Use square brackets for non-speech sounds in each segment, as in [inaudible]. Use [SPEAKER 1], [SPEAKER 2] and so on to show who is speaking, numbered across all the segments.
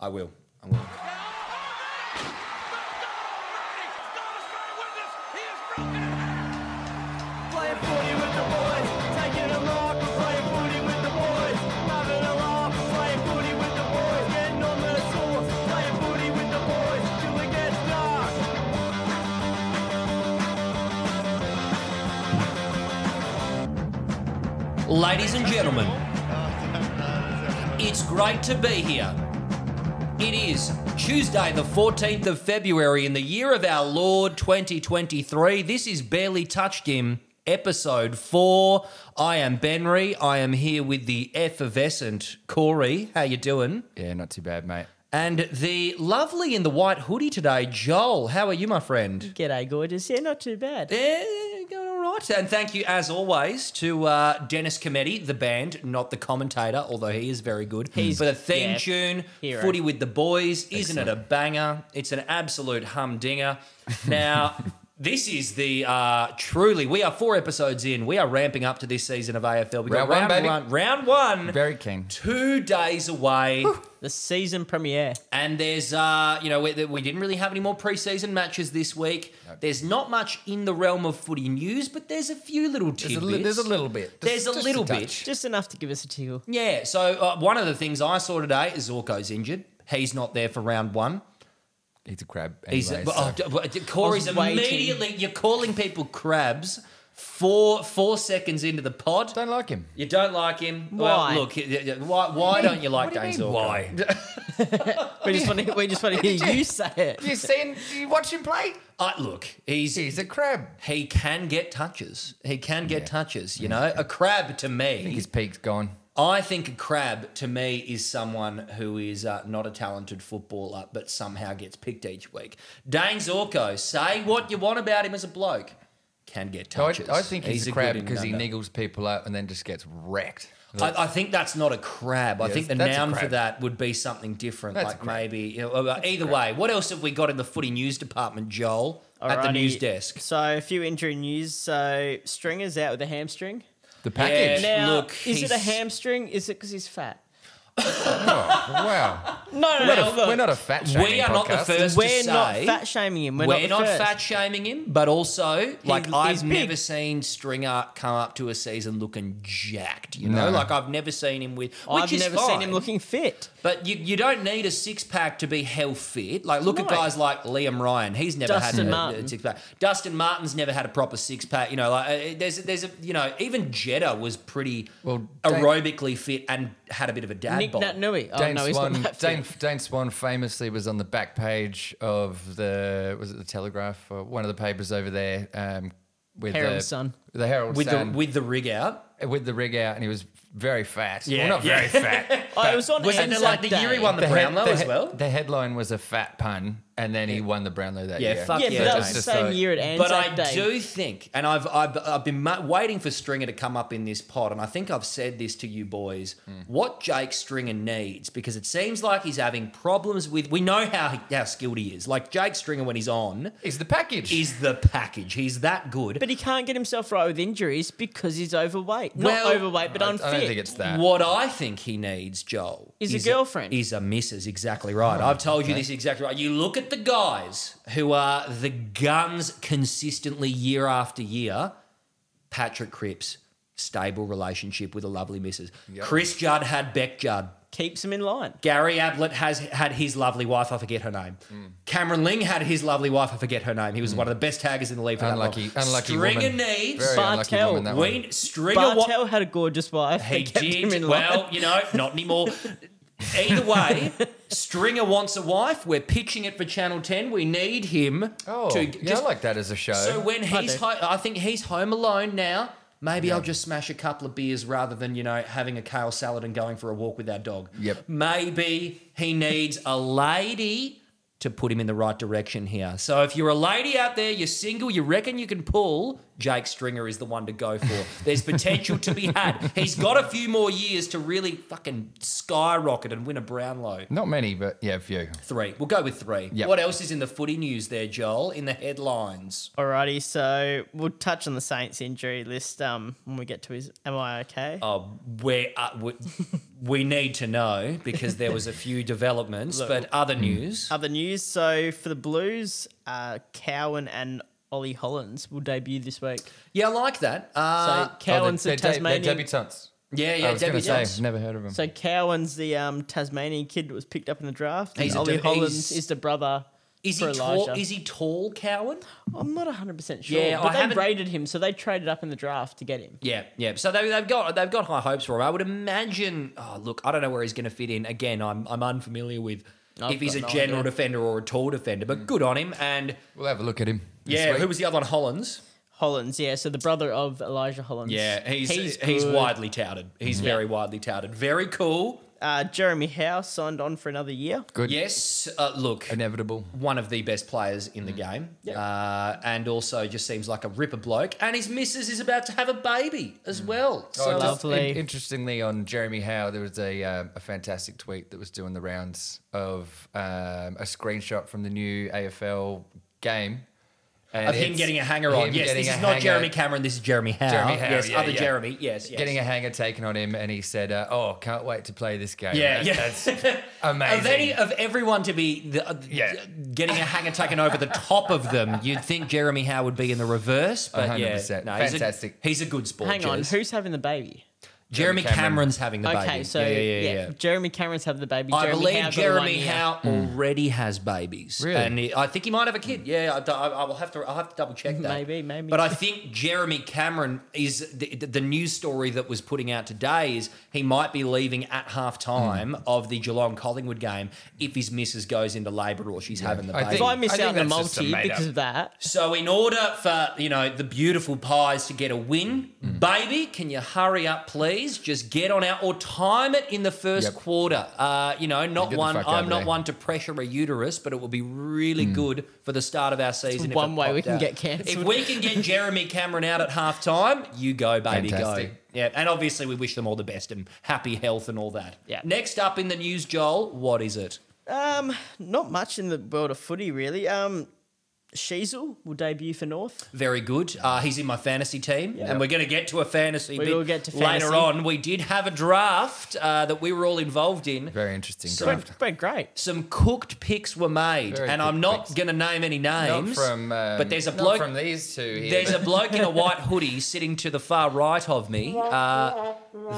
[SPEAKER 1] I will. I will.
[SPEAKER 2] Playing footy with the boys, taking a mark. We're playing footy with the boys, having a laugh. We're playing footy with the boys, getting on the sauce. Playing footy with the boys till it gets dark.
[SPEAKER 3] Ladies and gentlemen, it's great to be here. It is Tuesday, the 14th of February, in the year of our Lord 2023. This is Barely Touched Him, episode four. I am Benry. I am here with the effervescent Corey. How you doing?
[SPEAKER 1] Yeah, not too bad, mate.
[SPEAKER 3] And the lovely in the white hoodie today, Joel. How are you, my friend?
[SPEAKER 2] G'day, gorgeous. Yeah, not too bad.
[SPEAKER 3] Yeah, Eh, going all right. And thank you, as always, to uh, Dennis Cometti, the band, not the commentator, although he is very good. He's, for the theme
[SPEAKER 2] yeah,
[SPEAKER 3] tune,
[SPEAKER 2] hero.
[SPEAKER 3] Footy with the Boys. Isn't it a banger? It's an absolute humdinger. [laughs] Now, this is the uh, truly, we are four episodes in. We are ramping up to this season of AFL. We
[SPEAKER 1] Round one, baby.
[SPEAKER 3] round one.
[SPEAKER 1] Very keen.
[SPEAKER 3] Two days away,
[SPEAKER 2] The season premiere.
[SPEAKER 3] and there's uh, you know we, we didn't really have any more preseason matches this week. There's not much in the realm of footy news, but there's a few little tidbits.
[SPEAKER 1] There's a, li- there's a little bit.
[SPEAKER 3] There's a little bit.
[SPEAKER 1] touch.
[SPEAKER 2] Just enough to give us a tickle.
[SPEAKER 3] Yeah. So uh, one of the things I saw today is Zorko's injured. He's not there for round one.
[SPEAKER 1] He's a crab.
[SPEAKER 3] He's
[SPEAKER 1] Anyways,
[SPEAKER 3] oh, d- but, d- Corey's
[SPEAKER 2] I was waiting.
[SPEAKER 3] immediately. You're calling people crabs four four seconds into the pod.
[SPEAKER 1] don't like him.
[SPEAKER 3] you don't like him.
[SPEAKER 2] Why?
[SPEAKER 3] Well, look, y- y- y- why, why don't you like
[SPEAKER 1] What do you
[SPEAKER 3] Dane
[SPEAKER 1] mean,
[SPEAKER 3] Zorko?
[SPEAKER 1] why?
[SPEAKER 2] We just want to. We just want to hear you say it.
[SPEAKER 1] [laughs] You seen? You watch him play?
[SPEAKER 3] Uh, look, he's
[SPEAKER 1] He's a crab.
[SPEAKER 3] he can get touches. He can get
[SPEAKER 1] Yeah.
[SPEAKER 3] touches. You know, a crab to me,
[SPEAKER 1] His peak's gone.
[SPEAKER 3] I think a crab to me is someone who is uh, not a talented footballer, but somehow gets picked each week. Dane Zorko, say what you want about him as a bloke, can get
[SPEAKER 1] I,
[SPEAKER 3] touches.
[SPEAKER 1] I think he's, a
[SPEAKER 3] good
[SPEAKER 1] crab
[SPEAKER 3] in
[SPEAKER 1] because he
[SPEAKER 3] number.
[SPEAKER 1] niggles people up and then just gets wrecked.
[SPEAKER 3] I, I think that's not a crab. I
[SPEAKER 1] Yes,
[SPEAKER 3] think the
[SPEAKER 1] that's a
[SPEAKER 3] noun for
[SPEAKER 1] crab.
[SPEAKER 3] that would be something different,
[SPEAKER 1] That's a
[SPEAKER 3] like
[SPEAKER 1] crab.
[SPEAKER 3] maybe. You know, uh, either way, what else have we got in the footy news department, Joel, at the
[SPEAKER 2] Alrighty.
[SPEAKER 3] news desk?
[SPEAKER 2] So a few injury news. So Stringer's out with a hamstring.
[SPEAKER 1] The package.
[SPEAKER 3] Yeah.
[SPEAKER 2] Now,
[SPEAKER 3] Look,
[SPEAKER 2] is it a
[SPEAKER 3] he's-
[SPEAKER 2] hamstring? Is it because he's fat?
[SPEAKER 1] Oh, [laughs]
[SPEAKER 3] [laughs]
[SPEAKER 1] wow.
[SPEAKER 2] No, no,
[SPEAKER 1] We're
[SPEAKER 2] no.
[SPEAKER 1] not, a, we're not a fat shaming
[SPEAKER 3] We are not the
[SPEAKER 1] podcast.
[SPEAKER 3] first
[SPEAKER 2] We're
[SPEAKER 3] to say
[SPEAKER 2] not fat shaming him. We're,
[SPEAKER 3] We're,
[SPEAKER 2] the
[SPEAKER 3] not,
[SPEAKER 2] first.
[SPEAKER 3] fat shaming him, but also like
[SPEAKER 2] he's
[SPEAKER 3] I've
[SPEAKER 2] big.
[SPEAKER 3] never seen Stringer come up to a season looking jacked. You know,
[SPEAKER 1] No.
[SPEAKER 3] like I've never seen him with. Which
[SPEAKER 2] I've
[SPEAKER 3] is
[SPEAKER 2] never
[SPEAKER 3] fine,
[SPEAKER 2] seen him looking fit.
[SPEAKER 3] But you, you don't need a six pack to be hell fit. Like look at
[SPEAKER 2] No.
[SPEAKER 3] guys like Liam Ryan. He's never
[SPEAKER 2] Dustin
[SPEAKER 3] had a- a,
[SPEAKER 2] Martin.
[SPEAKER 3] six pack. Dustin Martin's never had a proper six pack. You know, like uh, there's there's a you know even Jeddah was pretty
[SPEAKER 1] Well, Dan-
[SPEAKER 3] aerobically fit and had a bit of a dad
[SPEAKER 2] Nick
[SPEAKER 3] bod.
[SPEAKER 2] Nui. Oh
[SPEAKER 1] Dane,
[SPEAKER 2] no, he's
[SPEAKER 1] Swan,
[SPEAKER 2] not that fit.
[SPEAKER 1] Dane, Dane Swan famously was on the back page of the was it the Telegraph or one of the papers over there um, with
[SPEAKER 2] Herald
[SPEAKER 1] the
[SPEAKER 2] Sun.
[SPEAKER 1] the Herald
[SPEAKER 3] with the
[SPEAKER 1] Sun
[SPEAKER 3] with the rig out.
[SPEAKER 1] with, the rig out, and he was very fat.
[SPEAKER 3] Yeah,
[SPEAKER 1] well, not
[SPEAKER 3] yeah.
[SPEAKER 1] very fat.
[SPEAKER 2] Oh, it was on
[SPEAKER 3] Was it
[SPEAKER 2] Anzac
[SPEAKER 3] like the
[SPEAKER 2] Day.
[SPEAKER 3] year he won the,
[SPEAKER 1] head-
[SPEAKER 3] Brownlow
[SPEAKER 1] the
[SPEAKER 3] as
[SPEAKER 1] he-
[SPEAKER 3] well?
[SPEAKER 1] The headline was a fat pun, and then he won the Brownlow that
[SPEAKER 3] Yeah,
[SPEAKER 1] year.
[SPEAKER 3] fuck
[SPEAKER 2] Yeah,
[SPEAKER 3] Yeah,
[SPEAKER 2] but that
[SPEAKER 3] Dane.
[SPEAKER 2] was the
[SPEAKER 1] Just
[SPEAKER 2] same
[SPEAKER 1] like-
[SPEAKER 2] year at Anzac
[SPEAKER 3] But I
[SPEAKER 2] Day.
[SPEAKER 3] do think, and I've, I've I've been ma- waiting for Stringer to come up in this pod, and I think I've said this to you boys. What Jake Stringer needs, because it seems like he's having problems with. We know how how skilled he is. Like Jake Stringer, when he's on,
[SPEAKER 1] Is the package?
[SPEAKER 3] is the package. He's that good.
[SPEAKER 2] But he can't get himself right with injuries because he's overweight. Not
[SPEAKER 3] Well,
[SPEAKER 2] overweight, but
[SPEAKER 1] I,
[SPEAKER 2] unfit.
[SPEAKER 1] I don't think it's that.
[SPEAKER 3] What I think he needs, Joel,
[SPEAKER 2] Is a girlfriend.
[SPEAKER 3] Is a missus, exactly right. I've told you this exactly right. You look at the guys who are the guns consistently year after year. Patrick Cripps, stable relationship with a lovely missus. Chris Judd had Beck Judd.
[SPEAKER 2] keeps him in line.
[SPEAKER 3] Gary Ablett has had his lovely wife. I forget her name.
[SPEAKER 1] Mm.
[SPEAKER 3] Cameron Ling had his lovely wife. I forget her name. He was one of the best taggers in the league for
[SPEAKER 1] Unlucky,
[SPEAKER 3] that long.
[SPEAKER 1] unlucky
[SPEAKER 3] Stringer
[SPEAKER 1] woman.
[SPEAKER 3] needs.
[SPEAKER 1] Very unlucky
[SPEAKER 2] Bartel,
[SPEAKER 1] woman. That one.
[SPEAKER 3] we, Stringer wa-
[SPEAKER 2] Bartel had a gorgeous wife. They
[SPEAKER 3] he
[SPEAKER 2] kept him
[SPEAKER 3] did.
[SPEAKER 2] in
[SPEAKER 3] Well,
[SPEAKER 2] line.
[SPEAKER 3] you know, not anymore. Either way, Stringer wants a wife. We're pitching it for Channel 10. We need him
[SPEAKER 1] Oh,
[SPEAKER 3] to
[SPEAKER 1] yeah, I like that as a show.
[SPEAKER 3] So when he's
[SPEAKER 2] do.
[SPEAKER 3] home, I think he's home alone now. Maybe I'll just smash a couple of beers rather than, you know, having a kale salad and going for a walk with our dog.
[SPEAKER 1] Yep.
[SPEAKER 3] Maybe he needs a lady to put him in the right direction here. So if you're a lady out there, you're single, you reckon you can pull, Jake Stringer is the one to go for. There's potential to be had. He's got a few more years to really fucking skyrocket and win a Brownlow.
[SPEAKER 1] Not many, but yeah, a few.
[SPEAKER 3] Three. We'll go with three.
[SPEAKER 1] Yep.
[SPEAKER 3] What else is in the footy news there, Joel? In the headlines.
[SPEAKER 4] Alrighty, so we'll touch on the Saints injury list um, when we get to his. Am I okay?
[SPEAKER 3] Oh, where uh, we, we need to know because there was a [laughs] few developments,
[SPEAKER 4] Look-
[SPEAKER 3] but other news.
[SPEAKER 4] Other news. So for the Blues, uh, Cowan and Ollie Hollins will debut this week.
[SPEAKER 3] Yeah, I like that.
[SPEAKER 4] So
[SPEAKER 3] Uh,
[SPEAKER 1] Oh,
[SPEAKER 4] Cowan's the Tasmanian.
[SPEAKER 1] debutants.
[SPEAKER 3] yeah,
[SPEAKER 1] I
[SPEAKER 3] yeah,
[SPEAKER 1] was going
[SPEAKER 3] Debbie
[SPEAKER 1] to say,
[SPEAKER 3] Jones.
[SPEAKER 1] never heard of them.
[SPEAKER 4] so Cowan's the um, Tasmanian kid that was picked up in the draft.
[SPEAKER 3] He's
[SPEAKER 4] and
[SPEAKER 3] a
[SPEAKER 4] Ollie
[SPEAKER 3] de-
[SPEAKER 4] Hollins
[SPEAKER 3] he's-
[SPEAKER 4] is the brother.
[SPEAKER 3] Is
[SPEAKER 4] for
[SPEAKER 3] he tall?
[SPEAKER 4] Elijah.
[SPEAKER 3] Is he tall, Cowan?
[SPEAKER 4] I'm not 100 percent sure.
[SPEAKER 3] Yeah, I
[SPEAKER 4] but they
[SPEAKER 3] haven't-
[SPEAKER 4] rated him, so they traded up in the draft to get him.
[SPEAKER 3] Yeah, yeah. So they, they've got they've got high hopes for him. I would imagine. Oh, look, I don't know where he's going to fit in. Again, I'm I'm unfamiliar with
[SPEAKER 4] I've
[SPEAKER 3] if he's a
[SPEAKER 4] got no
[SPEAKER 3] general
[SPEAKER 4] idea.
[SPEAKER 3] defender or a tall defender, but good on him. And
[SPEAKER 1] We'll have a look at him. this
[SPEAKER 3] yeah,
[SPEAKER 1] week.
[SPEAKER 3] who was the other one? Hollins.
[SPEAKER 4] Hollins, yeah. So the brother of Elijah Hollins.
[SPEAKER 3] Yeah, he's uh, he's,
[SPEAKER 4] good.
[SPEAKER 3] widely touted. He's very widely touted. Very cool.
[SPEAKER 4] Uh, Jeremy Howe signed on for another year.
[SPEAKER 1] good?
[SPEAKER 3] Yes. Uh, look,
[SPEAKER 1] Inevitable.
[SPEAKER 3] one of the best players in the
[SPEAKER 1] Mm.
[SPEAKER 3] game, uh, and also just seems like a ripper bloke. And his missus is about to have a baby as well. So
[SPEAKER 1] Oh,
[SPEAKER 4] love-
[SPEAKER 1] just in-
[SPEAKER 4] Lovely.
[SPEAKER 1] interestingly, on Jeremy Howe, there was a, uh, a fantastic tweet that was doing the rounds of um, a screenshot from the new AFL game. And
[SPEAKER 3] of him
[SPEAKER 1] it's-
[SPEAKER 3] getting a hanger
[SPEAKER 1] him
[SPEAKER 3] on. Yes,
[SPEAKER 1] getting
[SPEAKER 3] this
[SPEAKER 1] a
[SPEAKER 3] is not
[SPEAKER 1] hanger-
[SPEAKER 3] Jeremy Cameron. This is Jeremy Howe.
[SPEAKER 1] Jeremy Howe,
[SPEAKER 3] yes,
[SPEAKER 1] yeah,
[SPEAKER 3] other
[SPEAKER 1] yeah.
[SPEAKER 3] Jeremy. Yes, yes.
[SPEAKER 1] Getting a hanger taken on him, and he said, uh, "Oh, can't wait to play this game."
[SPEAKER 3] Yeah,
[SPEAKER 1] That-
[SPEAKER 3] yeah.
[SPEAKER 1] That's amazing.
[SPEAKER 3] [laughs] of any of everyone to be the, uh,
[SPEAKER 1] Yeah.
[SPEAKER 3] getting a hanger taken over the top of them, you'd think Jeremy Howe would be in the reverse, but yeah,
[SPEAKER 1] 100%.
[SPEAKER 3] he's a-
[SPEAKER 1] Fantastic.
[SPEAKER 3] He's a, good sport.
[SPEAKER 4] Hang on,
[SPEAKER 3] Jez.
[SPEAKER 4] who's having the baby?
[SPEAKER 1] Jeremy
[SPEAKER 3] Jeremy
[SPEAKER 1] Cameron.
[SPEAKER 3] Cameron's having the
[SPEAKER 4] okay,
[SPEAKER 3] baby.
[SPEAKER 4] so yeah, Jeremy Cameron's having the baby.
[SPEAKER 3] I
[SPEAKER 4] Jeremy
[SPEAKER 3] believe
[SPEAKER 4] Howe got one
[SPEAKER 3] Jeremy
[SPEAKER 4] year.
[SPEAKER 3] Howe already has babies,
[SPEAKER 1] Really?
[SPEAKER 3] and he- I think he might have a kid. Yeah, I, d- I- I will have to. I'll have to double check that.
[SPEAKER 4] Maybe, maybe.
[SPEAKER 3] But I think Jeremy Cameron is the, the, the news story that was putting out today is he might be leaving at half time of the Geelong Collingwood game if his missus goes into labour or she's having the
[SPEAKER 1] I
[SPEAKER 3] baby.
[SPEAKER 4] If I miss
[SPEAKER 1] I think
[SPEAKER 4] out on the
[SPEAKER 1] that's just a
[SPEAKER 4] multi
[SPEAKER 1] made-up.
[SPEAKER 4] because of that,
[SPEAKER 3] So, in order for you know the beautiful pies to get a win,
[SPEAKER 1] Mm.
[SPEAKER 3] baby, can you hurry up, please? Just get on out or time it in the first
[SPEAKER 1] Yep.
[SPEAKER 3] quarter. Uh, you know, not
[SPEAKER 1] Get the
[SPEAKER 3] one.
[SPEAKER 1] fuck out
[SPEAKER 3] I'm
[SPEAKER 1] of
[SPEAKER 3] not
[SPEAKER 1] there. Mm.
[SPEAKER 3] one to pressure a uterus, but it will be really good for the start of our season. if
[SPEAKER 4] one
[SPEAKER 3] it
[SPEAKER 4] way we
[SPEAKER 3] popped
[SPEAKER 4] can
[SPEAKER 3] out.
[SPEAKER 4] get cancelled.
[SPEAKER 3] If we can get Jeremy Cameron out at half time, you go, baby, go.
[SPEAKER 1] Fantastic.
[SPEAKER 3] Yeah, and obviously we wish them all the best and happy health and all that.
[SPEAKER 4] Yeah.
[SPEAKER 3] Next up in the news, Joel, what is it?
[SPEAKER 4] um, not much in the world of footy really. Um, Sheasel will debut for North.
[SPEAKER 3] Very good. Uh, he's in my fantasy team, and we're going to get to a fantasy.
[SPEAKER 4] We
[SPEAKER 3] bit
[SPEAKER 4] will get to
[SPEAKER 3] later
[SPEAKER 4] fantasy.
[SPEAKER 3] on. We did have a draft uh, that we were all involved in.
[SPEAKER 1] very interesting draft.
[SPEAKER 4] Went, went great.
[SPEAKER 3] Some cooked picks were made,
[SPEAKER 1] Very
[SPEAKER 3] and
[SPEAKER 1] cooked
[SPEAKER 3] I'm not
[SPEAKER 1] picks.
[SPEAKER 3] going to name any
[SPEAKER 1] Not
[SPEAKER 3] names.
[SPEAKER 1] from, um,
[SPEAKER 3] but there's a
[SPEAKER 1] not
[SPEAKER 3] bloke.
[SPEAKER 1] from these two. Here,
[SPEAKER 3] there's
[SPEAKER 1] but-
[SPEAKER 3] a
[SPEAKER 1] [laughs]
[SPEAKER 3] bloke in a white hoodie sitting to the far right of me uh,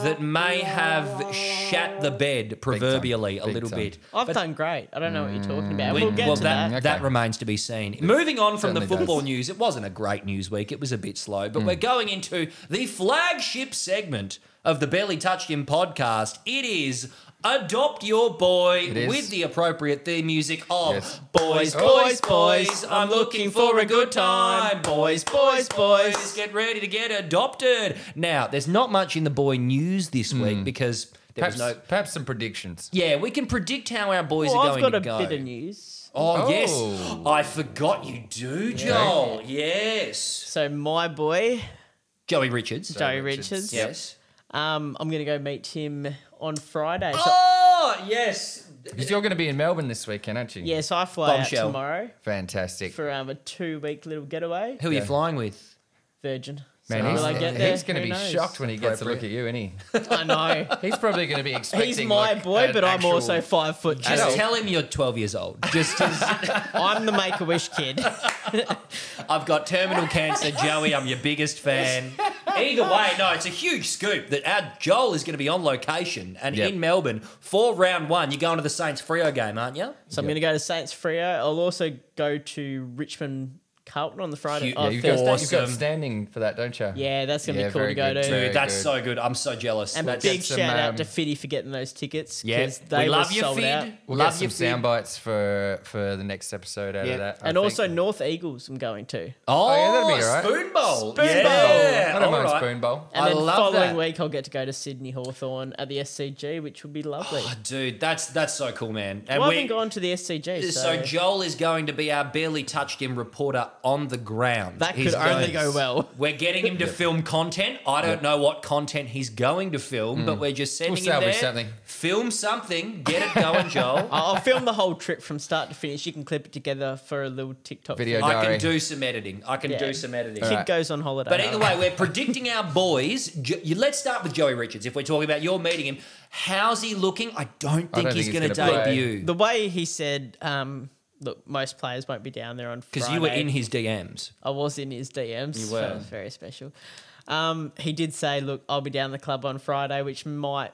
[SPEAKER 3] that may have shat the bed proverbially a
[SPEAKER 1] Big
[SPEAKER 3] little
[SPEAKER 1] time.
[SPEAKER 3] bit.
[SPEAKER 4] I've
[SPEAKER 3] But
[SPEAKER 4] done great. I don't know what you're talking about.
[SPEAKER 3] we-
[SPEAKER 4] we'll get
[SPEAKER 3] well,
[SPEAKER 4] to
[SPEAKER 3] that,
[SPEAKER 4] that.
[SPEAKER 1] Okay.
[SPEAKER 3] that remains to be seen. Moving on from the
[SPEAKER 1] Certainly
[SPEAKER 3] football
[SPEAKER 1] does.
[SPEAKER 3] news, it wasn't a great news week. It was a bit slow, but we're going into the flagship segment of the Barely Touched Him podcast. It is Adopt Your Boy
[SPEAKER 1] is.
[SPEAKER 3] with the appropriate theme music of
[SPEAKER 1] Yes.
[SPEAKER 3] Boys, Boys, Boys, I'm looking for a good time. Boys, Boys, Boys, get ready to get adopted. Now, there's not much in the boy news this week because there
[SPEAKER 1] perhaps,
[SPEAKER 3] was no.
[SPEAKER 1] perhaps some predictions.
[SPEAKER 3] Yeah, we can predict how our boys
[SPEAKER 4] Well,
[SPEAKER 3] are
[SPEAKER 4] I've
[SPEAKER 3] going
[SPEAKER 4] got
[SPEAKER 3] to go.
[SPEAKER 4] a bit of news.
[SPEAKER 3] Oh,
[SPEAKER 1] Oh.
[SPEAKER 3] yes. I forgot you do, Joel. Yes.
[SPEAKER 4] So my boy
[SPEAKER 3] Joey Richards.
[SPEAKER 4] Joey
[SPEAKER 1] Richards.
[SPEAKER 4] Richards.
[SPEAKER 3] Yes.
[SPEAKER 4] Um, I'm gonna go meet him on Friday. So,
[SPEAKER 3] Oh, yes.
[SPEAKER 1] Because you're going to be in Melbourne this weekend, aren't you?
[SPEAKER 4] yeah, so I fly
[SPEAKER 3] Bombshell.
[SPEAKER 4] out tomorrow
[SPEAKER 1] Fantastic.
[SPEAKER 4] for um, a two week little getaway.
[SPEAKER 3] Who are you flying with?
[SPEAKER 4] Virgin.
[SPEAKER 1] Man,
[SPEAKER 4] so
[SPEAKER 1] he's,
[SPEAKER 4] will I get there?
[SPEAKER 1] he's going to
[SPEAKER 4] Who
[SPEAKER 1] be
[SPEAKER 4] knows?
[SPEAKER 1] shocked when he gets a look at you, isn't he?
[SPEAKER 4] [laughs] I know.
[SPEAKER 1] [laughs] He's probably going to be expecting.
[SPEAKER 4] [laughs] He's my
[SPEAKER 1] like,
[SPEAKER 4] boy,
[SPEAKER 1] an
[SPEAKER 4] but I'm
[SPEAKER 1] actual-
[SPEAKER 4] also five foot two.
[SPEAKER 3] Just
[SPEAKER 1] Adult.
[SPEAKER 3] tell him you're 12 years old. Just, [laughs] just-
[SPEAKER 4] I'm the Make a Wish
[SPEAKER 1] [laughs]
[SPEAKER 4] kid.
[SPEAKER 3] I've got terminal cancer, Joey. I'm your biggest fan. Either way, no, it's a huge scoop that our Joel is going to be on location and
[SPEAKER 1] Yep.
[SPEAKER 3] in Melbourne for round one. You're going to the Saints Frio game, aren't you?
[SPEAKER 4] So I'm going to go to Saints Frio. I'll also go to Richmond Carlton on the Friday.
[SPEAKER 3] Cute.
[SPEAKER 4] Oh,
[SPEAKER 1] Yeah, you've, got,
[SPEAKER 4] Thursday.
[SPEAKER 1] you've got
[SPEAKER 3] Awesome.
[SPEAKER 1] standing for that, don't you?
[SPEAKER 4] Yeah, that's gonna be cool to
[SPEAKER 1] very
[SPEAKER 4] go
[SPEAKER 1] good.
[SPEAKER 4] to.
[SPEAKER 3] Dude,
[SPEAKER 1] Very
[SPEAKER 3] that's
[SPEAKER 1] good.
[SPEAKER 3] so good. I'm so jealous.
[SPEAKER 4] And
[SPEAKER 3] That's-
[SPEAKER 4] big
[SPEAKER 1] some,
[SPEAKER 4] shout out
[SPEAKER 1] um,
[SPEAKER 4] to Fiddy for getting those tickets.
[SPEAKER 3] Yeah.
[SPEAKER 4] because
[SPEAKER 3] we
[SPEAKER 4] they were
[SPEAKER 3] love you,
[SPEAKER 4] sold
[SPEAKER 3] Fid.
[SPEAKER 4] out.
[SPEAKER 1] We'll
[SPEAKER 3] love
[SPEAKER 1] get
[SPEAKER 3] you,
[SPEAKER 1] some sound
[SPEAKER 3] Fid.
[SPEAKER 1] bites for for the next episode out
[SPEAKER 3] Yeah.
[SPEAKER 1] of that. I
[SPEAKER 4] and
[SPEAKER 1] think.
[SPEAKER 4] also North Eagles, I'm going to.
[SPEAKER 3] Oh,
[SPEAKER 1] yeah, that'll be all right.
[SPEAKER 3] Spoon bowl.
[SPEAKER 4] Spoon
[SPEAKER 3] yeah. Oh,
[SPEAKER 4] bowl.
[SPEAKER 1] I don't
[SPEAKER 3] all
[SPEAKER 1] mind
[SPEAKER 3] right.
[SPEAKER 1] spoon bowl.
[SPEAKER 4] And
[SPEAKER 3] I
[SPEAKER 4] then
[SPEAKER 3] love
[SPEAKER 4] following
[SPEAKER 3] that.
[SPEAKER 4] week, I'll get to go to Sydney Hawthorn at the SCG, which would be lovely.
[SPEAKER 3] Oh, dude, that's that's so cool, man. And
[SPEAKER 4] well, I
[SPEAKER 3] we,
[SPEAKER 4] haven't gone to the SCG, so,
[SPEAKER 3] so Joel is going to be our barely touched him reporter on the ground.
[SPEAKER 4] That
[SPEAKER 3] He's
[SPEAKER 4] could only
[SPEAKER 3] going-
[SPEAKER 4] go well.
[SPEAKER 3] We're getting him to film content. I don't know what content he's going to film,
[SPEAKER 1] Mm.
[SPEAKER 3] but we're just sending him
[SPEAKER 1] salvage
[SPEAKER 3] there.
[SPEAKER 1] something.
[SPEAKER 3] Film something. Get it going,
[SPEAKER 1] [laughs]
[SPEAKER 3] Joel.
[SPEAKER 4] I'll I'll film the whole trip from start to finish. You can clip it together for a little TikTok
[SPEAKER 1] Video
[SPEAKER 4] thing.
[SPEAKER 3] I
[SPEAKER 1] Diary.
[SPEAKER 3] can do some editing. I can
[SPEAKER 4] Yeah.
[SPEAKER 3] do some editing.
[SPEAKER 4] Kid
[SPEAKER 1] Alright.
[SPEAKER 4] goes on holiday.
[SPEAKER 3] But either
[SPEAKER 1] [laughs]
[SPEAKER 3] way, we're predicting our boys. Jo- you- Let's start with Joey Richards. If we're talking about your meeting him, how's he looking? I don't think
[SPEAKER 1] don't
[SPEAKER 3] he's
[SPEAKER 1] think he's
[SPEAKER 3] going to
[SPEAKER 1] gonna play.
[SPEAKER 3] debut
[SPEAKER 4] the way he said, um, look, most players won't be down there on Friday.
[SPEAKER 3] because you were in his DMs.
[SPEAKER 4] I was in his DMs.
[SPEAKER 3] You
[SPEAKER 4] You
[SPEAKER 3] were.
[SPEAKER 4] That was very special. Um, he did say, look, I'll be down the club on Friday, which might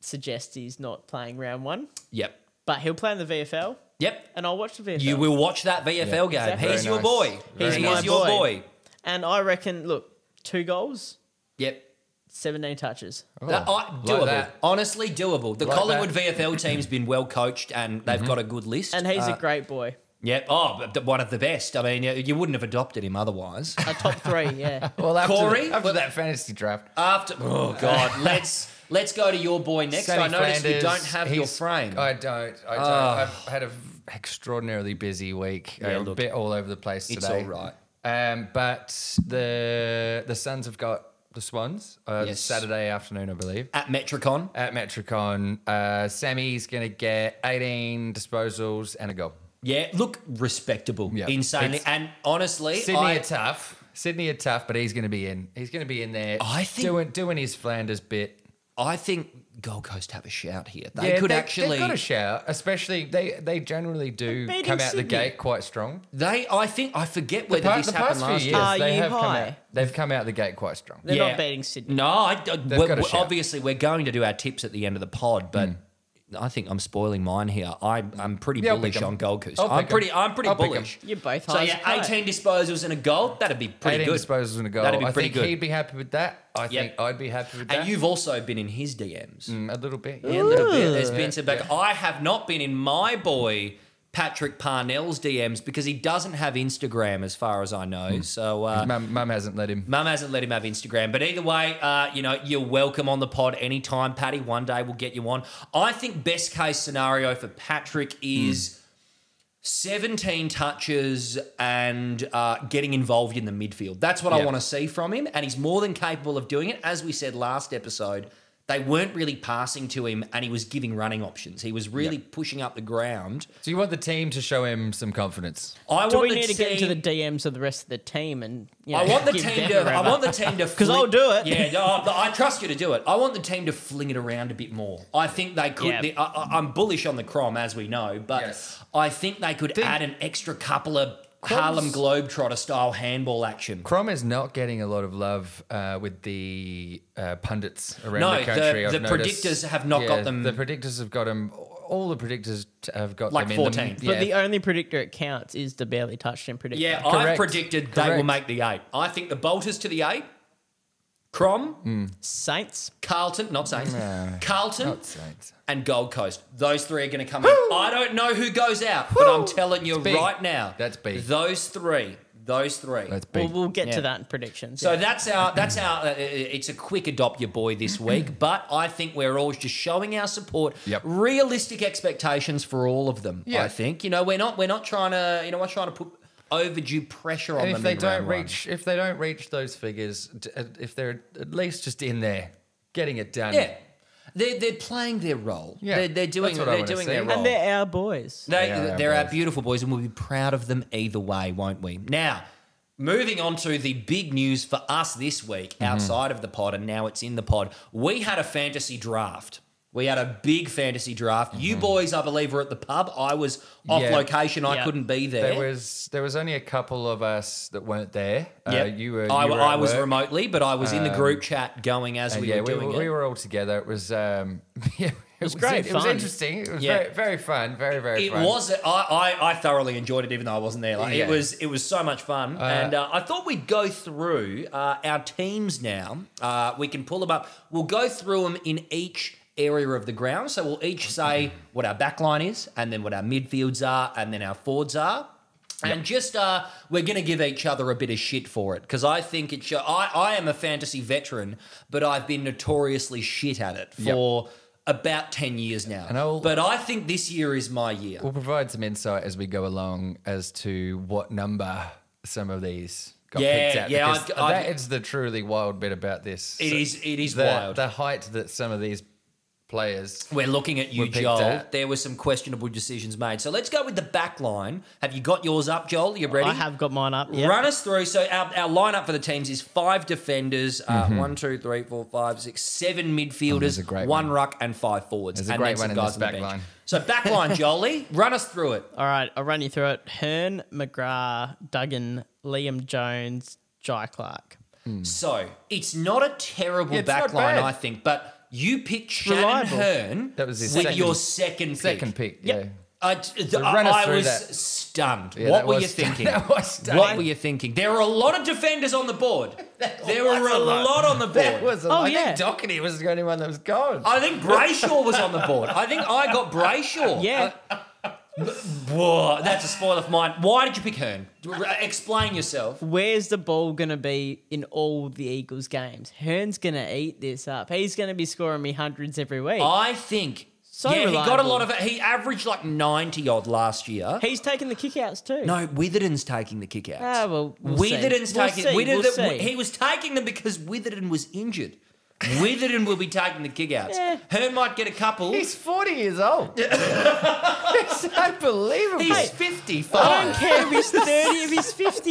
[SPEAKER 4] suggest he's not playing round one.
[SPEAKER 3] Yep.
[SPEAKER 4] But he'll play in the VFL,
[SPEAKER 3] Yep.
[SPEAKER 4] and I'll watch the VFL.
[SPEAKER 3] You will watch that VFL game.
[SPEAKER 4] Exactly.
[SPEAKER 3] He's
[SPEAKER 1] Very
[SPEAKER 3] your
[SPEAKER 1] nice.
[SPEAKER 3] boy.
[SPEAKER 1] Very
[SPEAKER 3] He's
[SPEAKER 4] nice.
[SPEAKER 3] your
[SPEAKER 4] My
[SPEAKER 3] boy.
[SPEAKER 4] boy. And I reckon, look, two goals,
[SPEAKER 3] Yep.
[SPEAKER 4] 17 touches.
[SPEAKER 3] That- I-
[SPEAKER 1] Oh, like
[SPEAKER 3] doable.
[SPEAKER 1] that.
[SPEAKER 3] Honestly, doable. The
[SPEAKER 1] Like
[SPEAKER 3] Collingwood
[SPEAKER 1] that. Mm-hmm.
[SPEAKER 3] VFL team's been well coached and they've got a good list. Uh,
[SPEAKER 4] And he's a great boy.
[SPEAKER 3] yep. Oh, but th- one of the best. I mean, you, you wouldn't have adopted him otherwise.
[SPEAKER 4] A top three,
[SPEAKER 3] [laughs]
[SPEAKER 4] yeah.
[SPEAKER 1] Well, after,
[SPEAKER 3] Corey?
[SPEAKER 1] after that fantasy draft,
[SPEAKER 3] After oh
[SPEAKER 1] [laughs]
[SPEAKER 3] god, let's let's go to your boy next.
[SPEAKER 1] Sammy
[SPEAKER 3] I noticed you
[SPEAKER 1] Flanders,
[SPEAKER 3] don't have your
[SPEAKER 1] he's-
[SPEAKER 3] frame. Ah.
[SPEAKER 1] I don't. I don't. I've had an extraordinarily busy week. uh,
[SPEAKER 3] Yeah, look,
[SPEAKER 1] a bit all over the place
[SPEAKER 3] it's
[SPEAKER 1] today.
[SPEAKER 3] all right.
[SPEAKER 1] Um, but the the Suns have got the Swans uh,
[SPEAKER 3] Yes.
[SPEAKER 1] Saturday afternoon, I believe.
[SPEAKER 3] At Metricon,
[SPEAKER 1] At Metricon, uh, Sammy's going to get 18 disposals and a goal.
[SPEAKER 3] yeah, look respectable,
[SPEAKER 1] Yeah.
[SPEAKER 3] insanely,
[SPEAKER 1] It's-
[SPEAKER 3] and honestly,
[SPEAKER 1] Sydney
[SPEAKER 3] I,
[SPEAKER 1] are tough. Sydney are tough, but he's going to be in. He's going to be in there.
[SPEAKER 3] I think-
[SPEAKER 1] doing doing his Flanders bit.
[SPEAKER 3] I think Gold Coast have a shout here. They could
[SPEAKER 1] they,
[SPEAKER 3] actually,
[SPEAKER 1] They've got a shout, especially they they generally do
[SPEAKER 4] Beating
[SPEAKER 1] come out the
[SPEAKER 4] Sydney.
[SPEAKER 1] gate quite strong.
[SPEAKER 3] they, I think, I forget whether
[SPEAKER 1] Pa-
[SPEAKER 3] this happened last year.
[SPEAKER 4] Are
[SPEAKER 1] they
[SPEAKER 4] you
[SPEAKER 1] have come
[SPEAKER 4] high?
[SPEAKER 1] out, they've come out the gate quite strong.
[SPEAKER 4] They're
[SPEAKER 3] Yeah.
[SPEAKER 4] not beating Sydney.
[SPEAKER 3] No, I, I- we're-
[SPEAKER 1] got a
[SPEAKER 3] we're-
[SPEAKER 1] shout. Mm.
[SPEAKER 3] obviously we're going to do our tips at the end of the pod, but I think I'm spoiling mine here. I, I'm pretty
[SPEAKER 1] Yeah, I'll
[SPEAKER 3] bullish
[SPEAKER 1] pick 'em.
[SPEAKER 3] on Gold Coast.
[SPEAKER 1] I'll
[SPEAKER 3] I'm
[SPEAKER 1] pick 'em.
[SPEAKER 3] pretty, I'm pretty
[SPEAKER 1] I'll pick 'em.
[SPEAKER 3] bullish.
[SPEAKER 4] You're both
[SPEAKER 3] So
[SPEAKER 4] high as
[SPEAKER 3] yeah,
[SPEAKER 4] kite.
[SPEAKER 3] 18 disposals and a goal. That'd be pretty
[SPEAKER 1] 18
[SPEAKER 3] good.
[SPEAKER 1] disposals and a goal.
[SPEAKER 3] That'd be
[SPEAKER 1] I
[SPEAKER 3] pretty
[SPEAKER 1] think
[SPEAKER 3] good.
[SPEAKER 1] he'd be happy with that. I
[SPEAKER 3] Yep.
[SPEAKER 1] think I'd be happy with
[SPEAKER 3] And
[SPEAKER 1] that.
[SPEAKER 3] you've also been in his DMs.
[SPEAKER 1] Mm, a little bit.
[SPEAKER 3] Yeah,
[SPEAKER 1] Yeah,
[SPEAKER 3] a little bit. There's
[SPEAKER 1] Yeah,
[SPEAKER 3] been some back. I have not been in my boy Patrick Parnell's DMs because he doesn't have Instagram, as far as I
[SPEAKER 1] Hmm.
[SPEAKER 3] know. So uh,
[SPEAKER 1] Mum, mum hasn't let him.
[SPEAKER 3] Mum hasn't let him have Instagram, but either way, uh, you know, you're welcome on the pod anytime, Patty. One day we'll get you on. I think best case scenario for Patrick is 17 touches and uh, getting involved in the midfield. That's what I
[SPEAKER 1] Yeah.
[SPEAKER 3] want to see from him, and he's more than capable of doing it. As we said last episode, they weren't really passing to him, and he was giving running options. He was really pushing up the ground.
[SPEAKER 1] So you want the team to show him some confidence?
[SPEAKER 3] I
[SPEAKER 4] Do
[SPEAKER 3] want
[SPEAKER 4] we
[SPEAKER 3] the
[SPEAKER 4] need to get into
[SPEAKER 3] team-
[SPEAKER 4] the DMs of the rest of the team and you know,
[SPEAKER 3] I want the
[SPEAKER 4] give
[SPEAKER 3] team
[SPEAKER 4] them
[SPEAKER 3] to.
[SPEAKER 4] a rev
[SPEAKER 3] I want
[SPEAKER 4] up?
[SPEAKER 3] the team to.
[SPEAKER 4] [laughs] 'Cause
[SPEAKER 3] fling-
[SPEAKER 4] I'll do it.
[SPEAKER 3] Yeah, no, I, I trust you to do it. I want the team to fling it around a bit more. I think they could.
[SPEAKER 4] Yeah.
[SPEAKER 3] They, I- I, I'm bullish on the Crom, as we know, but
[SPEAKER 1] Yes.
[SPEAKER 3] I think they could add an extra couple of Harlem Globetrotter style handball action.
[SPEAKER 1] Crom is not getting a lot of love uh, with the uh, pundits around
[SPEAKER 3] No,
[SPEAKER 1] the country.
[SPEAKER 3] the-
[SPEAKER 1] I've
[SPEAKER 3] the
[SPEAKER 1] noticed.
[SPEAKER 3] predictors have not got them-
[SPEAKER 1] The predictors have got them. All the predictors t- have got
[SPEAKER 3] Like
[SPEAKER 1] them in
[SPEAKER 3] 14.
[SPEAKER 1] Them,
[SPEAKER 4] But the only predictor it counts is the barely touched him predictor.
[SPEAKER 3] Yeah, I've
[SPEAKER 1] Correct.
[SPEAKER 3] predicted they will
[SPEAKER 1] Correct.
[SPEAKER 3] make the eight. I think the Bolters to the eight. Crom,
[SPEAKER 4] Hmm. Saints.
[SPEAKER 3] Carlton, not Saints, Carlton,
[SPEAKER 1] Not Saints.
[SPEAKER 3] and Gold Coast. Those three are going to come in. I don't know who goes out, but I'm telling you
[SPEAKER 1] big.
[SPEAKER 3] right now.
[SPEAKER 1] That's big.
[SPEAKER 3] Those three. Those three.
[SPEAKER 1] That's big.
[SPEAKER 4] We'll, we'll get
[SPEAKER 3] Yeah.
[SPEAKER 4] to that in predictions.
[SPEAKER 3] so
[SPEAKER 4] yeah.
[SPEAKER 3] that's our that's our uh, it's a quick adopt your
[SPEAKER 1] [clears throat]
[SPEAKER 3] boy this week, but I think we're all just showing our support.
[SPEAKER 1] Yep.
[SPEAKER 3] Realistic expectations for all of them.
[SPEAKER 1] Yeah.
[SPEAKER 3] I think you know we're not we're not trying to you know we're trying to put overdue pressure on
[SPEAKER 1] and
[SPEAKER 3] them.
[SPEAKER 1] if they
[SPEAKER 3] in
[SPEAKER 1] don't
[SPEAKER 3] round one.
[SPEAKER 1] reach, if they don't reach those figures, d- uh, if they're at least just in there, getting it done.
[SPEAKER 3] yeah, they're they're playing their role.
[SPEAKER 1] Yeah.
[SPEAKER 3] they're, they're doing
[SPEAKER 1] That's what I
[SPEAKER 3] they're
[SPEAKER 1] wanna
[SPEAKER 3] doing
[SPEAKER 1] see.
[SPEAKER 3] their
[SPEAKER 1] And
[SPEAKER 3] role.
[SPEAKER 4] and they're our boys.
[SPEAKER 3] They,
[SPEAKER 1] They are our
[SPEAKER 3] they are our
[SPEAKER 1] boys.
[SPEAKER 3] beautiful boys, and we'll be proud of them either way, won't we? Now, moving on to the big news for us this week
[SPEAKER 1] Mm-hmm.
[SPEAKER 3] outside of the pod, and now it's in the pod. We had a fantasy draft. We had a big fantasy draft. You boys, I believe, were at the pub. I was off
[SPEAKER 1] Mm-hmm. Yeah.
[SPEAKER 3] location. I
[SPEAKER 4] Yeah.
[SPEAKER 3] couldn't be there.
[SPEAKER 1] There was there was only a couple of us that weren't there.
[SPEAKER 3] Yep.
[SPEAKER 1] Uh, you were.
[SPEAKER 3] I,
[SPEAKER 1] you were
[SPEAKER 3] I
[SPEAKER 1] at
[SPEAKER 3] was
[SPEAKER 1] work. Um,
[SPEAKER 3] remotely, but I was in the group chat going as
[SPEAKER 1] And
[SPEAKER 3] we
[SPEAKER 1] yeah,
[SPEAKER 3] were
[SPEAKER 1] we,
[SPEAKER 3] doing
[SPEAKER 1] were- we
[SPEAKER 3] it.
[SPEAKER 1] were all together. It was um, [laughs] yeah, it,
[SPEAKER 4] was great
[SPEAKER 1] It was
[SPEAKER 4] fun.
[SPEAKER 1] interesting. It was
[SPEAKER 3] Yeah.
[SPEAKER 1] very, very fun. Very very.
[SPEAKER 3] It
[SPEAKER 1] fun.
[SPEAKER 3] was. I, I, I thoroughly enjoyed it, even though I wasn't there. Like,
[SPEAKER 1] Yeah.
[SPEAKER 3] It was. It was so much fun, and uh, I thought we'd go through uh, our teams now. Uh, we can pull them up. We'll go through them in each area of the ground. So we'll each say what our back line is, and then what our midfields are, and then our forwards are. And just uh, we're gonna give each other a bit of shit for it because I think it. Show, I I am a fantasy veteran, but I've been notoriously shit at it
[SPEAKER 1] Yep.
[SPEAKER 3] for about ten years now.
[SPEAKER 1] And I'll-
[SPEAKER 3] but I think this year is my year.
[SPEAKER 1] We'll provide some insight as we go along as to what number some of these got
[SPEAKER 3] Yeah,
[SPEAKER 1] picked out.
[SPEAKER 3] yeah,
[SPEAKER 1] because
[SPEAKER 3] I'd- I'd-
[SPEAKER 1] that is the truly wild bit about this.
[SPEAKER 3] It is- it is
[SPEAKER 1] the,
[SPEAKER 3] wild.
[SPEAKER 1] The height that some of these players.
[SPEAKER 3] We're looking at you,
[SPEAKER 1] Were picked
[SPEAKER 3] Joel.
[SPEAKER 1] at.
[SPEAKER 3] There were some questionable decisions made. So let's go with the back line. Have you got yours up, Joel? You ready?
[SPEAKER 4] I have got mine up. Yep.
[SPEAKER 3] Run us through. So our, our lineup for the teams is five defenders, uh, one, two, three, four, five, six, seven midfielders,
[SPEAKER 1] Mm-hmm. Oh, a great
[SPEAKER 3] one
[SPEAKER 1] one.
[SPEAKER 3] ruck, and five forwards.
[SPEAKER 1] There's a
[SPEAKER 3] and
[SPEAKER 1] great
[SPEAKER 3] then some
[SPEAKER 1] one in this
[SPEAKER 3] guys on the
[SPEAKER 1] back
[SPEAKER 3] bench.
[SPEAKER 1] line.
[SPEAKER 3] So
[SPEAKER 1] [laughs]
[SPEAKER 3] back line, Jolie, run us through it.
[SPEAKER 4] All right, I'll run you through it. Hearn, McGrath, Duggan, Liam Jones, Jai Clark.
[SPEAKER 1] Hmm.
[SPEAKER 3] So it's not a terrible
[SPEAKER 1] Yeah, it's
[SPEAKER 3] back
[SPEAKER 1] not
[SPEAKER 3] line,
[SPEAKER 1] bad.
[SPEAKER 3] I think, but you picked Shannon
[SPEAKER 4] Reliable.
[SPEAKER 3] Hearn
[SPEAKER 1] That was his
[SPEAKER 3] with
[SPEAKER 1] second-
[SPEAKER 3] your second
[SPEAKER 1] Second
[SPEAKER 3] pick.
[SPEAKER 1] pick,
[SPEAKER 4] Yep.
[SPEAKER 1] yeah.
[SPEAKER 3] I, th-
[SPEAKER 1] run us
[SPEAKER 3] I
[SPEAKER 1] through
[SPEAKER 3] was
[SPEAKER 1] that.
[SPEAKER 3] stunned.
[SPEAKER 1] Yeah,
[SPEAKER 3] what
[SPEAKER 1] that
[SPEAKER 3] were
[SPEAKER 1] was [laughs]
[SPEAKER 3] you
[SPEAKER 1] stunning.
[SPEAKER 3] thinking?
[SPEAKER 1] That was stunning.
[SPEAKER 3] what were you thinking? There were a lot of defenders on
[SPEAKER 1] [laughs]
[SPEAKER 3] the board. there were a lot. on the board.
[SPEAKER 1] That was. A,
[SPEAKER 4] Oh,
[SPEAKER 1] I
[SPEAKER 4] yeah.
[SPEAKER 1] think Doherty was the only one that was gone.
[SPEAKER 3] I think Brayshaw was on the board. I think I got
[SPEAKER 1] [laughs]
[SPEAKER 3] Brayshaw.
[SPEAKER 4] Yeah.
[SPEAKER 3] Whoa, that's a spoiler of mine. Why did you pick Hearn? R- uh, Explain yourself.
[SPEAKER 4] Where's the ball going to be in all the Eagles games? Hearn's going to eat this up. He's going to be scoring me hundreds every week.
[SPEAKER 3] I think.
[SPEAKER 4] So
[SPEAKER 3] yeah, he got a
[SPEAKER 4] reliable.
[SPEAKER 3] lot of. He averaged like ninety odd last year.
[SPEAKER 4] He's taking the kickouts too.
[SPEAKER 3] No, Witherden's taking the kickouts.
[SPEAKER 4] Ah, well, we'll see.
[SPEAKER 3] Witherden's
[SPEAKER 4] We'll
[SPEAKER 3] taking.
[SPEAKER 4] see, we'll
[SPEAKER 3] Witherden-
[SPEAKER 4] see.
[SPEAKER 3] he was taking them because Witherden was injured. Witherden will be taking the kickouts.
[SPEAKER 4] Yeah.
[SPEAKER 3] Hearn might get a couple.
[SPEAKER 1] He's 40 years
[SPEAKER 3] [laughs]
[SPEAKER 1] old. it's unbelievable.
[SPEAKER 3] He's fifty-five.
[SPEAKER 4] I don't care if he's 30, if he's 50.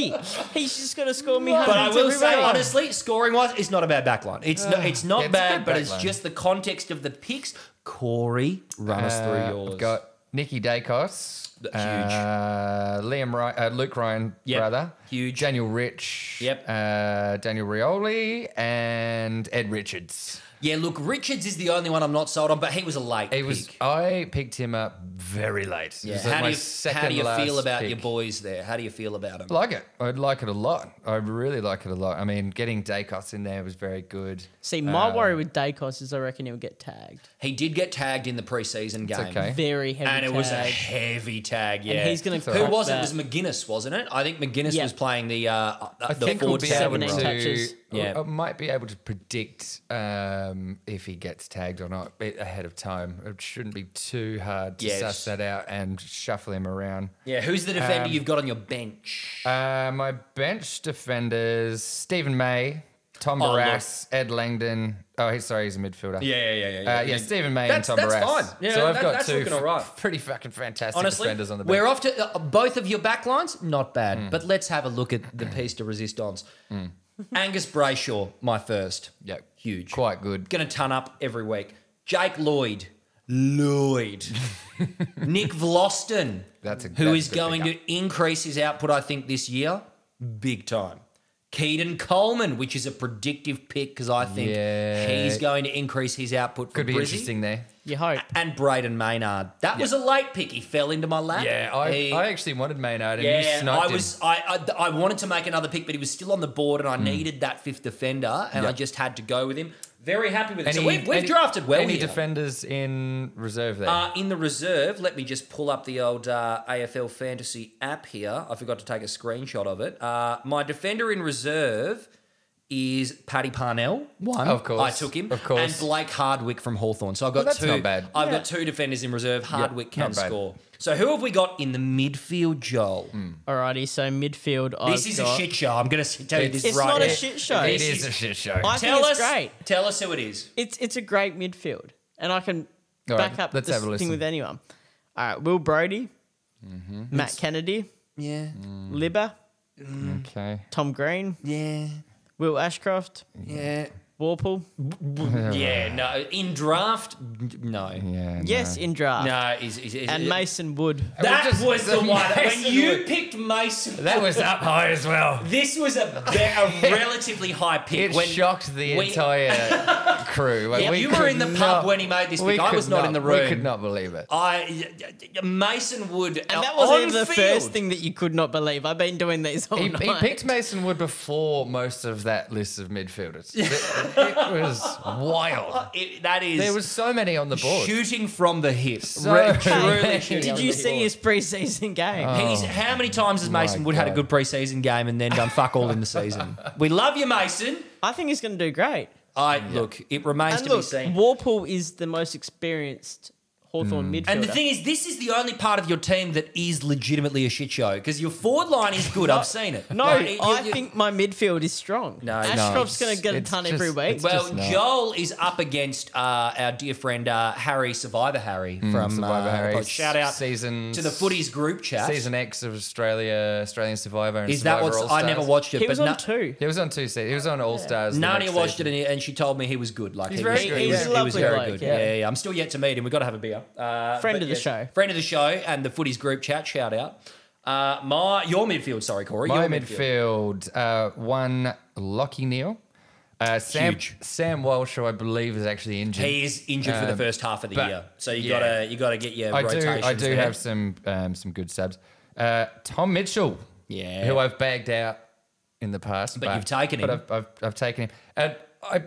[SPEAKER 4] He's just going to score me
[SPEAKER 3] But I
[SPEAKER 4] hundreds
[SPEAKER 3] will
[SPEAKER 4] every
[SPEAKER 3] say,
[SPEAKER 4] week.
[SPEAKER 3] honestly, scoring wise, it's not a bad backline. It's no, it's not
[SPEAKER 1] Yeah, it's a
[SPEAKER 3] bad,
[SPEAKER 1] good
[SPEAKER 3] but
[SPEAKER 1] back
[SPEAKER 3] it's
[SPEAKER 1] line.
[SPEAKER 3] just the context of the picks. Corey, run us
[SPEAKER 1] Uh,
[SPEAKER 3] through yours.
[SPEAKER 1] I've got Nikki Dacos.
[SPEAKER 3] Th- huge.
[SPEAKER 1] Uh, Liam Ryan, uh, Luke Ryan,
[SPEAKER 3] Yep,
[SPEAKER 1] brother.
[SPEAKER 3] huge.
[SPEAKER 1] Daniel Rich.
[SPEAKER 3] Yep.
[SPEAKER 1] Uh, Daniel Rioli and Ed Richards.
[SPEAKER 3] yeah, look, Richards is the only one I'm not sold on, but he was a late
[SPEAKER 1] It was.
[SPEAKER 3] pick.
[SPEAKER 1] I picked him up very late. It
[SPEAKER 3] Yeah.
[SPEAKER 1] was like
[SPEAKER 3] How,
[SPEAKER 1] my
[SPEAKER 3] do you, how do
[SPEAKER 1] second
[SPEAKER 3] you feel
[SPEAKER 1] last
[SPEAKER 3] about
[SPEAKER 1] pick.
[SPEAKER 3] your boys there? How do you feel about them?
[SPEAKER 1] Like it. I'd like it a lot. I really like it a lot. I mean, getting Dacos in there was very good.
[SPEAKER 4] See, my worry with Dacos is I reckon he'll get tagged.
[SPEAKER 3] He did get tagged in the preseason game.
[SPEAKER 1] okay.
[SPEAKER 4] Very heavy
[SPEAKER 3] And it was a
[SPEAKER 4] tag.
[SPEAKER 3] heavy tag, yeah.
[SPEAKER 4] he's gonna
[SPEAKER 1] crack
[SPEAKER 3] Who was it?
[SPEAKER 4] that.
[SPEAKER 3] It was McGuinness, wasn't it? I think McGuinness
[SPEAKER 4] Yeah.
[SPEAKER 3] was playing the uh,
[SPEAKER 1] I
[SPEAKER 3] the
[SPEAKER 1] think we'll
[SPEAKER 3] forward
[SPEAKER 1] be
[SPEAKER 3] centre
[SPEAKER 1] able
[SPEAKER 4] seven
[SPEAKER 1] to.
[SPEAKER 4] and touches.
[SPEAKER 3] Yeah.
[SPEAKER 1] I might be able to predict um, if he gets tagged or not a- ahead of time. It shouldn't be too hard to
[SPEAKER 3] Yes.
[SPEAKER 1] suss that out and shuffle him around.
[SPEAKER 3] Yeah, who's the defender
[SPEAKER 1] Um,
[SPEAKER 3] you've got on your bench?
[SPEAKER 1] Uh, my bench defenders: Stephen May, Tom
[SPEAKER 3] Oh,
[SPEAKER 1] Barras, Ed Langdon. Oh, he's sorry, he's a midfielder.
[SPEAKER 3] yeah, yeah, yeah.
[SPEAKER 1] Uh, yeah, Stephen May
[SPEAKER 3] That's-
[SPEAKER 1] and Tom
[SPEAKER 3] that's
[SPEAKER 1] Barras.
[SPEAKER 3] fine. Yeah,
[SPEAKER 1] so I've
[SPEAKER 3] that-
[SPEAKER 1] got
[SPEAKER 3] that's
[SPEAKER 1] two
[SPEAKER 3] looking
[SPEAKER 1] f-
[SPEAKER 3] all right.
[SPEAKER 1] [laughs] pretty fucking fantastic
[SPEAKER 3] Honestly,
[SPEAKER 1] defenders on the bench. Hmm.
[SPEAKER 3] we're off to uh, both of your back lines. Not bad, but let's have a look at the piece to resist ons. Angus Brayshaw, my first.
[SPEAKER 1] yeah,
[SPEAKER 3] Huge.
[SPEAKER 1] quite good.
[SPEAKER 3] Going to turn up every week. Jake Lloyd.
[SPEAKER 1] [laughs]
[SPEAKER 3] Lloyd. Nick Vloston.
[SPEAKER 1] That's a-
[SPEAKER 3] who
[SPEAKER 1] that's
[SPEAKER 3] is
[SPEAKER 1] a good
[SPEAKER 3] going to increase his output, I think, this year. Big time. Keaton Coleman, which is a predictive pick because I think
[SPEAKER 1] Yeah.
[SPEAKER 3] he's going to increase his output. For
[SPEAKER 1] Could be
[SPEAKER 3] Brizzy.
[SPEAKER 1] interesting there.
[SPEAKER 4] You hope.
[SPEAKER 3] And Braden Maynard. That was a late pick. He fell into my lap.
[SPEAKER 1] Yeah, I,
[SPEAKER 3] He-
[SPEAKER 1] I actually wanted Maynard and you
[SPEAKER 3] yeah,
[SPEAKER 1] sniped
[SPEAKER 3] I
[SPEAKER 1] him.
[SPEAKER 3] was. I, I I wanted to make another pick, but he was still on the board, and I needed that fifth defender, and I
[SPEAKER 1] Hmm. Yep.
[SPEAKER 3] just had to go with him. Very happy with it.
[SPEAKER 1] Any-
[SPEAKER 3] so we've, we've
[SPEAKER 1] any-
[SPEAKER 3] drafted well
[SPEAKER 1] Any
[SPEAKER 3] here.
[SPEAKER 1] defenders in reserve there?
[SPEAKER 3] uh, in the reserve, let me just pull up the old uh, AFL fantasy app here. I forgot to take a screenshot of it. Uh, my defender in reserve is Paddy Parnell. One,
[SPEAKER 1] Of course,
[SPEAKER 3] I took him.
[SPEAKER 1] of course.
[SPEAKER 3] and Blake Hardwick from Hawthorn. So I've got
[SPEAKER 1] Well, that's
[SPEAKER 3] two.
[SPEAKER 1] not bad.
[SPEAKER 3] I've
[SPEAKER 4] Yeah.
[SPEAKER 3] got two defenders in reserve. Hardwick can
[SPEAKER 1] not bad.
[SPEAKER 3] score. So who have we got in the midfield, Joel?
[SPEAKER 4] Alrighty, so midfield.
[SPEAKER 3] This
[SPEAKER 4] I've
[SPEAKER 3] is
[SPEAKER 4] got-
[SPEAKER 3] a shit show. I'm going to tell you this
[SPEAKER 4] It's
[SPEAKER 3] right
[SPEAKER 4] not
[SPEAKER 3] now.
[SPEAKER 4] a shit show.
[SPEAKER 1] Oh, it
[SPEAKER 3] this
[SPEAKER 1] is
[SPEAKER 3] is-
[SPEAKER 1] a shit show.
[SPEAKER 4] I think
[SPEAKER 3] Tell
[SPEAKER 4] it's
[SPEAKER 3] us,
[SPEAKER 4] great.
[SPEAKER 3] tell us who it is.
[SPEAKER 4] It's it's a great midfield, and I can
[SPEAKER 1] All right,
[SPEAKER 4] back up
[SPEAKER 1] let's
[SPEAKER 4] this
[SPEAKER 1] have a
[SPEAKER 4] thing
[SPEAKER 1] listen. Mm-hmm.
[SPEAKER 4] with anyone. All right, Will Brody, Matt Kennedy,
[SPEAKER 3] Yeah,
[SPEAKER 1] Mm.
[SPEAKER 4] Libba,
[SPEAKER 1] Okay.
[SPEAKER 4] Tom Green,
[SPEAKER 3] yeah,
[SPEAKER 4] Will Ashcroft,
[SPEAKER 3] yeah,
[SPEAKER 4] Warple.
[SPEAKER 3] yeah. No, in draft, no,
[SPEAKER 1] Yeah.
[SPEAKER 4] Yes, in draft,
[SPEAKER 3] no. Is, is, is,
[SPEAKER 4] and Mason Wood.
[SPEAKER 3] That
[SPEAKER 1] We're just-
[SPEAKER 3] was
[SPEAKER 4] [laughs]
[SPEAKER 3] the
[SPEAKER 1] the
[SPEAKER 3] one when
[SPEAKER 1] Mason
[SPEAKER 3] you
[SPEAKER 1] Wood.
[SPEAKER 3] picked Mason.
[SPEAKER 1] That was up high as well.
[SPEAKER 3] This was a,
[SPEAKER 4] [laughs]
[SPEAKER 3] be- a relatively high pick.
[SPEAKER 1] It
[SPEAKER 3] when
[SPEAKER 1] shocked the
[SPEAKER 3] we- [laughs]
[SPEAKER 1] entire crew. Like,
[SPEAKER 3] Yeah,
[SPEAKER 1] we
[SPEAKER 3] you were
[SPEAKER 1] could
[SPEAKER 3] in the pub
[SPEAKER 1] not-
[SPEAKER 3] when he made this
[SPEAKER 1] we
[SPEAKER 3] pick. I
[SPEAKER 1] could
[SPEAKER 3] was not in the room. Oh,
[SPEAKER 1] We could not believe it.
[SPEAKER 3] I Mason Wood, uh,
[SPEAKER 4] And that wasn't even the
[SPEAKER 3] field,
[SPEAKER 4] first thing that you could not believe. I've been doing these all
[SPEAKER 1] He,
[SPEAKER 4] night.
[SPEAKER 1] he
[SPEAKER 4] [laughs]
[SPEAKER 1] picked Mason Wood before most of that list of
[SPEAKER 3] [laughs]
[SPEAKER 1] midfielders. It, it was wild.
[SPEAKER 3] It- that is
[SPEAKER 1] There was so many on the board.
[SPEAKER 3] shooting from the hip.
[SPEAKER 1] So
[SPEAKER 3] Re-
[SPEAKER 4] [laughs]
[SPEAKER 1] many.
[SPEAKER 3] truly shooting
[SPEAKER 4] Did
[SPEAKER 3] from
[SPEAKER 4] you
[SPEAKER 3] the
[SPEAKER 4] see
[SPEAKER 3] hip.
[SPEAKER 4] his preseason game?
[SPEAKER 1] Uh.
[SPEAKER 3] He's, how many times has Mason Wood had a
[SPEAKER 1] Oh God.
[SPEAKER 3] good preseason game and then done fuck all in
[SPEAKER 1] [laughs]
[SPEAKER 3] the season? We love you, Mason.
[SPEAKER 4] I think he's going to do great.
[SPEAKER 3] I look. It remains
[SPEAKER 4] And
[SPEAKER 3] to
[SPEAKER 4] look,
[SPEAKER 3] be seen.
[SPEAKER 4] Warple is the most experienced Hawthorn
[SPEAKER 1] Mm.
[SPEAKER 4] midfielder.
[SPEAKER 3] And the thing is, this is the only part of your team that is legitimately a shit show because your forward line is good. I've seen it.
[SPEAKER 4] no,
[SPEAKER 3] Like, you-
[SPEAKER 4] I
[SPEAKER 3] you-
[SPEAKER 4] think my midfield is strong.
[SPEAKER 3] No, no,
[SPEAKER 1] it's-
[SPEAKER 4] Ashcroft's going to get a
[SPEAKER 1] it's
[SPEAKER 4] ton
[SPEAKER 1] just-
[SPEAKER 4] every week.
[SPEAKER 1] it's-
[SPEAKER 3] Well,
[SPEAKER 1] just not.
[SPEAKER 3] Joel is up against uh, our dear friend uh, Harry Survivor Harry from
[SPEAKER 1] Mm, Survivor
[SPEAKER 3] uh,
[SPEAKER 1] Harry.
[SPEAKER 3] but Shout out
[SPEAKER 1] Season-
[SPEAKER 3] to the Footies group chat.
[SPEAKER 1] Season X of Australia, Australian Survivor. And
[SPEAKER 3] is that
[SPEAKER 1] Survivor
[SPEAKER 3] what's?
[SPEAKER 1] All
[SPEAKER 3] I never
[SPEAKER 1] Stars.
[SPEAKER 3] watched it.
[SPEAKER 4] he
[SPEAKER 3] but
[SPEAKER 4] was
[SPEAKER 3] Na-
[SPEAKER 4] on two.
[SPEAKER 1] He was on two seasons. He was on All Stars.
[SPEAKER 3] Nadia watched it and, and she told me he was good. Like
[SPEAKER 1] He's
[SPEAKER 3] he
[SPEAKER 1] very
[SPEAKER 3] was,
[SPEAKER 1] good,
[SPEAKER 3] He,
[SPEAKER 1] yeah.
[SPEAKER 3] was,
[SPEAKER 1] He's
[SPEAKER 3] he
[SPEAKER 1] a
[SPEAKER 3] was
[SPEAKER 4] lovely
[SPEAKER 3] very
[SPEAKER 4] bloke,
[SPEAKER 3] good.
[SPEAKER 4] yeah.
[SPEAKER 3] Yeah. yeah, I'm still yet to meet him. We've got to have a beer. Uh,
[SPEAKER 4] Friend
[SPEAKER 3] but
[SPEAKER 4] of the show.
[SPEAKER 3] Friend of the show and the Footies group chat. Shout out. Uh, my your midfield, sorry Corey.
[SPEAKER 1] My
[SPEAKER 3] your
[SPEAKER 1] midfield, uh, one Lockie Neal. Uh, Sam,
[SPEAKER 3] Huge.
[SPEAKER 1] Sam Walsh, who I believe is actually injured.
[SPEAKER 3] He is injured for the
[SPEAKER 1] Um,
[SPEAKER 3] first half of the
[SPEAKER 1] but-
[SPEAKER 3] year, so you
[SPEAKER 1] yeah.
[SPEAKER 3] gotta you gotta get your
[SPEAKER 1] I do,
[SPEAKER 3] rotations.
[SPEAKER 1] I do
[SPEAKER 3] there.
[SPEAKER 1] have some um, some good subs. Uh, Tom Mitchell,
[SPEAKER 3] Yeah.
[SPEAKER 1] who I've bagged out in the past,
[SPEAKER 3] But you've taken
[SPEAKER 1] but
[SPEAKER 3] him.
[SPEAKER 1] I've, I've, I've taken him, and I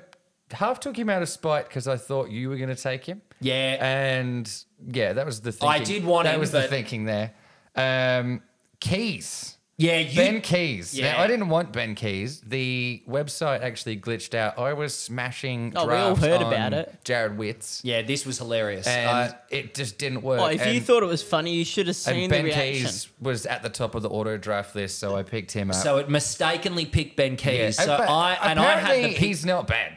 [SPEAKER 1] half took him out of spite because I thought you were going to take him.
[SPEAKER 3] Yeah.
[SPEAKER 1] and yeah, that was the thinking.
[SPEAKER 3] I did want
[SPEAKER 1] that
[SPEAKER 3] him,
[SPEAKER 1] was the
[SPEAKER 3] but-
[SPEAKER 1] thinking there. Um, Keys.
[SPEAKER 3] yeah, you
[SPEAKER 1] Ben Keys. Now,
[SPEAKER 3] Yeah.
[SPEAKER 1] I didn't want Ben Keys. The website actually glitched out. I was smashing.
[SPEAKER 4] Oh, we all
[SPEAKER 1] drafts
[SPEAKER 4] heard
[SPEAKER 1] on
[SPEAKER 4] about it.
[SPEAKER 1] Jared Witz,
[SPEAKER 3] Yeah, this was hilarious.
[SPEAKER 1] and
[SPEAKER 3] Uh,
[SPEAKER 1] it just didn't work.
[SPEAKER 4] Oh, if you
[SPEAKER 1] And-
[SPEAKER 4] thought it was funny, you should have seen
[SPEAKER 1] and
[SPEAKER 4] the
[SPEAKER 1] Ben
[SPEAKER 4] reaction.
[SPEAKER 1] Keys was at the top of the auto draft list, so I picked him up.
[SPEAKER 3] so it mistakenly picked Ben
[SPEAKER 1] Yeah,
[SPEAKER 3] Keys. So
[SPEAKER 1] but
[SPEAKER 3] I and I had
[SPEAKER 1] apparently
[SPEAKER 3] the pick.
[SPEAKER 1] he's not bad.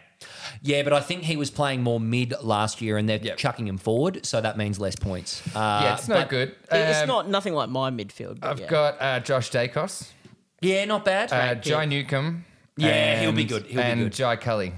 [SPEAKER 3] Yeah, but I think he was playing more mid last year, and they're
[SPEAKER 1] Yep.
[SPEAKER 3] chucking him forward, so that means less points. Uh,
[SPEAKER 1] Yeah, it's no
[SPEAKER 3] but-
[SPEAKER 1] good.
[SPEAKER 4] it's
[SPEAKER 1] Um,
[SPEAKER 4] not nothing like my midfield. but
[SPEAKER 1] I've
[SPEAKER 4] yeah.
[SPEAKER 1] got uh, Josh Dacos,
[SPEAKER 3] Yeah, not bad.
[SPEAKER 1] uh,
[SPEAKER 4] pick.
[SPEAKER 1] Jai Newcomb.
[SPEAKER 3] Yeah, he'll be good. He'll be
[SPEAKER 1] and
[SPEAKER 3] good.
[SPEAKER 1] Jai Cully.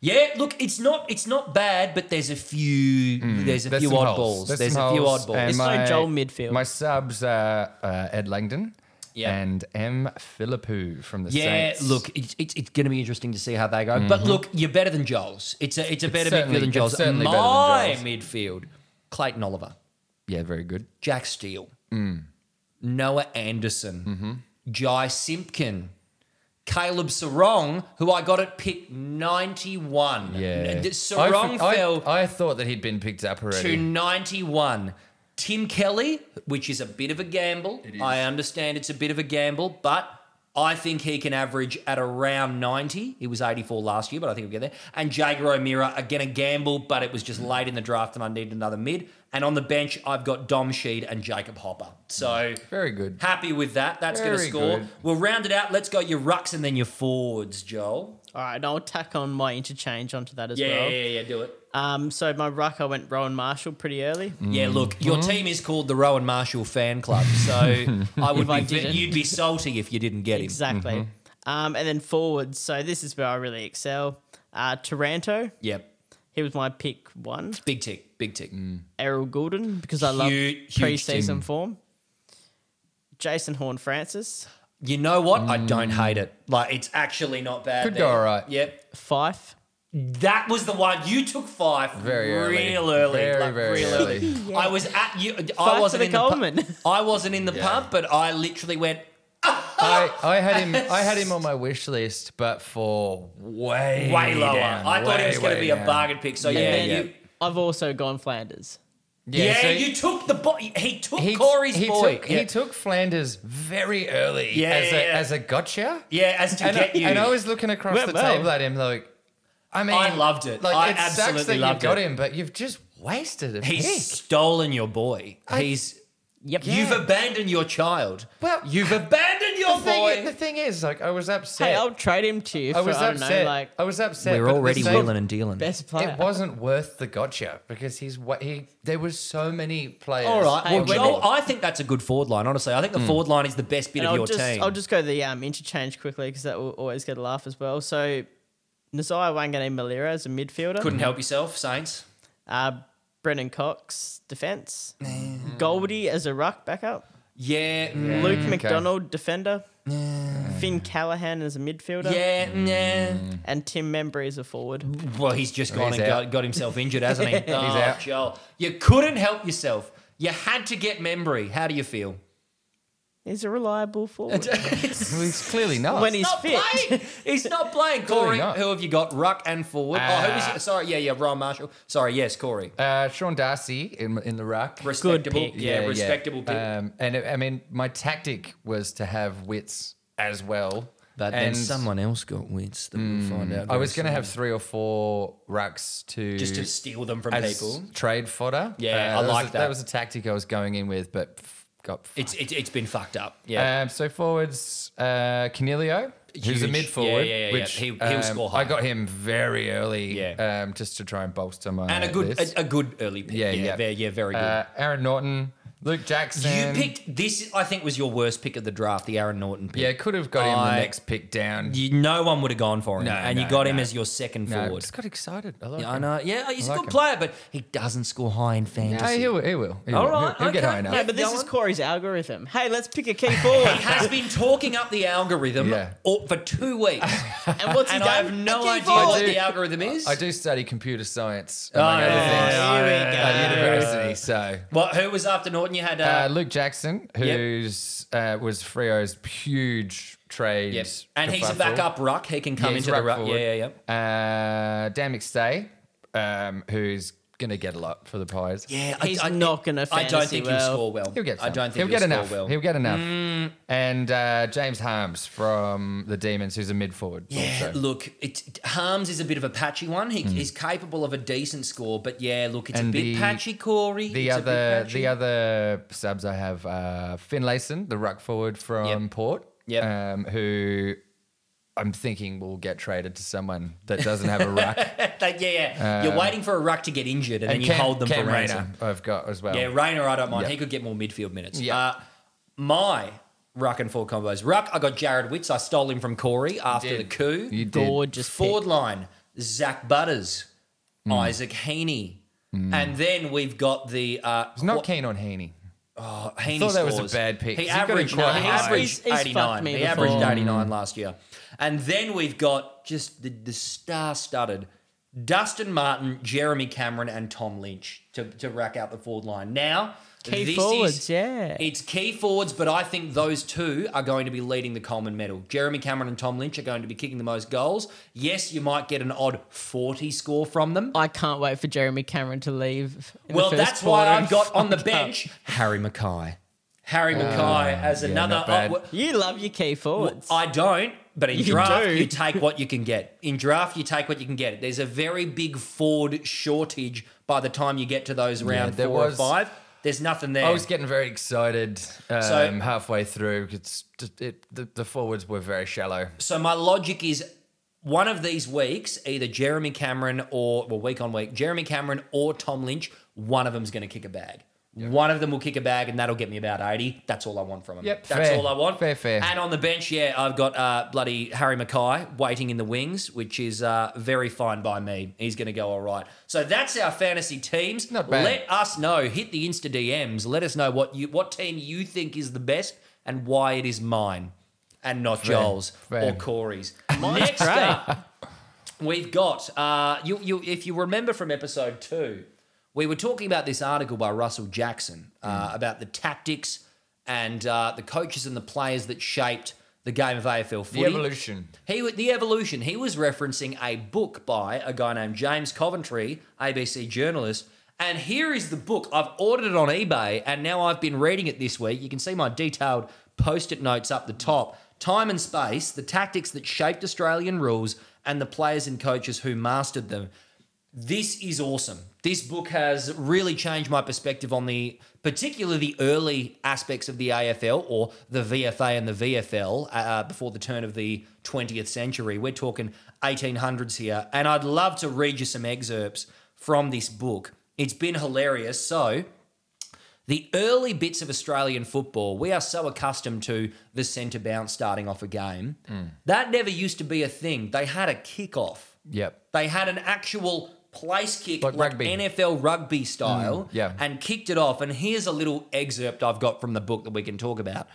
[SPEAKER 3] yeah, look, it's not it's not bad, but there's a few there's a
[SPEAKER 1] Mm, There's
[SPEAKER 3] few
[SPEAKER 1] some
[SPEAKER 3] odd
[SPEAKER 1] holes.
[SPEAKER 3] balls. There's,
[SPEAKER 1] There's
[SPEAKER 3] a
[SPEAKER 1] some
[SPEAKER 3] few
[SPEAKER 1] holes,
[SPEAKER 3] odd balls.
[SPEAKER 1] and
[SPEAKER 4] It's no Joel midfield.
[SPEAKER 1] My subs are uh, Ed Langdon
[SPEAKER 3] Yeah.
[SPEAKER 1] and M. Philippou from the
[SPEAKER 3] yeah,
[SPEAKER 1] Saints.
[SPEAKER 3] look, it's, it's, it's going to be interesting to see how they go. But look, you're better than Joel's. It's a it's a better midfield
[SPEAKER 1] certainly-
[SPEAKER 3] than
[SPEAKER 1] it's
[SPEAKER 3] Joel's.
[SPEAKER 1] certainly better than
[SPEAKER 3] My midfield, Clayton Oliver.
[SPEAKER 1] Yeah, very good.
[SPEAKER 3] Jack Steele,
[SPEAKER 1] Mm.
[SPEAKER 3] Noah Anderson,
[SPEAKER 1] Mm-hmm.
[SPEAKER 3] Jai Simpkin, Caleb Sarong, who I got at pick 91.
[SPEAKER 1] Yeah.
[SPEAKER 3] N- th-
[SPEAKER 1] I
[SPEAKER 3] Sarong
[SPEAKER 1] for- I,
[SPEAKER 3] fell
[SPEAKER 1] I, thought that he'd been picked up
[SPEAKER 3] to
[SPEAKER 1] already.
[SPEAKER 3] 91. Tim Kelly, which is a bit of a gamble. I understand it's a bit of a gamble, but I think he can average at around 90. He was 84 last year, but I think he'll get there. And Jager O'Meara, again, a gamble, but it was just late in the draft and I needed another mid. And on the bench, I've got Dom Sheed and Jacob Hopper. So
[SPEAKER 1] Very
[SPEAKER 3] [laughs]
[SPEAKER 1] good.
[SPEAKER 3] happy with that. That's going to
[SPEAKER 1] Very
[SPEAKER 3] score.
[SPEAKER 1] good.
[SPEAKER 3] We'll round it out. Let's go your rucks and then your forwards, Joel.
[SPEAKER 4] All right, and I'll tack on my interchange onto that as
[SPEAKER 3] Yeah, yeah,
[SPEAKER 4] well.
[SPEAKER 3] yeah, yeah, do it.
[SPEAKER 4] Um, so my ruck, I went Rowan Marshall pretty early.
[SPEAKER 3] Yeah,
[SPEAKER 1] Mm.
[SPEAKER 3] look, your team is called the Rowan Marshall Fan Club, so
[SPEAKER 1] [laughs]
[SPEAKER 3] I would
[SPEAKER 4] If I
[SPEAKER 3] be,
[SPEAKER 4] didn't.
[SPEAKER 3] you'd be salty if you didn't get him.
[SPEAKER 4] Exactly. Um, and then forwards. So this is where I really excel. Uh, Taranto.
[SPEAKER 3] Yep,
[SPEAKER 4] He was my pick one.
[SPEAKER 3] big tick, big tick.
[SPEAKER 1] Mm.
[SPEAKER 4] Errol Goulden because I love
[SPEAKER 3] Huge- huge
[SPEAKER 4] preseason form. Jason Horn Francis.
[SPEAKER 3] You know what? I don't hate it. Like it's actually not bad.
[SPEAKER 1] Mm. Could
[SPEAKER 3] there.
[SPEAKER 1] go all right.
[SPEAKER 3] Yep,
[SPEAKER 4] Fife.
[SPEAKER 3] that was the one you took five
[SPEAKER 1] Very early.
[SPEAKER 3] real early,
[SPEAKER 1] Very,
[SPEAKER 3] like,
[SPEAKER 1] very
[SPEAKER 3] real
[SPEAKER 1] early.
[SPEAKER 4] [laughs]
[SPEAKER 3] I was at you.
[SPEAKER 4] Fife
[SPEAKER 3] I wasn't
[SPEAKER 4] for
[SPEAKER 3] in
[SPEAKER 4] the
[SPEAKER 3] the
[SPEAKER 4] Coleman.
[SPEAKER 3] pub. I wasn't in the
[SPEAKER 1] Yeah.
[SPEAKER 3] pub, but I literally went.
[SPEAKER 1] I, I had him. I had him on my wish list, but for way
[SPEAKER 3] way lower.
[SPEAKER 1] down,
[SPEAKER 3] I thought it
[SPEAKER 1] way,
[SPEAKER 3] was going
[SPEAKER 1] way
[SPEAKER 3] to be a
[SPEAKER 1] down.
[SPEAKER 3] bargain pick. So yeah,
[SPEAKER 4] [laughs] and then
[SPEAKER 3] you,
[SPEAKER 4] I've also gone Flanders.
[SPEAKER 3] yeah,
[SPEAKER 1] so
[SPEAKER 3] you took the boy. He took
[SPEAKER 1] he-
[SPEAKER 3] Corey's
[SPEAKER 1] he
[SPEAKER 3] boy.
[SPEAKER 1] Took,
[SPEAKER 3] yeah.
[SPEAKER 1] He took Flanders very early
[SPEAKER 3] Yeah,
[SPEAKER 1] as,
[SPEAKER 3] yeah,
[SPEAKER 1] a,
[SPEAKER 3] yeah.
[SPEAKER 1] as a gotcha.
[SPEAKER 3] yeah, as to
[SPEAKER 1] and,
[SPEAKER 3] get
[SPEAKER 1] I,
[SPEAKER 3] you.
[SPEAKER 1] and I was looking across
[SPEAKER 4] Well,
[SPEAKER 1] the
[SPEAKER 4] well.
[SPEAKER 1] table at him like, I mean,
[SPEAKER 3] I loved it.
[SPEAKER 1] Like,
[SPEAKER 3] I
[SPEAKER 1] it
[SPEAKER 3] absolutely
[SPEAKER 1] sucks that
[SPEAKER 3] loved
[SPEAKER 1] you got
[SPEAKER 3] it.
[SPEAKER 1] him, but you've just wasted a
[SPEAKER 3] He's
[SPEAKER 1] pick.
[SPEAKER 3] stolen your boy. He's
[SPEAKER 4] Yep.
[SPEAKER 3] you've
[SPEAKER 1] Yeah.
[SPEAKER 3] abandoned your child.
[SPEAKER 1] Well,
[SPEAKER 3] you've abandoned
[SPEAKER 1] The
[SPEAKER 3] your
[SPEAKER 1] thing, the
[SPEAKER 3] boy.
[SPEAKER 1] thing is, like, I was upset.
[SPEAKER 4] Hey, I'll trade him to you for
[SPEAKER 1] I
[SPEAKER 4] I,
[SPEAKER 1] was
[SPEAKER 4] don't
[SPEAKER 1] upset.
[SPEAKER 4] know, like
[SPEAKER 1] I was upset. but at the same-
[SPEAKER 3] and dealing.
[SPEAKER 4] best player.
[SPEAKER 1] It wasn't worth the gotcha because he's wa- he. There was so many players.
[SPEAKER 3] All right.
[SPEAKER 4] Hey,
[SPEAKER 3] Well,
[SPEAKER 1] on the
[SPEAKER 4] when
[SPEAKER 3] Joel,
[SPEAKER 1] board.
[SPEAKER 3] I think that's a good forward line. Honestly, I think the forward line is the best bit
[SPEAKER 4] And
[SPEAKER 3] of your
[SPEAKER 4] I'll just,
[SPEAKER 3] team.
[SPEAKER 4] I'll just go the um, interchange quickly because that will always get a laugh as well. So Nazai Wangane Malira as a midfielder.
[SPEAKER 3] Couldn't help yourself, Saints.
[SPEAKER 4] Uh, Brennan Cox, defence. Goldie as a ruck backup.
[SPEAKER 3] Yeah. mm,
[SPEAKER 4] Luke McDonald, defender. Finn Callahan as a midfielder.
[SPEAKER 3] Yeah. Yeah.
[SPEAKER 4] And Tim Membry as a forward.
[SPEAKER 3] Well, he's just gone
[SPEAKER 1] He's
[SPEAKER 3] and
[SPEAKER 1] out.
[SPEAKER 3] got, got himself injured, hasn't he? oh,
[SPEAKER 1] out.
[SPEAKER 3] Joel, you couldn't help yourself. You had to get Membry. How do you feel?
[SPEAKER 4] He's a
[SPEAKER 3] [laughs]
[SPEAKER 4] reliable forward.
[SPEAKER 1] Well, he's clearly not.
[SPEAKER 4] When he's
[SPEAKER 3] not
[SPEAKER 4] fit.
[SPEAKER 3] playing. [laughs] He's not playing. Corey,
[SPEAKER 1] not.
[SPEAKER 3] who have you got? Ruck and forward. oh, who
[SPEAKER 1] Ah.
[SPEAKER 3] was? Sorry, yeah, yeah. Ryan Marshall. Sorry, yes, Corey.
[SPEAKER 1] uh, Sean Darcy in in the ruck.
[SPEAKER 3] Respectable.
[SPEAKER 4] pick.
[SPEAKER 3] Yeah, Uh, respectable pick.
[SPEAKER 1] Um, and it, I mean, my tactic was to have wits as well
[SPEAKER 3] But then
[SPEAKER 1] And-
[SPEAKER 3] someone else got wits that we'll find out.
[SPEAKER 1] I was going to
[SPEAKER 3] very soon.
[SPEAKER 1] have three or four rucks to
[SPEAKER 3] just to steal them from
[SPEAKER 1] as
[SPEAKER 3] people.
[SPEAKER 1] trade fodder.
[SPEAKER 3] Yeah, I
[SPEAKER 1] was
[SPEAKER 3] like
[SPEAKER 1] a-
[SPEAKER 3] that.
[SPEAKER 1] That was a tactic I was going in with, but f- got. F-
[SPEAKER 3] It's it, it's been fucked up.
[SPEAKER 1] Um, so forwards, uh, Canelio, who's a
[SPEAKER 3] Huge.
[SPEAKER 1] mid forward.
[SPEAKER 3] Yeah, yeah, yeah.
[SPEAKER 1] Which,
[SPEAKER 3] He- he'll score
[SPEAKER 1] um,
[SPEAKER 3] high.
[SPEAKER 1] I got him very early,
[SPEAKER 3] Yeah.
[SPEAKER 1] um, just to try and bolster my
[SPEAKER 3] and a good
[SPEAKER 1] list.
[SPEAKER 3] a, a good early pick. Yeah,
[SPEAKER 1] Yeah,
[SPEAKER 3] yeah,
[SPEAKER 1] yeah.
[SPEAKER 3] very- yeah, very good.
[SPEAKER 1] uh, Aaron Norton, Luke Jackson.
[SPEAKER 3] you picked this. I think was your worst pick of the draft, the Aaron Norton pick.
[SPEAKER 1] Yeah, could have got him
[SPEAKER 3] I-
[SPEAKER 1] the next pick down.
[SPEAKER 3] You, no one would have gone for him,
[SPEAKER 1] No,
[SPEAKER 3] and you
[SPEAKER 1] no,
[SPEAKER 3] got him
[SPEAKER 1] no.
[SPEAKER 3] as your second
[SPEAKER 1] no,
[SPEAKER 3] forward.
[SPEAKER 1] just got excited. I like
[SPEAKER 3] Yeah, I
[SPEAKER 1] him.
[SPEAKER 3] know. Yeah, he's
[SPEAKER 1] I
[SPEAKER 3] a
[SPEAKER 1] like
[SPEAKER 3] good
[SPEAKER 1] him.
[SPEAKER 3] player, but he doesn't score high in
[SPEAKER 1] Hey,
[SPEAKER 3] fantasy.
[SPEAKER 1] he will. He will. He
[SPEAKER 3] All
[SPEAKER 1] will.
[SPEAKER 3] right,
[SPEAKER 1] He'll, he'll get
[SPEAKER 3] okay.
[SPEAKER 1] high enough.
[SPEAKER 4] Yeah, but this
[SPEAKER 3] Go
[SPEAKER 4] is
[SPEAKER 3] on.
[SPEAKER 4] Corey's algorithm. Hey, let's pick a key
[SPEAKER 3] [laughs]
[SPEAKER 4] forward.
[SPEAKER 3] He
[SPEAKER 1] [laughs]
[SPEAKER 3] has been talking up the algorithm
[SPEAKER 1] Yeah.
[SPEAKER 3] all- for two
[SPEAKER 1] [laughs]
[SPEAKER 3] weeks,
[SPEAKER 4] and what's he
[SPEAKER 3] and
[SPEAKER 4] done?
[SPEAKER 3] I have no
[SPEAKER 4] A key
[SPEAKER 3] idea
[SPEAKER 4] forward.
[SPEAKER 3] what
[SPEAKER 1] I do-
[SPEAKER 3] the algorithm is.
[SPEAKER 1] I do study computer science
[SPEAKER 3] Oh,
[SPEAKER 1] among other
[SPEAKER 3] yeah,
[SPEAKER 1] things
[SPEAKER 3] yeah, yeah, yeah, yeah.
[SPEAKER 1] at university. So
[SPEAKER 3] Well, who was after Norton? You had uh,
[SPEAKER 1] uh, Luke Jackson, who's uh, was Frio's huge trade,
[SPEAKER 3] yep. and he's a
[SPEAKER 1] kerfuffle.
[SPEAKER 3] backup ruck. He can come
[SPEAKER 1] he's
[SPEAKER 3] into the
[SPEAKER 1] ruck
[SPEAKER 3] ruck.
[SPEAKER 1] forward.
[SPEAKER 3] Yeah, yeah, yeah.
[SPEAKER 1] Uh, Dan McStay, um, who's gonna get a lot for the Pies.
[SPEAKER 3] Yeah,
[SPEAKER 4] He's not gonna
[SPEAKER 3] I don't
[SPEAKER 4] fantasy
[SPEAKER 3] think he'll
[SPEAKER 4] well.
[SPEAKER 3] score well.
[SPEAKER 1] He'll get. Some.
[SPEAKER 3] I don't
[SPEAKER 1] he'll,
[SPEAKER 3] think
[SPEAKER 1] get
[SPEAKER 3] score
[SPEAKER 1] enough.
[SPEAKER 3] well. Mm.
[SPEAKER 1] He'll get enough. And uh, James Harms from the Demons, who's a mid forward.
[SPEAKER 3] Yeah,
[SPEAKER 1] also.
[SPEAKER 3] look, it, it- Harms is a bit of a patchy one. He, He's capable of a decent score, but yeah, look, it's a
[SPEAKER 1] Hmm. And
[SPEAKER 3] bit
[SPEAKER 1] the-
[SPEAKER 3] patchy, Corey.
[SPEAKER 1] The
[SPEAKER 3] It's a bit
[SPEAKER 1] other
[SPEAKER 3] patchy.
[SPEAKER 1] the other subs I have uh, Finlayson, the ruck forward from
[SPEAKER 3] Yep.
[SPEAKER 1] Port,
[SPEAKER 3] Yep.
[SPEAKER 1] um, who I'm thinking will get traded to someone that doesn't have a ruck.
[SPEAKER 3] [laughs] That- yeah, yeah.
[SPEAKER 1] Uh,
[SPEAKER 3] You're waiting for a ruck to get injured, and, then you
[SPEAKER 1] Cam-
[SPEAKER 3] hold them
[SPEAKER 1] Cam
[SPEAKER 3] for ransom.
[SPEAKER 1] Rayner I've got as well.
[SPEAKER 3] Yeah, Rayner, I don't mind.
[SPEAKER 1] Yep.
[SPEAKER 3] He could get more midfield minutes.
[SPEAKER 1] Yep.
[SPEAKER 3] Uh, my ruck and forward combos. Ruck, I got Jared Witz. I stole him from Corey after the
[SPEAKER 1] did.
[SPEAKER 3] coup.
[SPEAKER 1] you did.
[SPEAKER 4] Gorgeous
[SPEAKER 3] Forward
[SPEAKER 4] forward.
[SPEAKER 3] line, Zach Butters,
[SPEAKER 1] Mm.
[SPEAKER 3] Isaac Heaney. And then we've got the uh,
[SPEAKER 1] I was Mm. not keen on Heaney.
[SPEAKER 3] Heaney
[SPEAKER 1] Thought that was a
[SPEAKER 3] scores.
[SPEAKER 1] bad pick.
[SPEAKER 3] He
[SPEAKER 1] He's got him
[SPEAKER 3] averaged,
[SPEAKER 1] quite
[SPEAKER 3] no, he
[SPEAKER 1] high.
[SPEAKER 3] averaged
[SPEAKER 4] He's- he's fucked
[SPEAKER 3] 89.
[SPEAKER 4] me
[SPEAKER 3] He averaged
[SPEAKER 4] before.
[SPEAKER 3] 89 last year. And then we've got just the, the star studded Dustin Martin, Jeremy Cameron, and Tom Lynch to, to rack out the forward line. Now,
[SPEAKER 4] Key
[SPEAKER 3] this
[SPEAKER 4] forwards,
[SPEAKER 3] is,
[SPEAKER 4] yeah.
[SPEAKER 3] It's key forwards, but I think those two are going to be leading the Coleman medal. Jeremy Cameron and Tom Lynch are going to be kicking the most goals. Yes, you might get an odd 40 score from them.
[SPEAKER 4] I can't wait for Jeremy Cameron to leave. in the
[SPEAKER 3] Well,
[SPEAKER 4] first
[SPEAKER 3] that's why
[SPEAKER 4] quarter
[SPEAKER 3] I've
[SPEAKER 4] and
[SPEAKER 3] got
[SPEAKER 4] [laughs]
[SPEAKER 3] on the
[SPEAKER 4] fuck up.
[SPEAKER 3] bench Harry Mackay. Harry Mackay as another.
[SPEAKER 1] not bad.
[SPEAKER 3] oh,
[SPEAKER 4] You love your key forwards.
[SPEAKER 3] I don't, but in
[SPEAKER 4] You
[SPEAKER 3] draft,
[SPEAKER 4] do.
[SPEAKER 3] you take what you can get. In draft, you take what you can get. There's a very big Ford shortage by the time you get to those round
[SPEAKER 1] there
[SPEAKER 3] four
[SPEAKER 1] was-
[SPEAKER 3] or five. There's nothing there.
[SPEAKER 1] I was getting very excited um,
[SPEAKER 3] So-
[SPEAKER 1] halfway through because it, the, the forwards were very shallow.
[SPEAKER 3] so my logic is one of these weeks, either Jeremy Cameron or well, week on week, Jeremy Cameron or Tom Lynch, one of them's going to kick a bag. One of them will kick a bag, and that'll get me about eighty. That's all I want from him.
[SPEAKER 1] Yep,
[SPEAKER 3] that's
[SPEAKER 1] fair.
[SPEAKER 3] all I want.
[SPEAKER 1] Fair, fair.
[SPEAKER 3] And on the bench, yeah, I've got uh, bloody Harry Mackay waiting in the wings, which is uh, very fine by me. He's going to go all right. So that's our fantasy teams.
[SPEAKER 1] Not bad.
[SPEAKER 3] Let us know. Hit the Insta DMs. Let us know what you what team you think is the best and why it is mine and not Joel's
[SPEAKER 1] fair.
[SPEAKER 3] or Corey's. Next
[SPEAKER 4] great.
[SPEAKER 3] up, we've got uh, you. You, if you remember from episode two, we were talking about this article by Russell Jackson
[SPEAKER 1] Hmm.
[SPEAKER 3] uh, about the tactics and uh, the coaches and the players that shaped the game of AFL footy.
[SPEAKER 1] The evolution.
[SPEAKER 3] He wa- the evolution. He was referencing a book by a guy named James Coventry, ABC journalist. And here is the book. I've ordered it on eBay, and now I've been reading it this week. You can see my detailed post-it notes up the top. Time and space: the tactics that shaped Australian rules, and the players and coaches who mastered them. This is awesome. This book has really changed my perspective on the, particularly the early aspects of the AFL or the VFA and the VFL uh, before the turn of the 20th century. We're talking 1800s here. And I'd love to read you some excerpts from this book. It's been hilarious. So, the early bits of Australian football, we are so accustomed to the centre bounce starting off a game. That never used to be a thing. They had a kick-off.
[SPEAKER 1] Yep.
[SPEAKER 3] They had an actual place kick, like,
[SPEAKER 1] Like rugby.
[SPEAKER 3] NFL rugby style,
[SPEAKER 1] yeah.
[SPEAKER 3] and kicked it off. And here's a little excerpt I've got from the book that we can talk about.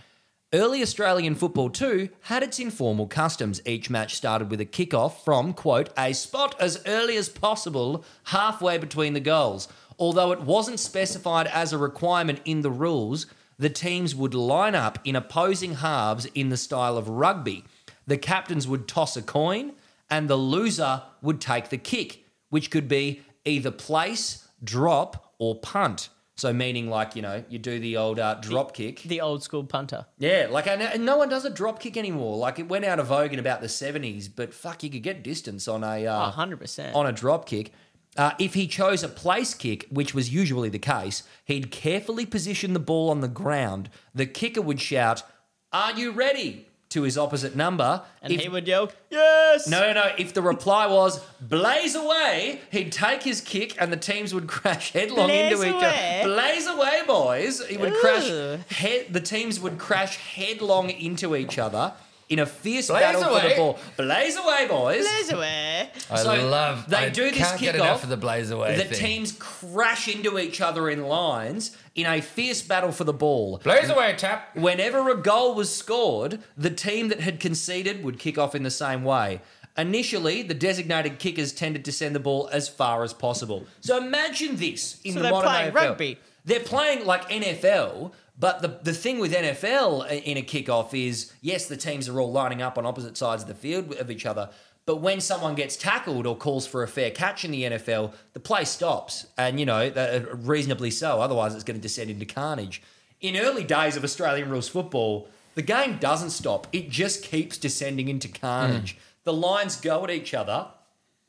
[SPEAKER 3] Early Australian football, too, had its informal customs. Each match started with a kickoff from, quote, a spot as early as possible, halfway between the goals. Although it wasn't specified as a requirement in the rules, the teams would line up in opposing halves in the style of rugby. The captains would toss a coin, and the loser would take the kick, which could be either place, drop, or punt. So meaning like you know you do the old uh, drop kick.
[SPEAKER 4] The old school punter.
[SPEAKER 3] Yeah, like and, and no one does a drop kick anymore. Like it went out of vogue in about the seventies, but fuck, you could get distance on a
[SPEAKER 4] A
[SPEAKER 3] uh,
[SPEAKER 4] hundred percent.
[SPEAKER 3] on a drop kick. Uh, if he chose a place kick, which was usually the case, he'd carefully position the ball on the ground. The kicker would shout, "Are you ready?" to his opposite number,
[SPEAKER 4] And
[SPEAKER 3] If-
[SPEAKER 4] he would yell, "Yes!"
[SPEAKER 3] no, no, no. If the reply was blaze away, he'd take his kick and the teams would crash [laughs] headlong
[SPEAKER 4] Blaze
[SPEAKER 3] into each
[SPEAKER 4] away?
[SPEAKER 3] other. Blaze away, boys. He would crash,
[SPEAKER 4] Ooh.
[SPEAKER 3] head, the teams would crash headlong into each other in a fierce
[SPEAKER 1] Blaze
[SPEAKER 3] battle for the
[SPEAKER 1] away?
[SPEAKER 3] ball. Blaze away, boys.
[SPEAKER 4] Blaze away.
[SPEAKER 1] I
[SPEAKER 3] So
[SPEAKER 1] love.
[SPEAKER 3] they
[SPEAKER 1] I
[SPEAKER 3] do this
[SPEAKER 1] can't get enough
[SPEAKER 3] kickoff,
[SPEAKER 1] of the blaze away
[SPEAKER 3] the
[SPEAKER 1] thing.
[SPEAKER 3] teams crash into each other in lines in a fierce battle for the ball.
[SPEAKER 1] blaze away, tap.
[SPEAKER 3] Whenever a goal was scored, the team that had conceded would kick off in the same way. Initially, the designated kickers tended to send the ball as far as possible. So imagine this in
[SPEAKER 4] So
[SPEAKER 3] the
[SPEAKER 4] they're
[SPEAKER 3] modern
[SPEAKER 4] playing
[SPEAKER 3] AFL.
[SPEAKER 4] rugby.
[SPEAKER 3] They're playing like NFL, but the, the thing with NFL i- in a kickoff is yes, the teams are all lining up on opposite sides of the field of each other. But when someone gets tackled or calls for a fair catch in the NFL, the play stops. And, you know, th- reasonably so. Otherwise, it's going to descend into carnage. In early days of Australian rules football, the game doesn't stop, it just keeps descending into carnage. The lines go at each other.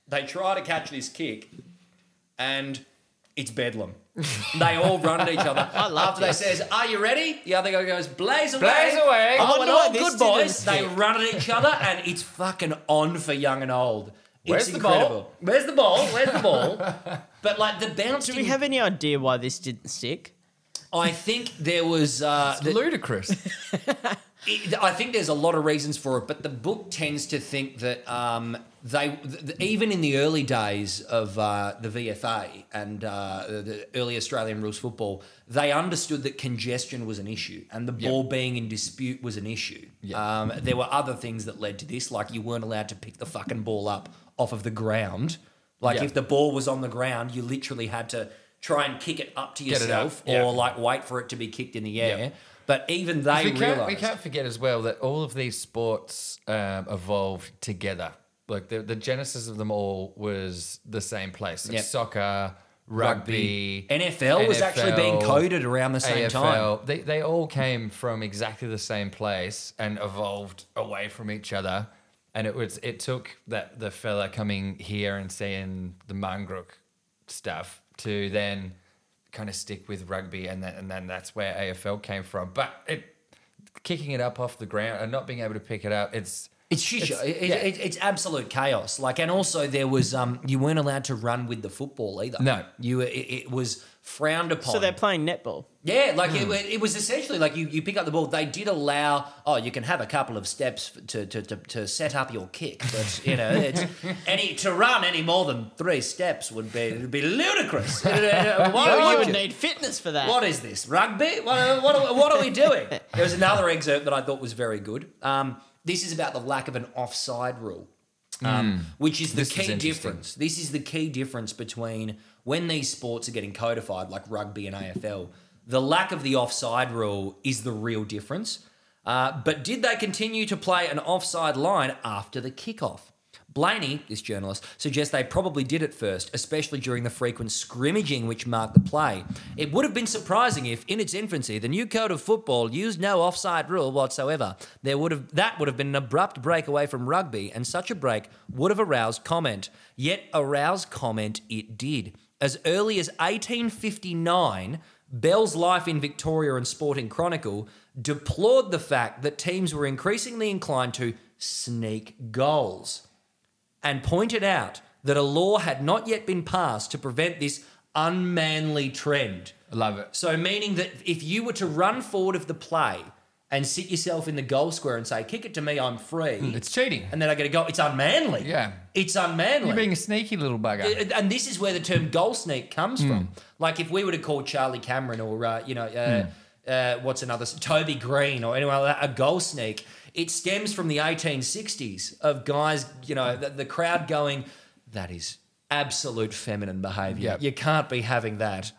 [SPEAKER 3] They try to catch this kick, and it's bedlam. They all run at each other.
[SPEAKER 4] [laughs] I love
[SPEAKER 3] After
[SPEAKER 4] this.
[SPEAKER 3] they says, "Are you ready?" The other guy goes, "Blaze away!"
[SPEAKER 1] Blaze away.
[SPEAKER 3] Oh,
[SPEAKER 4] I
[SPEAKER 3] and
[SPEAKER 4] know
[SPEAKER 3] all
[SPEAKER 4] this
[SPEAKER 3] good
[SPEAKER 4] didn't
[SPEAKER 3] boys. They
[SPEAKER 4] stick.
[SPEAKER 3] run at each other, and it's fucking on for young and old.
[SPEAKER 1] Where's
[SPEAKER 3] it's
[SPEAKER 1] the ball?
[SPEAKER 3] incredible. Where's the ball? Where's the ball?
[SPEAKER 4] [laughs]
[SPEAKER 3] but like the bounce.
[SPEAKER 4] Do we have any idea why this didn't stick?
[SPEAKER 3] I think there was. Uh, the-
[SPEAKER 1] Ludicrous.
[SPEAKER 3] it- I think there's a lot of reasons for it, but the book tends to think that um, they, th- th- even in the early days of uh, the VFA and uh, the- the early Australian rules football, they understood that congestion was an issue and the ball being in dispute was an issue.
[SPEAKER 1] Yep.
[SPEAKER 3] Um, there were other things that led to this, like you weren't allowed to pick the fucking ball up off of the ground. Like
[SPEAKER 1] Yeah.
[SPEAKER 3] if the ball was on the ground, you literally had to try and kick it up to
[SPEAKER 1] Get it up,
[SPEAKER 3] yourself
[SPEAKER 1] yeah.
[SPEAKER 3] or like wait for it to be kicked in the air.
[SPEAKER 1] Yep.
[SPEAKER 3] But even they
[SPEAKER 1] we,
[SPEAKER 3] realized.
[SPEAKER 1] can't, we can't forget as well that all of these sports um, evolved together. Like the, the genesis of them all was the same place. Like
[SPEAKER 3] Yep.
[SPEAKER 1] Soccer, rugby,
[SPEAKER 3] NFL was actually being
[SPEAKER 1] NFL,
[SPEAKER 3] coded around the same time.
[SPEAKER 1] AFL. They, they all came from exactly the same place and evolved away from each other. And it was it took that the fella coming here and seeing the Mangrook stuff to then kind of stick with rugby and then and then that's where AFL came from. But it kicking it up off the ground and not being able to pick it up, it's
[SPEAKER 3] It's shit show. It- it-
[SPEAKER 1] yeah.
[SPEAKER 3] it- it's absolute chaos. Like, and also there was um, you weren't allowed to run with the football either.
[SPEAKER 1] No.
[SPEAKER 3] you were- it, it was frowned upon.
[SPEAKER 4] So they're playing netball.
[SPEAKER 3] Yeah, like it, it was essentially like you, you pick up the ball. They did allow, oh, you can have a couple of steps to, to, to, to set up your kick, but you know, [laughs] it's, any to run any more than three steps would be would be ludicrous. [laughs] Why
[SPEAKER 4] Oh, you
[SPEAKER 3] would
[SPEAKER 4] would
[SPEAKER 3] you-
[SPEAKER 4] need fitness for that.
[SPEAKER 3] What is this rugby? What, what, are, what are we doing? There was another excerpt that I thought was very good. Um, this is about the lack of an offside rule, um, which is the
[SPEAKER 1] Hmm. This is
[SPEAKER 3] key
[SPEAKER 1] interesting.
[SPEAKER 3] difference. This is the key difference between when these sports are getting codified, like rugby and AFL. The lack of the offside rule is the real difference. Uh, but did they continue to play an offside line after the kickoff? Blaney, this journalist, suggests they probably did at first, especially during the frequent scrimmaging which marked the play. It would have been surprising if, in its infancy, the new code of football used no offside rule whatsoever. There would have that would have been an abrupt break away from rugby, and such a break would have aroused comment. Yet aroused comment it did. As early as 1859, Bell's Life in Victoria and Sporting Chronicle deplored the fact that teams were increasingly inclined to sneak goals and pointed out that a law had not yet been passed to prevent this unmanly trend.
[SPEAKER 1] I love it.
[SPEAKER 3] So, meaning that if you were to run forward of the play and sit yourself in the goal square and say, kick it to me, I'm free,
[SPEAKER 1] Hmm, It's cheating.
[SPEAKER 3] and then I get a goal, it's unmanly.
[SPEAKER 1] Yeah.
[SPEAKER 3] It's unmanly. Uh,
[SPEAKER 1] You're being a sneaky little bugger.
[SPEAKER 3] And- and this is where the term goal sneak comes
[SPEAKER 1] Hmm.
[SPEAKER 3] from. Like if we were to call Charlie Cameron or uh, you know
[SPEAKER 1] Hmm.
[SPEAKER 3] uh, uh, what's another Toby Green or anyone like that a goal sneak, it stems from the 1860s of guys you know the, the crowd going that is absolute feminine behaviour.
[SPEAKER 1] Yep.
[SPEAKER 3] You can't be having that.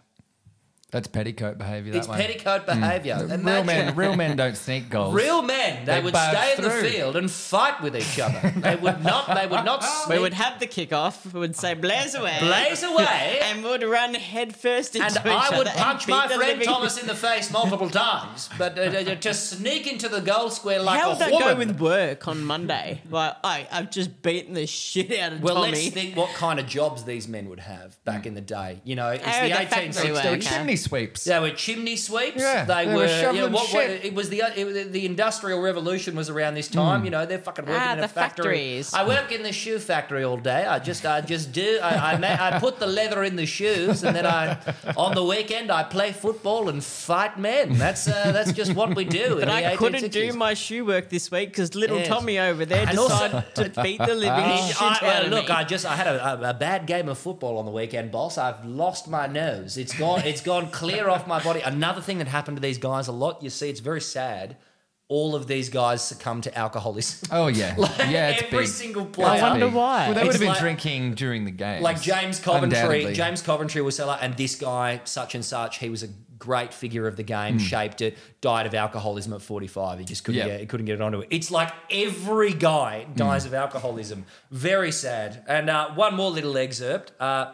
[SPEAKER 1] That's petticoat behavior. That
[SPEAKER 3] it's
[SPEAKER 1] one.
[SPEAKER 3] petticoat
[SPEAKER 4] Hmm.
[SPEAKER 3] behaviour.
[SPEAKER 1] Real
[SPEAKER 3] Imagine-
[SPEAKER 1] men, real men don't sneak goals.
[SPEAKER 3] Real men, they,
[SPEAKER 1] They
[SPEAKER 3] would
[SPEAKER 1] barge
[SPEAKER 3] stay in the
[SPEAKER 1] through.
[SPEAKER 3] field and fight with each other. They would not. They would
[SPEAKER 4] [laughs]
[SPEAKER 3] not.
[SPEAKER 4] We
[SPEAKER 3] sneak-
[SPEAKER 4] would have the kickoff. We would say blaze away, [laughs]
[SPEAKER 3] blaze away, and,
[SPEAKER 4] and would run headfirst into each
[SPEAKER 3] I would
[SPEAKER 4] other and
[SPEAKER 3] punch
[SPEAKER 4] beat
[SPEAKER 3] my
[SPEAKER 4] the
[SPEAKER 3] friend
[SPEAKER 4] living- [laughs]
[SPEAKER 3] Thomas in the face multiple times. But uh, uh, to sneak into the goal square like
[SPEAKER 4] How
[SPEAKER 3] a
[SPEAKER 4] would that
[SPEAKER 3] woman.
[SPEAKER 4] go with work on [laughs] Monday? like, I, I've just beaten the shit out of
[SPEAKER 3] well,
[SPEAKER 4] Tommy.
[SPEAKER 3] let's think what kind of jobs these men would have back in the day. You know, it's
[SPEAKER 4] Oh,
[SPEAKER 3] the
[SPEAKER 4] the
[SPEAKER 3] eighteen
[SPEAKER 4] factory
[SPEAKER 1] They were
[SPEAKER 4] Okay.
[SPEAKER 3] sixties.
[SPEAKER 1] chimney sweeps.
[SPEAKER 3] They were chimney sweeps.
[SPEAKER 1] Yeah,
[SPEAKER 3] they,
[SPEAKER 1] they
[SPEAKER 3] were.
[SPEAKER 1] were
[SPEAKER 3] you know,
[SPEAKER 1] shoveling
[SPEAKER 3] what, what,
[SPEAKER 1] shit. Hmm.
[SPEAKER 3] it was the it, was- the industrial revolution was around this time. You know, they're fucking working
[SPEAKER 4] Ah,
[SPEAKER 3] in a
[SPEAKER 4] the
[SPEAKER 3] factory.
[SPEAKER 4] factories.
[SPEAKER 3] I work in the shoe factory all day. I just I just do. I I, ma- I put the leather in the shoes, and then I on the weekend I play football and fight men. That's uh, that's just what we do. in
[SPEAKER 4] But
[SPEAKER 3] the
[SPEAKER 4] I couldn't do
[SPEAKER 3] 1860s.
[SPEAKER 4] my shoe work this week because little
[SPEAKER 3] Yes.
[SPEAKER 4] Tommy over there
[SPEAKER 3] And
[SPEAKER 4] decided
[SPEAKER 3] also- [laughs]
[SPEAKER 4] to beat the living
[SPEAKER 1] Ah.
[SPEAKER 4] shit
[SPEAKER 3] I- I-
[SPEAKER 4] out of
[SPEAKER 3] Uh, look,
[SPEAKER 4] me.
[SPEAKER 3] I just I had a, a, a bad game of football on the weekend, boss. I've lost my nose. It's gone. It's gone clear off my body. Another thing that happened to these guys a lot. You see, it's very sad. All of these guys succumb to alcoholism. [laughs]
[SPEAKER 1] Oh yeah, yeah. It's
[SPEAKER 3] every
[SPEAKER 1] big.
[SPEAKER 3] single player.
[SPEAKER 1] It's
[SPEAKER 4] I wonder
[SPEAKER 1] big.
[SPEAKER 4] why.
[SPEAKER 1] Well, they would
[SPEAKER 3] It's
[SPEAKER 1] have been
[SPEAKER 3] like-
[SPEAKER 1] drinking during the game.
[SPEAKER 3] like James Coventry.
[SPEAKER 1] Undoubtedly.
[SPEAKER 3] James Coventry was like, and this guy, such and such, he was a great figure of the game, shaped it, died of alcoholism at 45. He just
[SPEAKER 1] Hmm.
[SPEAKER 3] couldn't,
[SPEAKER 1] Yeah. Hmm.
[SPEAKER 3] get, he couldn't get it onto it. It's like every guy dies of alcoholism. Very sad. And uh, one more little excerpt. Uh,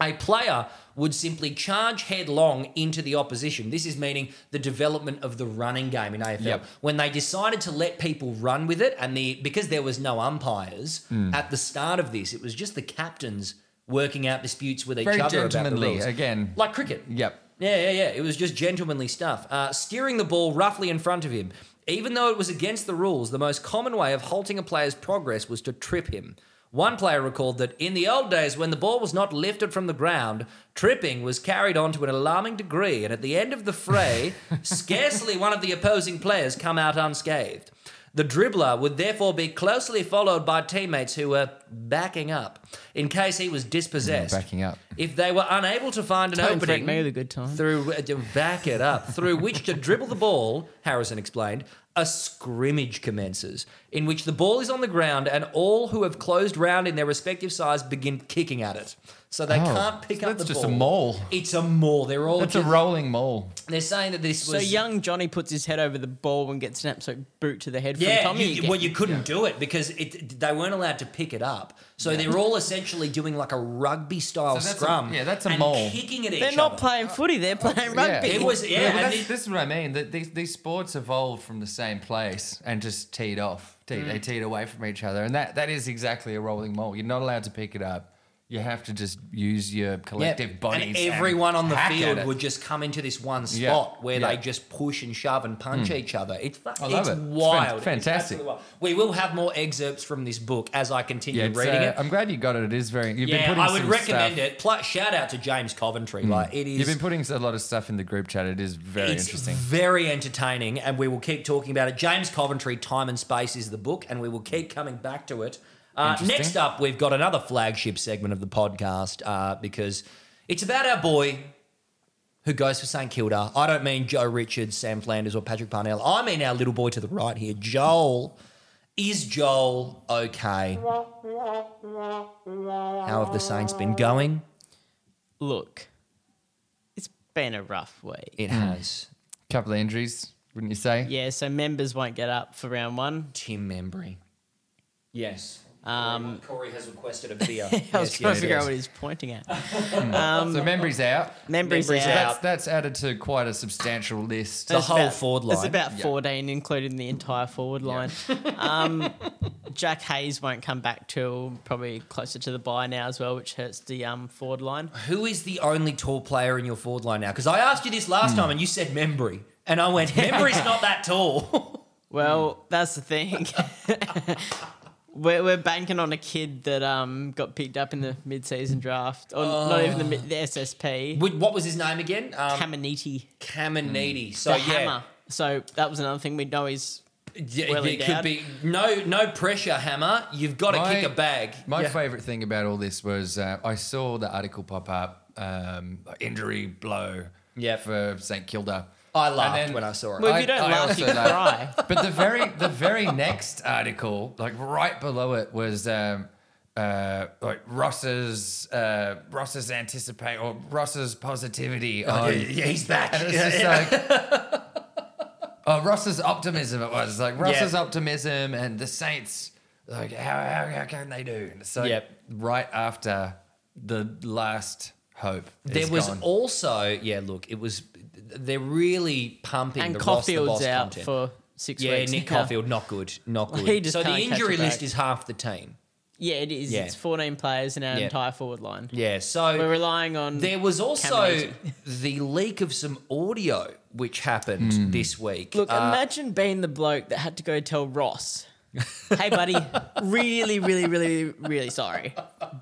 [SPEAKER 3] a player would simply charge headlong into the opposition. This is meaning the development of the running game in AFL.
[SPEAKER 1] Yep.
[SPEAKER 3] When they decided to let people run with it, and the because there was no umpires
[SPEAKER 1] Hmm.
[SPEAKER 3] at the start of this, it was just the captains working out disputes with each
[SPEAKER 1] Very
[SPEAKER 3] other about the
[SPEAKER 1] gentlemanly,
[SPEAKER 3] rules.
[SPEAKER 1] again.
[SPEAKER 3] like cricket.
[SPEAKER 1] Yep.
[SPEAKER 3] Yeah, yeah, yeah. It was just gentlemanly stuff. Uh, steering the ball roughly in front of him. Even though it was against the rules, the most common way of halting a player's progress was to trip him. One player recalled that in the old days, when the ball was not lifted from the ground, tripping was carried on to an alarming degree, and at the end of
[SPEAKER 1] [laughs]
[SPEAKER 3] the fray, scarcely one of the opposing players come out unscathed. The dribbler would therefore be closely followed by teammates who were backing up in case he was dispossessed.
[SPEAKER 1] Mm, backing up.
[SPEAKER 3] If they were unable to find an
[SPEAKER 4] Don't
[SPEAKER 3] opening,
[SPEAKER 4] threaten me with a good time.
[SPEAKER 3] through uh, to back it up through which to dribble the ball harrison explained a scrimmage commences in which the ball is on the ground and all who have closed round in their respective sides begin kicking at it so they
[SPEAKER 1] Oh,
[SPEAKER 3] can't pick up
[SPEAKER 1] that's
[SPEAKER 3] the
[SPEAKER 1] just
[SPEAKER 3] ball
[SPEAKER 1] a maul.
[SPEAKER 3] it's a maul they're all
[SPEAKER 1] It's a
[SPEAKER 3] just-
[SPEAKER 1] rolling mall.
[SPEAKER 3] they're saying that this
[SPEAKER 4] so
[SPEAKER 3] was
[SPEAKER 4] young Johnny puts his head over the ball and gets an absolute boot to the head
[SPEAKER 3] yeah,
[SPEAKER 4] from Tommy.
[SPEAKER 3] you-
[SPEAKER 4] again.
[SPEAKER 3] well, you couldn't do it because it, they weren't allowed to pick it up. So they're all essentially doing like a rugby style
[SPEAKER 1] So that's a-
[SPEAKER 3] scrum.
[SPEAKER 1] yeah, that's a
[SPEAKER 3] and
[SPEAKER 1] maul.
[SPEAKER 3] Kicking at
[SPEAKER 4] they're
[SPEAKER 3] each
[SPEAKER 4] not
[SPEAKER 3] other.
[SPEAKER 4] playing footy; they're playing rugby.
[SPEAKER 3] It was- yeah,
[SPEAKER 1] but
[SPEAKER 3] and
[SPEAKER 1] that's-
[SPEAKER 3] it-
[SPEAKER 1] this is what I mean. That these these sports evolved from the same place and just teed off. Te-
[SPEAKER 3] Mm.
[SPEAKER 1] They teed away from each other, and that that is exactly a rolling mole. You're not allowed to pick it up. You have to just use your
[SPEAKER 3] Yeah,
[SPEAKER 1] collective bodies.
[SPEAKER 3] And everyone on the
[SPEAKER 1] hack at
[SPEAKER 3] field
[SPEAKER 1] it.
[SPEAKER 3] would just come into this one spot
[SPEAKER 1] Yeah,
[SPEAKER 3] where
[SPEAKER 1] yeah. Hmm.
[SPEAKER 3] they just push and shove and punch each other. It's, fu-
[SPEAKER 1] I love
[SPEAKER 3] it's
[SPEAKER 1] it. It's fan-
[SPEAKER 3] wild. It's
[SPEAKER 1] fantastic.
[SPEAKER 3] absolutely wild. We will have more excerpts from this book as I continue
[SPEAKER 1] Yeah, it's,
[SPEAKER 3] reading
[SPEAKER 1] uh,
[SPEAKER 3] it.
[SPEAKER 1] I'm glad you got it. It is very. You've been
[SPEAKER 3] yeah,
[SPEAKER 1] putting
[SPEAKER 3] I would
[SPEAKER 1] some
[SPEAKER 3] recommend
[SPEAKER 1] stuff- Hmm.
[SPEAKER 3] it. Plus, shout out to James Coventry. Like it is.
[SPEAKER 1] You've been putting a lot of stuff in the group chat. It is very
[SPEAKER 3] it's
[SPEAKER 1] interesting.
[SPEAKER 3] very entertaining, and we will keep talking about it. James Coventry, Time and Space is the book, and we will keep coming back to it. Uh,
[SPEAKER 1] Interesting.
[SPEAKER 3] next up, we've got another flagship segment of the podcast uh, because it's about our boy who goes for St Kilda. I don't mean Joe Richards, Sam Flanders, or Patrick Parnell. I mean our little boy to the right here, Joel. Is Joel okay? How have the Saints been going?
[SPEAKER 4] Look, it's been a rough week.
[SPEAKER 1] Hmm.
[SPEAKER 3] It has.
[SPEAKER 1] couple of injuries, wouldn't you say?
[SPEAKER 4] Yeah, so members won't get up for round one. [laughs]
[SPEAKER 3] Tim Membry. Yes.
[SPEAKER 4] Um,
[SPEAKER 3] Corey has requested [laughs] a beer.
[SPEAKER 4] I was trying to figure out what he's pointing at.
[SPEAKER 1] so memory's out.
[SPEAKER 4] Members
[SPEAKER 3] Members
[SPEAKER 4] out.
[SPEAKER 3] out.
[SPEAKER 1] That's that's added to quite a substantial list.
[SPEAKER 3] The
[SPEAKER 4] It's
[SPEAKER 3] whole forward
[SPEAKER 4] It's
[SPEAKER 3] line.
[SPEAKER 4] about
[SPEAKER 1] Yeah.
[SPEAKER 4] 14, including the entire forward [laughs] line. um, Jack Hayes won't come back till probably closer to the bye now as well, which hurts the um, forward line.
[SPEAKER 3] Who is the only tall player in your forward line now? Because I asked you this
[SPEAKER 1] Hmm.
[SPEAKER 3] last time and you said Membry. And I
[SPEAKER 1] [laughs]
[SPEAKER 3] went, Membry's not that tall. [laughs]
[SPEAKER 4] Well, that's the [laughs] thing. we're, we're banking on a kid that um, got picked up in the mid-season draft, or not even the, mid- the SSP.
[SPEAKER 3] Wait, what was his name again? Um,
[SPEAKER 4] Caminiti,
[SPEAKER 3] Caminiti. So,
[SPEAKER 4] Hmm. the
[SPEAKER 3] yeah.
[SPEAKER 4] hammer. So that was another thing we know he's
[SPEAKER 3] Yeah,
[SPEAKER 4] Well
[SPEAKER 3] it could
[SPEAKER 4] endowed.
[SPEAKER 3] be no, no pressure, Hammer. You've got to
[SPEAKER 1] My-
[SPEAKER 3] kick a bag.
[SPEAKER 1] My
[SPEAKER 3] Yeah.
[SPEAKER 1] favorite thing about all this was uh, I saw the article pop up um, injury blow
[SPEAKER 3] Yeah.
[SPEAKER 1] for St Kilda.
[SPEAKER 3] I
[SPEAKER 1] And
[SPEAKER 3] laughed
[SPEAKER 1] then-
[SPEAKER 3] when I saw it.
[SPEAKER 4] Well, if you don't laugh,
[SPEAKER 1] also
[SPEAKER 4] you cry.
[SPEAKER 3] [laughs]
[SPEAKER 1] But the very the very next article, like right below it, was um, uh, like Ross's uh, Ross's anticipate or Ross's positivity.
[SPEAKER 3] Oh,
[SPEAKER 1] on-
[SPEAKER 3] yeah, he's back.
[SPEAKER 1] and it's just like [laughs] oh, Ross's optimism. It was like Ross's optimism and the Saints. Like how how, how can they do? And so
[SPEAKER 3] Yep.
[SPEAKER 1] right after the last hope,
[SPEAKER 3] There
[SPEAKER 1] is
[SPEAKER 3] was
[SPEAKER 1] gone.
[SPEAKER 3] also yeah. Look, it was they're really pumping
[SPEAKER 4] and
[SPEAKER 3] the Ross the Boss
[SPEAKER 4] Caulfield's out
[SPEAKER 3] content.
[SPEAKER 4] for six
[SPEAKER 3] yeah,
[SPEAKER 4] weeks. [laughs]
[SPEAKER 3] Nick
[SPEAKER 4] now.
[SPEAKER 3] Caulfield, not good, not good.
[SPEAKER 4] He just
[SPEAKER 3] so the
[SPEAKER 4] can't catch
[SPEAKER 3] injury
[SPEAKER 4] a break.
[SPEAKER 3] list is half the team.
[SPEAKER 4] Yeah, it is.
[SPEAKER 3] Yeah.
[SPEAKER 4] It's 14 players in our
[SPEAKER 3] Yeah.
[SPEAKER 4] entire forward line.
[SPEAKER 3] Yeah, so
[SPEAKER 4] We're relying on.
[SPEAKER 3] There was also
[SPEAKER 4] Cameron [laughs]
[SPEAKER 3] the leak of some audio which happened
[SPEAKER 1] Hmm.
[SPEAKER 3] this week.
[SPEAKER 4] Look,
[SPEAKER 3] Uh,
[SPEAKER 4] imagine being the bloke that had to go tell Ross, hey,
[SPEAKER 3] [laughs]
[SPEAKER 4] buddy, really, really, really, really sorry.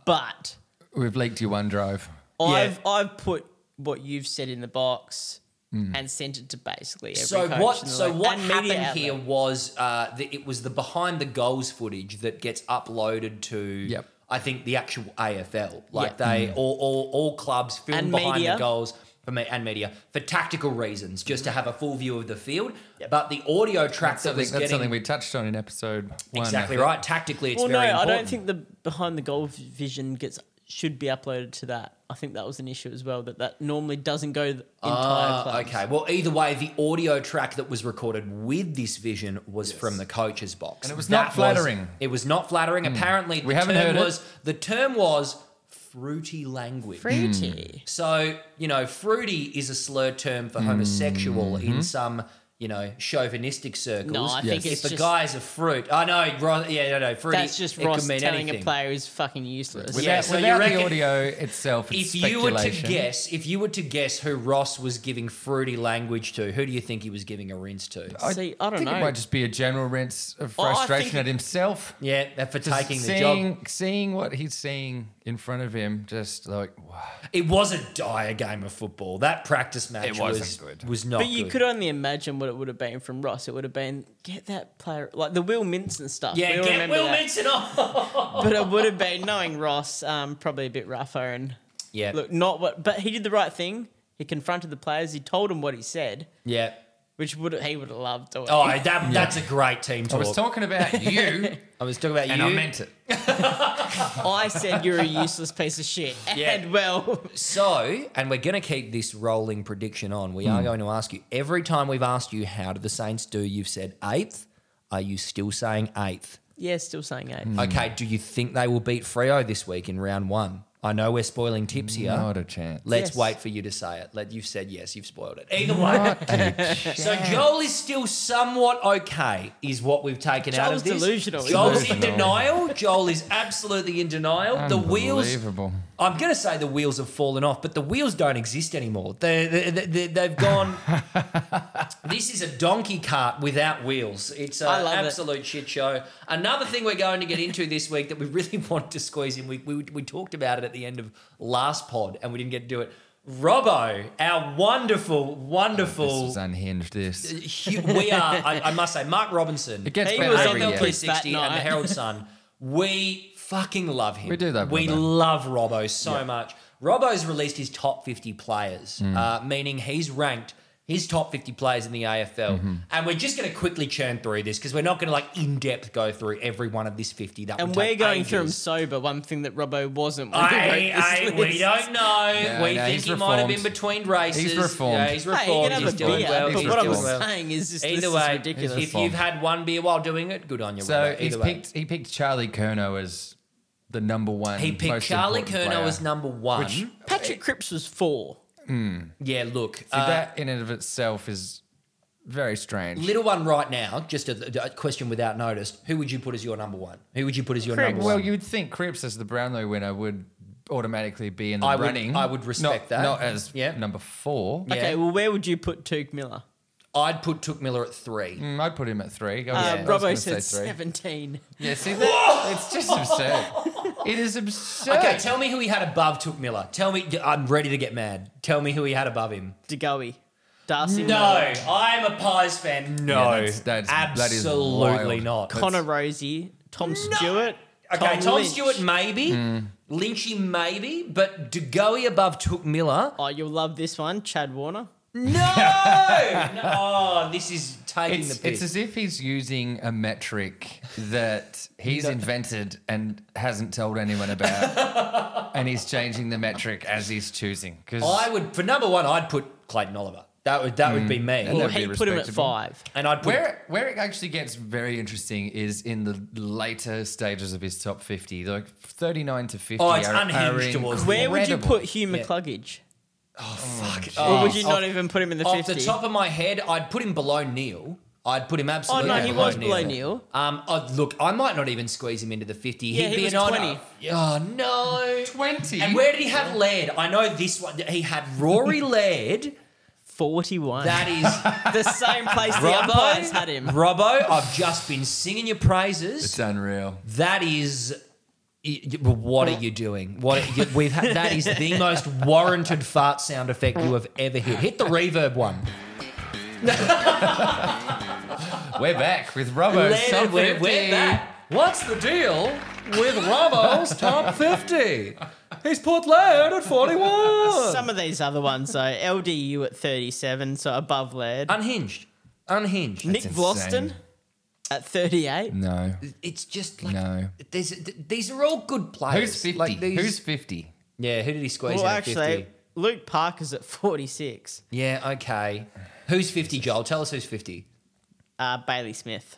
[SPEAKER 4] But
[SPEAKER 1] we've leaked your OneDrive.
[SPEAKER 4] I've, I've put what you've said in the box and sent it to basically every
[SPEAKER 3] Mm. so
[SPEAKER 4] coach in
[SPEAKER 3] what?
[SPEAKER 4] the
[SPEAKER 3] So
[SPEAKER 4] league
[SPEAKER 3] what
[SPEAKER 4] and media
[SPEAKER 3] happened
[SPEAKER 4] outlet.
[SPEAKER 3] here was uh, the, it was the behind the goals footage that gets uploaded to.
[SPEAKER 1] Yep. Hmm.
[SPEAKER 3] I think the actual AFL, like
[SPEAKER 4] Yep.
[SPEAKER 3] they all, all all clubs film
[SPEAKER 4] And
[SPEAKER 3] behind
[SPEAKER 4] media.
[SPEAKER 3] the goals for me and media for tactical reasons, just to have a full view of the field. But the audio track that
[SPEAKER 1] Something,
[SPEAKER 3] was
[SPEAKER 1] that's
[SPEAKER 3] getting
[SPEAKER 1] something we touched on in episode one. I
[SPEAKER 3] exactly
[SPEAKER 1] think.
[SPEAKER 3] right. Tactically, it's
[SPEAKER 4] Well, no,
[SPEAKER 3] very important.
[SPEAKER 4] I don't think the behind the goal vision gets should be uploaded to that. I think that was an issue as well that that normally doesn't go to the entire
[SPEAKER 3] Ah,
[SPEAKER 4] clubs.
[SPEAKER 3] okay. Well, either way, the audio track that was recorded with this vision was from the coach's box,
[SPEAKER 1] And it was not
[SPEAKER 3] was-
[SPEAKER 1] flattering. Hmm.
[SPEAKER 3] it was not flattering. Apparently, the
[SPEAKER 1] We haven't
[SPEAKER 3] term
[SPEAKER 1] heard it.
[SPEAKER 3] was the term was fruity language. Hmm.
[SPEAKER 4] Fruity.
[SPEAKER 3] So you know, fruity is a slur term
[SPEAKER 1] Hmm.
[SPEAKER 3] for homosexual
[SPEAKER 1] Mm-hmm.
[SPEAKER 3] in some you know chauvinistic circles.
[SPEAKER 4] No, I think
[SPEAKER 3] if
[SPEAKER 4] it's
[SPEAKER 3] a
[SPEAKER 4] just-
[SPEAKER 3] guy's a fruit, I know. Ro- Yeah, no, no, fruity.
[SPEAKER 4] That's just
[SPEAKER 3] it could
[SPEAKER 4] Ross
[SPEAKER 3] mean
[SPEAKER 4] telling
[SPEAKER 3] anything.
[SPEAKER 4] a player who's fucking useless.
[SPEAKER 1] Without,
[SPEAKER 3] Yeah, so you
[SPEAKER 1] without
[SPEAKER 3] reckon-
[SPEAKER 1] the audio itself,
[SPEAKER 3] If
[SPEAKER 1] it's
[SPEAKER 3] you were to
[SPEAKER 1] speculation.
[SPEAKER 3] guess, if you were to guess who Ross was giving fruity language to, who do you think he was giving a rinse to?
[SPEAKER 1] Uh,
[SPEAKER 4] See, I don't
[SPEAKER 1] think
[SPEAKER 4] know.
[SPEAKER 1] it might just be a general rinse of
[SPEAKER 4] Oh, I think
[SPEAKER 1] frustration
[SPEAKER 4] it-
[SPEAKER 1] at himself.
[SPEAKER 3] Yeah, that for
[SPEAKER 1] Just
[SPEAKER 3] taking the
[SPEAKER 1] seeing,
[SPEAKER 3] job.
[SPEAKER 1] seeing what he's seeing in front of him, just like wow.
[SPEAKER 3] It was a dire game of football. That practice match
[SPEAKER 1] It wasn't
[SPEAKER 3] was,
[SPEAKER 1] good.
[SPEAKER 3] was not
[SPEAKER 4] But you
[SPEAKER 3] good.
[SPEAKER 4] could only imagine what it would have been from Ross. It would have been get that player like the Will Minson stuff.
[SPEAKER 3] yeah,
[SPEAKER 4] we all
[SPEAKER 3] get
[SPEAKER 4] remember
[SPEAKER 3] Will
[SPEAKER 4] that.
[SPEAKER 1] [laughs]
[SPEAKER 3] Minson off.
[SPEAKER 4] But it would have been knowing Ross, um, probably a bit rougher and
[SPEAKER 3] Yeah.
[SPEAKER 4] look not what. But he did the right thing. He confronted the players. He told them what he said,
[SPEAKER 3] Yeah.
[SPEAKER 4] which would he would have loved doing.
[SPEAKER 3] Oh, that, that's a great team
[SPEAKER 1] I
[SPEAKER 3] talk.
[SPEAKER 1] was talking about [laughs] you,
[SPEAKER 3] I was talking about
[SPEAKER 1] and
[SPEAKER 3] you.
[SPEAKER 1] I meant it.
[SPEAKER 4] [laughs] I said you're a useless piece of shit.
[SPEAKER 3] [laughs] Yeah.
[SPEAKER 4] And well, [laughs]
[SPEAKER 3] So, and we're going to keep this rolling prediction on. We
[SPEAKER 1] Hmm.
[SPEAKER 3] are going to ask you every time we've asked you, how do the Saints do? You've said eighth. Are you still saying eighth?
[SPEAKER 4] yeah, still saying eight.
[SPEAKER 3] Okay, do you think they will beat Freo this week in round one? I know we're spoiling tips here.
[SPEAKER 1] Not a chance. [laughs]
[SPEAKER 3] Let's
[SPEAKER 4] Yes.
[SPEAKER 3] wait for you to say it. Let you've said yes, you've spoiled it. Either way. [laughs] so Joel is still somewhat okay, is what we've taken out of
[SPEAKER 4] Joel's
[SPEAKER 3] this.
[SPEAKER 4] delusional, isn't
[SPEAKER 3] Joel's
[SPEAKER 1] he?
[SPEAKER 3] in denial. Joel is absolutely in denial. The wheels
[SPEAKER 1] Unbelievable.
[SPEAKER 3] I'm going to say the wheels have fallen off, but the wheels don't exist anymore. They, they, they, they've gone. this is a donkey cart without wheels. It's an
[SPEAKER 4] I love it.
[SPEAKER 3] absolute shit show. Another thing we're going to get into this week that we really [laughs] wanted to squeeze in, we, we, we talked about it at the end of last pod and we didn't get to do it. Robbo, our wonderful,
[SPEAKER 1] This
[SPEAKER 3] wonderful.
[SPEAKER 1] is unhinged. This
[SPEAKER 3] hu- we are, I, I must say, Mark Robinson.
[SPEAKER 1] it gets
[SPEAKER 4] He
[SPEAKER 1] better
[SPEAKER 4] was
[SPEAKER 1] every
[SPEAKER 4] on
[SPEAKER 1] year.
[SPEAKER 4] the list.
[SPEAKER 3] 360
[SPEAKER 4] that
[SPEAKER 3] and the
[SPEAKER 4] night.
[SPEAKER 3] Herald Sun. We fucking love him.
[SPEAKER 1] We do love
[SPEAKER 3] We
[SPEAKER 1] Robbo.
[SPEAKER 3] love Robbo so much. Robbo's released his top 50 players,
[SPEAKER 1] Mm.
[SPEAKER 3] uh, meaning he's ranked his top 50 players in the AFL.
[SPEAKER 1] Mm-hmm.
[SPEAKER 3] And we're just going to quickly churn through this because we're not going to like in depth go through every one of this 50. That
[SPEAKER 4] And
[SPEAKER 3] would
[SPEAKER 4] we're
[SPEAKER 3] take
[SPEAKER 4] going
[SPEAKER 3] ages.
[SPEAKER 4] through them sober. One thing that Robbo wasn't. When [laughs] he
[SPEAKER 3] I,
[SPEAKER 4] wrote
[SPEAKER 3] I,
[SPEAKER 4] this
[SPEAKER 3] we
[SPEAKER 4] list.
[SPEAKER 3] don't know.
[SPEAKER 1] No,
[SPEAKER 3] we
[SPEAKER 1] no,
[SPEAKER 3] think
[SPEAKER 1] he's
[SPEAKER 3] he might have been
[SPEAKER 1] reformed.
[SPEAKER 3] between races.
[SPEAKER 1] He's reformed.
[SPEAKER 3] Yeah, he's
[SPEAKER 4] Hey, you
[SPEAKER 3] reformed.
[SPEAKER 4] can have
[SPEAKER 3] he's
[SPEAKER 4] a
[SPEAKER 3] doing
[SPEAKER 4] beer,
[SPEAKER 3] well.
[SPEAKER 4] but
[SPEAKER 3] He's
[SPEAKER 4] what I
[SPEAKER 3] doing
[SPEAKER 4] was
[SPEAKER 1] doing
[SPEAKER 3] well.
[SPEAKER 4] [laughs] saying is just
[SPEAKER 3] Either
[SPEAKER 4] this
[SPEAKER 3] way,
[SPEAKER 4] is ridiculous.
[SPEAKER 3] if you've had one beer while doing it, good on you.
[SPEAKER 1] So
[SPEAKER 3] Robbo.
[SPEAKER 1] he's
[SPEAKER 3] Either way.
[SPEAKER 1] picked. He picked Charlie Kerno as the number one.
[SPEAKER 3] He picked
[SPEAKER 1] Mm, most
[SPEAKER 3] Charlie
[SPEAKER 1] important
[SPEAKER 3] Kerno
[SPEAKER 1] player.
[SPEAKER 3] as number one.
[SPEAKER 1] Which-
[SPEAKER 4] Patrick Cripps was four.
[SPEAKER 3] yeah, look,
[SPEAKER 1] See,
[SPEAKER 3] uh,
[SPEAKER 1] that in and of itself is very strange.
[SPEAKER 3] little one right now. Just a, a question without notice. Who would you put as your number one? Who would you put as your number
[SPEAKER 1] Well,
[SPEAKER 3] one?
[SPEAKER 1] you would think Cripps as the Brownlow winner would automatically be in the
[SPEAKER 3] I would-
[SPEAKER 1] running.
[SPEAKER 3] I would respect
[SPEAKER 1] not,
[SPEAKER 3] that.
[SPEAKER 1] Not as
[SPEAKER 3] Yeah.
[SPEAKER 1] number four.
[SPEAKER 3] Yeah.
[SPEAKER 4] Okay, well, where would you put Tuke Miller?
[SPEAKER 3] I'd put Took Miller at three.
[SPEAKER 1] Mm, I'd put him at three. I was, I
[SPEAKER 4] Uh,
[SPEAKER 1] was
[SPEAKER 4] Robbo
[SPEAKER 1] gonna
[SPEAKER 4] said
[SPEAKER 1] say three.
[SPEAKER 4] 17.
[SPEAKER 1] Yeah, see that? it's
[SPEAKER 3] [laughs]
[SPEAKER 1] just absurd. It is absurd.
[SPEAKER 3] Okay, tell me who he had above Took Miller. Tell me, I'm ready to get mad. Tell me who he had above him.
[SPEAKER 4] DeGoey. Darcy.
[SPEAKER 3] No,
[SPEAKER 4] Miller,
[SPEAKER 3] I'm a Pies fan. No,
[SPEAKER 1] Yeah, that's- that's- that is
[SPEAKER 3] absolutely
[SPEAKER 1] wild.
[SPEAKER 3] not.
[SPEAKER 4] Connor Rosie. Tom Stewart.
[SPEAKER 3] Okay, Tom,
[SPEAKER 4] Lynch.
[SPEAKER 3] Stewart maybe,
[SPEAKER 1] Mm.
[SPEAKER 3] Lynchy maybe, but DeGoey above Took Miller.
[SPEAKER 4] Oh, you'll love this one. Chad Warner.
[SPEAKER 3] No! [laughs] no! This is taking
[SPEAKER 1] It's,
[SPEAKER 3] the piss.
[SPEAKER 1] it's as if he's using a metric that he's invented and hasn't told anyone about,
[SPEAKER 3] [laughs]
[SPEAKER 1] and he's changing the metric as he's choosing. Because
[SPEAKER 3] I would, for number one, I'd put Clayton Oliver. That would that would be
[SPEAKER 1] Well,
[SPEAKER 3] me.
[SPEAKER 4] Well,
[SPEAKER 1] that'd
[SPEAKER 4] he
[SPEAKER 1] be
[SPEAKER 4] put him at
[SPEAKER 1] respectable.
[SPEAKER 4] five.
[SPEAKER 3] and I'd put
[SPEAKER 1] Where where it actually gets very interesting is in the later stages of his top fifty, like thirty nine to fifty.
[SPEAKER 3] Oh, it's unhinged towards the
[SPEAKER 4] Where would you
[SPEAKER 1] incredible.
[SPEAKER 4] put Hugh McCluggage?
[SPEAKER 3] fuck.
[SPEAKER 4] or
[SPEAKER 3] Oh,
[SPEAKER 4] would you not even put him in the
[SPEAKER 3] off
[SPEAKER 4] fifty?
[SPEAKER 3] the top of my head, I'd put him below Neil. I'd put him
[SPEAKER 4] oh
[SPEAKER 3] absolutely.
[SPEAKER 4] no,
[SPEAKER 1] Yeah,
[SPEAKER 4] he
[SPEAKER 1] below
[SPEAKER 4] was below Neil.
[SPEAKER 3] Um, oh, look, I might not even squeeze him into the fifty.
[SPEAKER 4] Yeah,
[SPEAKER 3] He'd
[SPEAKER 4] he
[SPEAKER 3] be
[SPEAKER 4] was
[SPEAKER 3] an
[SPEAKER 4] 20.
[SPEAKER 3] honor. Oh no,
[SPEAKER 1] 20?
[SPEAKER 3] And where did he have Laird? I know this one. He had
[SPEAKER 4] [laughs]
[SPEAKER 3] Rory Laird.
[SPEAKER 4] Forty-one.
[SPEAKER 3] That is
[SPEAKER 4] [laughs] the same place the
[SPEAKER 3] Robbo.
[SPEAKER 4] umpires had him.
[SPEAKER 3] Robbo. I've just been singing your praises.
[SPEAKER 1] It's unreal.
[SPEAKER 3] That is. y- y- well, What are you doing? What are you, we've had, that is the most warranted fart sound effect you have ever hit. Hit the reverb one.
[SPEAKER 1] We're back with Robbo.
[SPEAKER 3] Laird,
[SPEAKER 1] top
[SPEAKER 3] we're-
[SPEAKER 1] 50.
[SPEAKER 3] we're back.
[SPEAKER 1] What's the deal with Robbo's top fifty? He's put Laird at forty one.
[SPEAKER 4] Some of these other ones though, LDU at thirty-seven, so above Laird.
[SPEAKER 3] Unhinged, unhinged.
[SPEAKER 4] Nick
[SPEAKER 1] insane.
[SPEAKER 4] Vlaston at thirty-eight.
[SPEAKER 1] No.
[SPEAKER 3] It's just like
[SPEAKER 1] No.
[SPEAKER 3] there's, th- these are all good players.
[SPEAKER 1] Who's fifty?
[SPEAKER 3] Like these-
[SPEAKER 1] Who's fifty?
[SPEAKER 3] yeah? Who did he squeeze
[SPEAKER 4] Well,
[SPEAKER 3] in at
[SPEAKER 4] actually,
[SPEAKER 3] fifty?
[SPEAKER 4] Luke Parker's at forty-six.
[SPEAKER 3] Yeah, okay. Who's fifty, Joel? Tell us who's fifty.
[SPEAKER 4] Uh, Bailey Smith.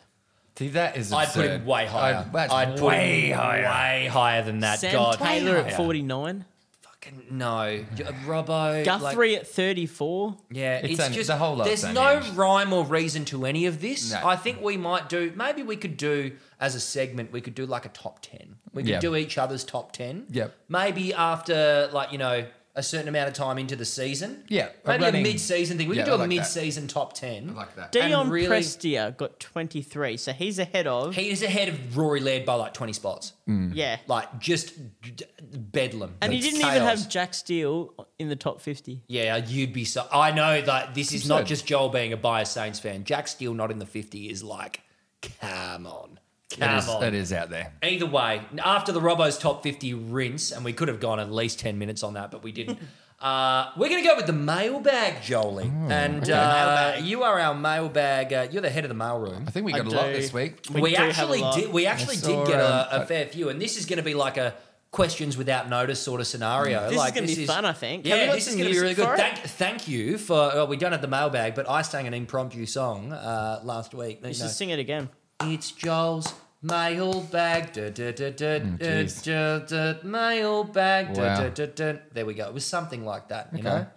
[SPEAKER 1] See, that is
[SPEAKER 3] I'd
[SPEAKER 1] absurd.
[SPEAKER 3] put him way higher.
[SPEAKER 1] I'd, that's
[SPEAKER 3] I'd put
[SPEAKER 1] way
[SPEAKER 3] him
[SPEAKER 1] higher.
[SPEAKER 3] way higher than that.
[SPEAKER 4] Sam
[SPEAKER 3] God,
[SPEAKER 4] Taylor at
[SPEAKER 3] higher.
[SPEAKER 4] forty-nine.
[SPEAKER 3] Fucking no,
[SPEAKER 1] uh,
[SPEAKER 3] J- Robbo. like-
[SPEAKER 4] Guthrie at thirty-four.
[SPEAKER 3] Yeah,
[SPEAKER 1] It's
[SPEAKER 3] it's,
[SPEAKER 1] un-
[SPEAKER 3] just
[SPEAKER 1] the whole lot's
[SPEAKER 3] There's no
[SPEAKER 1] unhinged.
[SPEAKER 3] rhyme or reason to any of this.
[SPEAKER 1] No.
[SPEAKER 3] I think we might do. Maybe we could do as a segment. We could do like a top ten. We could
[SPEAKER 1] Yeah.
[SPEAKER 3] do each other's top ten.
[SPEAKER 1] Yep.
[SPEAKER 3] Maybe after like you know a certain amount of time into the season.
[SPEAKER 1] Yeah, a
[SPEAKER 3] Maybe a,
[SPEAKER 1] running-
[SPEAKER 3] mid-season thing. We
[SPEAKER 1] Yeah,
[SPEAKER 3] could do
[SPEAKER 1] I
[SPEAKER 3] a
[SPEAKER 1] like that.
[SPEAKER 3] mid-season top ten.
[SPEAKER 1] like that.
[SPEAKER 4] Dion
[SPEAKER 3] really-
[SPEAKER 4] Prestia got twenty-three, so he's ahead of
[SPEAKER 3] He is ahead of Rory Laird by like twenty spots.
[SPEAKER 4] yeah.
[SPEAKER 3] Like just d- bedlam.
[SPEAKER 4] And he
[SPEAKER 3] It's
[SPEAKER 4] didn't even
[SPEAKER 3] chaos.
[SPEAKER 4] have Jack Steele in the top 50.
[SPEAKER 3] Yeah, you'd be so. I know that this is not
[SPEAKER 1] absurd.
[SPEAKER 3] just Joel being a biased Saints fan. Jack Steele not in the fifty is like, come on, come
[SPEAKER 1] That is,
[SPEAKER 3] on.
[SPEAKER 1] that is out there.
[SPEAKER 3] Either way, after the Robbo's top fifty rinse, and we could have gone at least ten minutes on that, but we
[SPEAKER 4] [laughs]
[SPEAKER 3] didn't. uh, we're gonna go with the mailbag, Jolie,
[SPEAKER 1] Oh,
[SPEAKER 3] and uh, you are our mailbag. Uh, you're the head of the mailroom.
[SPEAKER 1] I think we
[SPEAKER 4] I
[SPEAKER 1] got a lot
[SPEAKER 4] do.
[SPEAKER 1] this week. [laughs]
[SPEAKER 4] We
[SPEAKER 3] We,
[SPEAKER 4] do have a
[SPEAKER 3] actually
[SPEAKER 4] lot.
[SPEAKER 3] did. We actually
[SPEAKER 1] saw,
[SPEAKER 3] did get a,
[SPEAKER 1] um,
[SPEAKER 3] a fair few, and this is going to be like a questions without notice sort of scenario.
[SPEAKER 4] This is
[SPEAKER 3] like,
[SPEAKER 4] gonna be fun, I think. Have we
[SPEAKER 3] Yeah,
[SPEAKER 4] got
[SPEAKER 3] this is
[SPEAKER 4] some
[SPEAKER 3] going to be
[SPEAKER 4] music
[SPEAKER 3] really good.
[SPEAKER 4] for it?
[SPEAKER 3] Thank, thank you for. Well, we don't have the mailbag, but I sang an impromptu song uh, last week. You
[SPEAKER 4] You
[SPEAKER 3] know,
[SPEAKER 4] should sing it again.
[SPEAKER 3] it's Joel's mailbag. Da, da, da, da, da,
[SPEAKER 1] jeez.
[SPEAKER 3] da, da, mailbag. da,
[SPEAKER 1] Mm, Wow.
[SPEAKER 3] da, da, da. There we go. It was something like that. You
[SPEAKER 1] Okay.
[SPEAKER 3] know.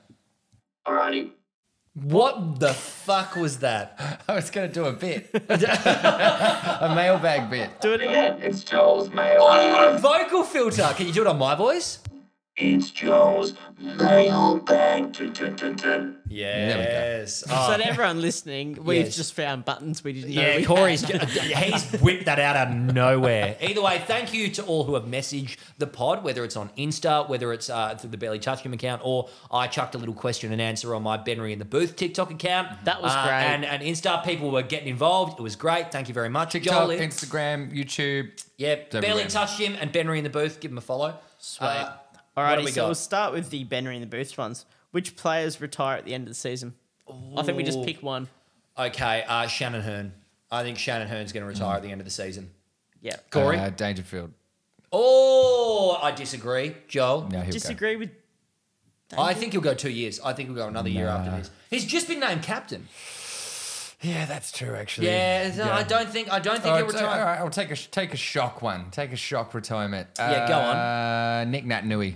[SPEAKER 3] Alrighty. What the fuck was that?
[SPEAKER 1] [gasps] I was going to do a
[SPEAKER 3] [laughs]
[SPEAKER 1] bit, [laughs] a mailbag bit.
[SPEAKER 4] Do it again.
[SPEAKER 5] It's Joel's mail.
[SPEAKER 3] Vocal filter. Can you do it on my voice?
[SPEAKER 5] It's Joel's mailbag. Dun, dun, dun, dun.
[SPEAKER 3] Yes.
[SPEAKER 4] So
[SPEAKER 3] Oh,
[SPEAKER 4] to everyone listening, we've
[SPEAKER 3] Yes.
[SPEAKER 4] just found buttons we didn't know.
[SPEAKER 3] yeah,
[SPEAKER 4] we
[SPEAKER 3] Corey's
[SPEAKER 4] had.
[SPEAKER 3] he's whipped that out out of nowhere. Either way, thank you to all who have messaged the pod, whether it's on Insta, whether it's uh, through the Barely Touch Him account, or I chucked a little question and answer on my Benry in the Booth TikTok account.
[SPEAKER 4] That was
[SPEAKER 3] Uh,
[SPEAKER 4] great.
[SPEAKER 3] And, and Insta people were getting involved. It was great. Thank you very much,
[SPEAKER 1] TikTok,
[SPEAKER 3] Joel.
[SPEAKER 1] Instagram, YouTube.
[SPEAKER 3] Yeah, Barely
[SPEAKER 1] everywhere.
[SPEAKER 3] Touched Him and Benry in the Booth. Give him a follow. Uh, Sweet.
[SPEAKER 4] All
[SPEAKER 3] what
[SPEAKER 4] right,
[SPEAKER 3] do we
[SPEAKER 4] so
[SPEAKER 3] got?
[SPEAKER 4] we'll start with the Benner in the Booths ones. Which players retire at the end of the season? I think we just
[SPEAKER 3] Ooh.
[SPEAKER 4] pick one.
[SPEAKER 3] okay, uh, Shannon Hearn. I think Shannon Hearn's going to retire at the end of the season.
[SPEAKER 4] Yeah.
[SPEAKER 3] Corey?
[SPEAKER 1] Uh, Dangerfield.
[SPEAKER 3] oh, I disagree, Joel.
[SPEAKER 1] No, he'll Go.
[SPEAKER 4] Disagree with
[SPEAKER 3] I think he'll go two years. I think he'll go another year after
[SPEAKER 1] Nah.
[SPEAKER 3] this. He's just been named captain.
[SPEAKER 1] Yeah, that's true. Actually.
[SPEAKER 3] Yeah, no, I don't think I don't think
[SPEAKER 1] All
[SPEAKER 3] he'll
[SPEAKER 1] right, so- all
[SPEAKER 3] retire.
[SPEAKER 1] right, I'll take a sh- take a shock one. Take a shock retirement.
[SPEAKER 3] Yeah, go on.
[SPEAKER 1] Uh, Nick Natnui.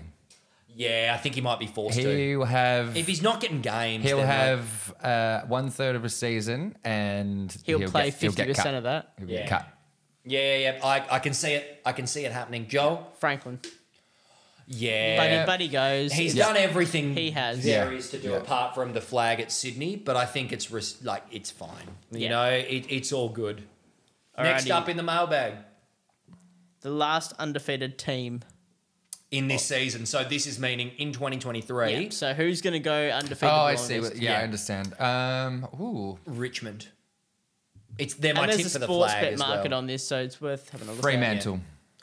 [SPEAKER 3] Yeah, I think he might be forced to.
[SPEAKER 1] He'll have
[SPEAKER 3] If he's not getting games,
[SPEAKER 1] he'll
[SPEAKER 3] then, like,
[SPEAKER 1] have uh, one third of a season, and
[SPEAKER 4] he'll, play
[SPEAKER 1] get- he'll get
[SPEAKER 4] fifty percent
[SPEAKER 1] cut.
[SPEAKER 4] of that.
[SPEAKER 1] He'll get
[SPEAKER 3] Yeah.
[SPEAKER 1] cut.
[SPEAKER 3] yeah, yeah, yeah. I, I can see it. I can see it happening. Joel.
[SPEAKER 4] Franklin.
[SPEAKER 3] Yeah,
[SPEAKER 4] Buddy Buddy goes.
[SPEAKER 3] he's
[SPEAKER 4] Yeah.
[SPEAKER 3] done everything
[SPEAKER 4] He has.
[SPEAKER 3] there
[SPEAKER 1] Yeah.
[SPEAKER 3] is to do
[SPEAKER 1] Yeah.
[SPEAKER 3] apart from the flag at Sydney. But I think it's res- like it's fine. You
[SPEAKER 4] Yeah.
[SPEAKER 3] know, it, it's all good. Next
[SPEAKER 4] Alrighty.
[SPEAKER 3] up in the mailbag
[SPEAKER 4] the last undefeated team.
[SPEAKER 3] in this season. So this is meaning in 2023,
[SPEAKER 4] Yep. So who's going to go undefeated?
[SPEAKER 1] Oh, I
[SPEAKER 4] the
[SPEAKER 1] see.
[SPEAKER 4] longest?
[SPEAKER 1] What, yeah, I
[SPEAKER 3] Yeah.
[SPEAKER 1] understand. Um, ooh,
[SPEAKER 3] Richmond. It's they're my
[SPEAKER 4] And
[SPEAKER 3] tip
[SPEAKER 4] there's
[SPEAKER 3] for
[SPEAKER 4] a
[SPEAKER 3] the
[SPEAKER 4] sports
[SPEAKER 3] flag
[SPEAKER 4] bet
[SPEAKER 3] as
[SPEAKER 4] market
[SPEAKER 3] well.
[SPEAKER 4] on this, so it's worth having a look. at.
[SPEAKER 1] Fremantle.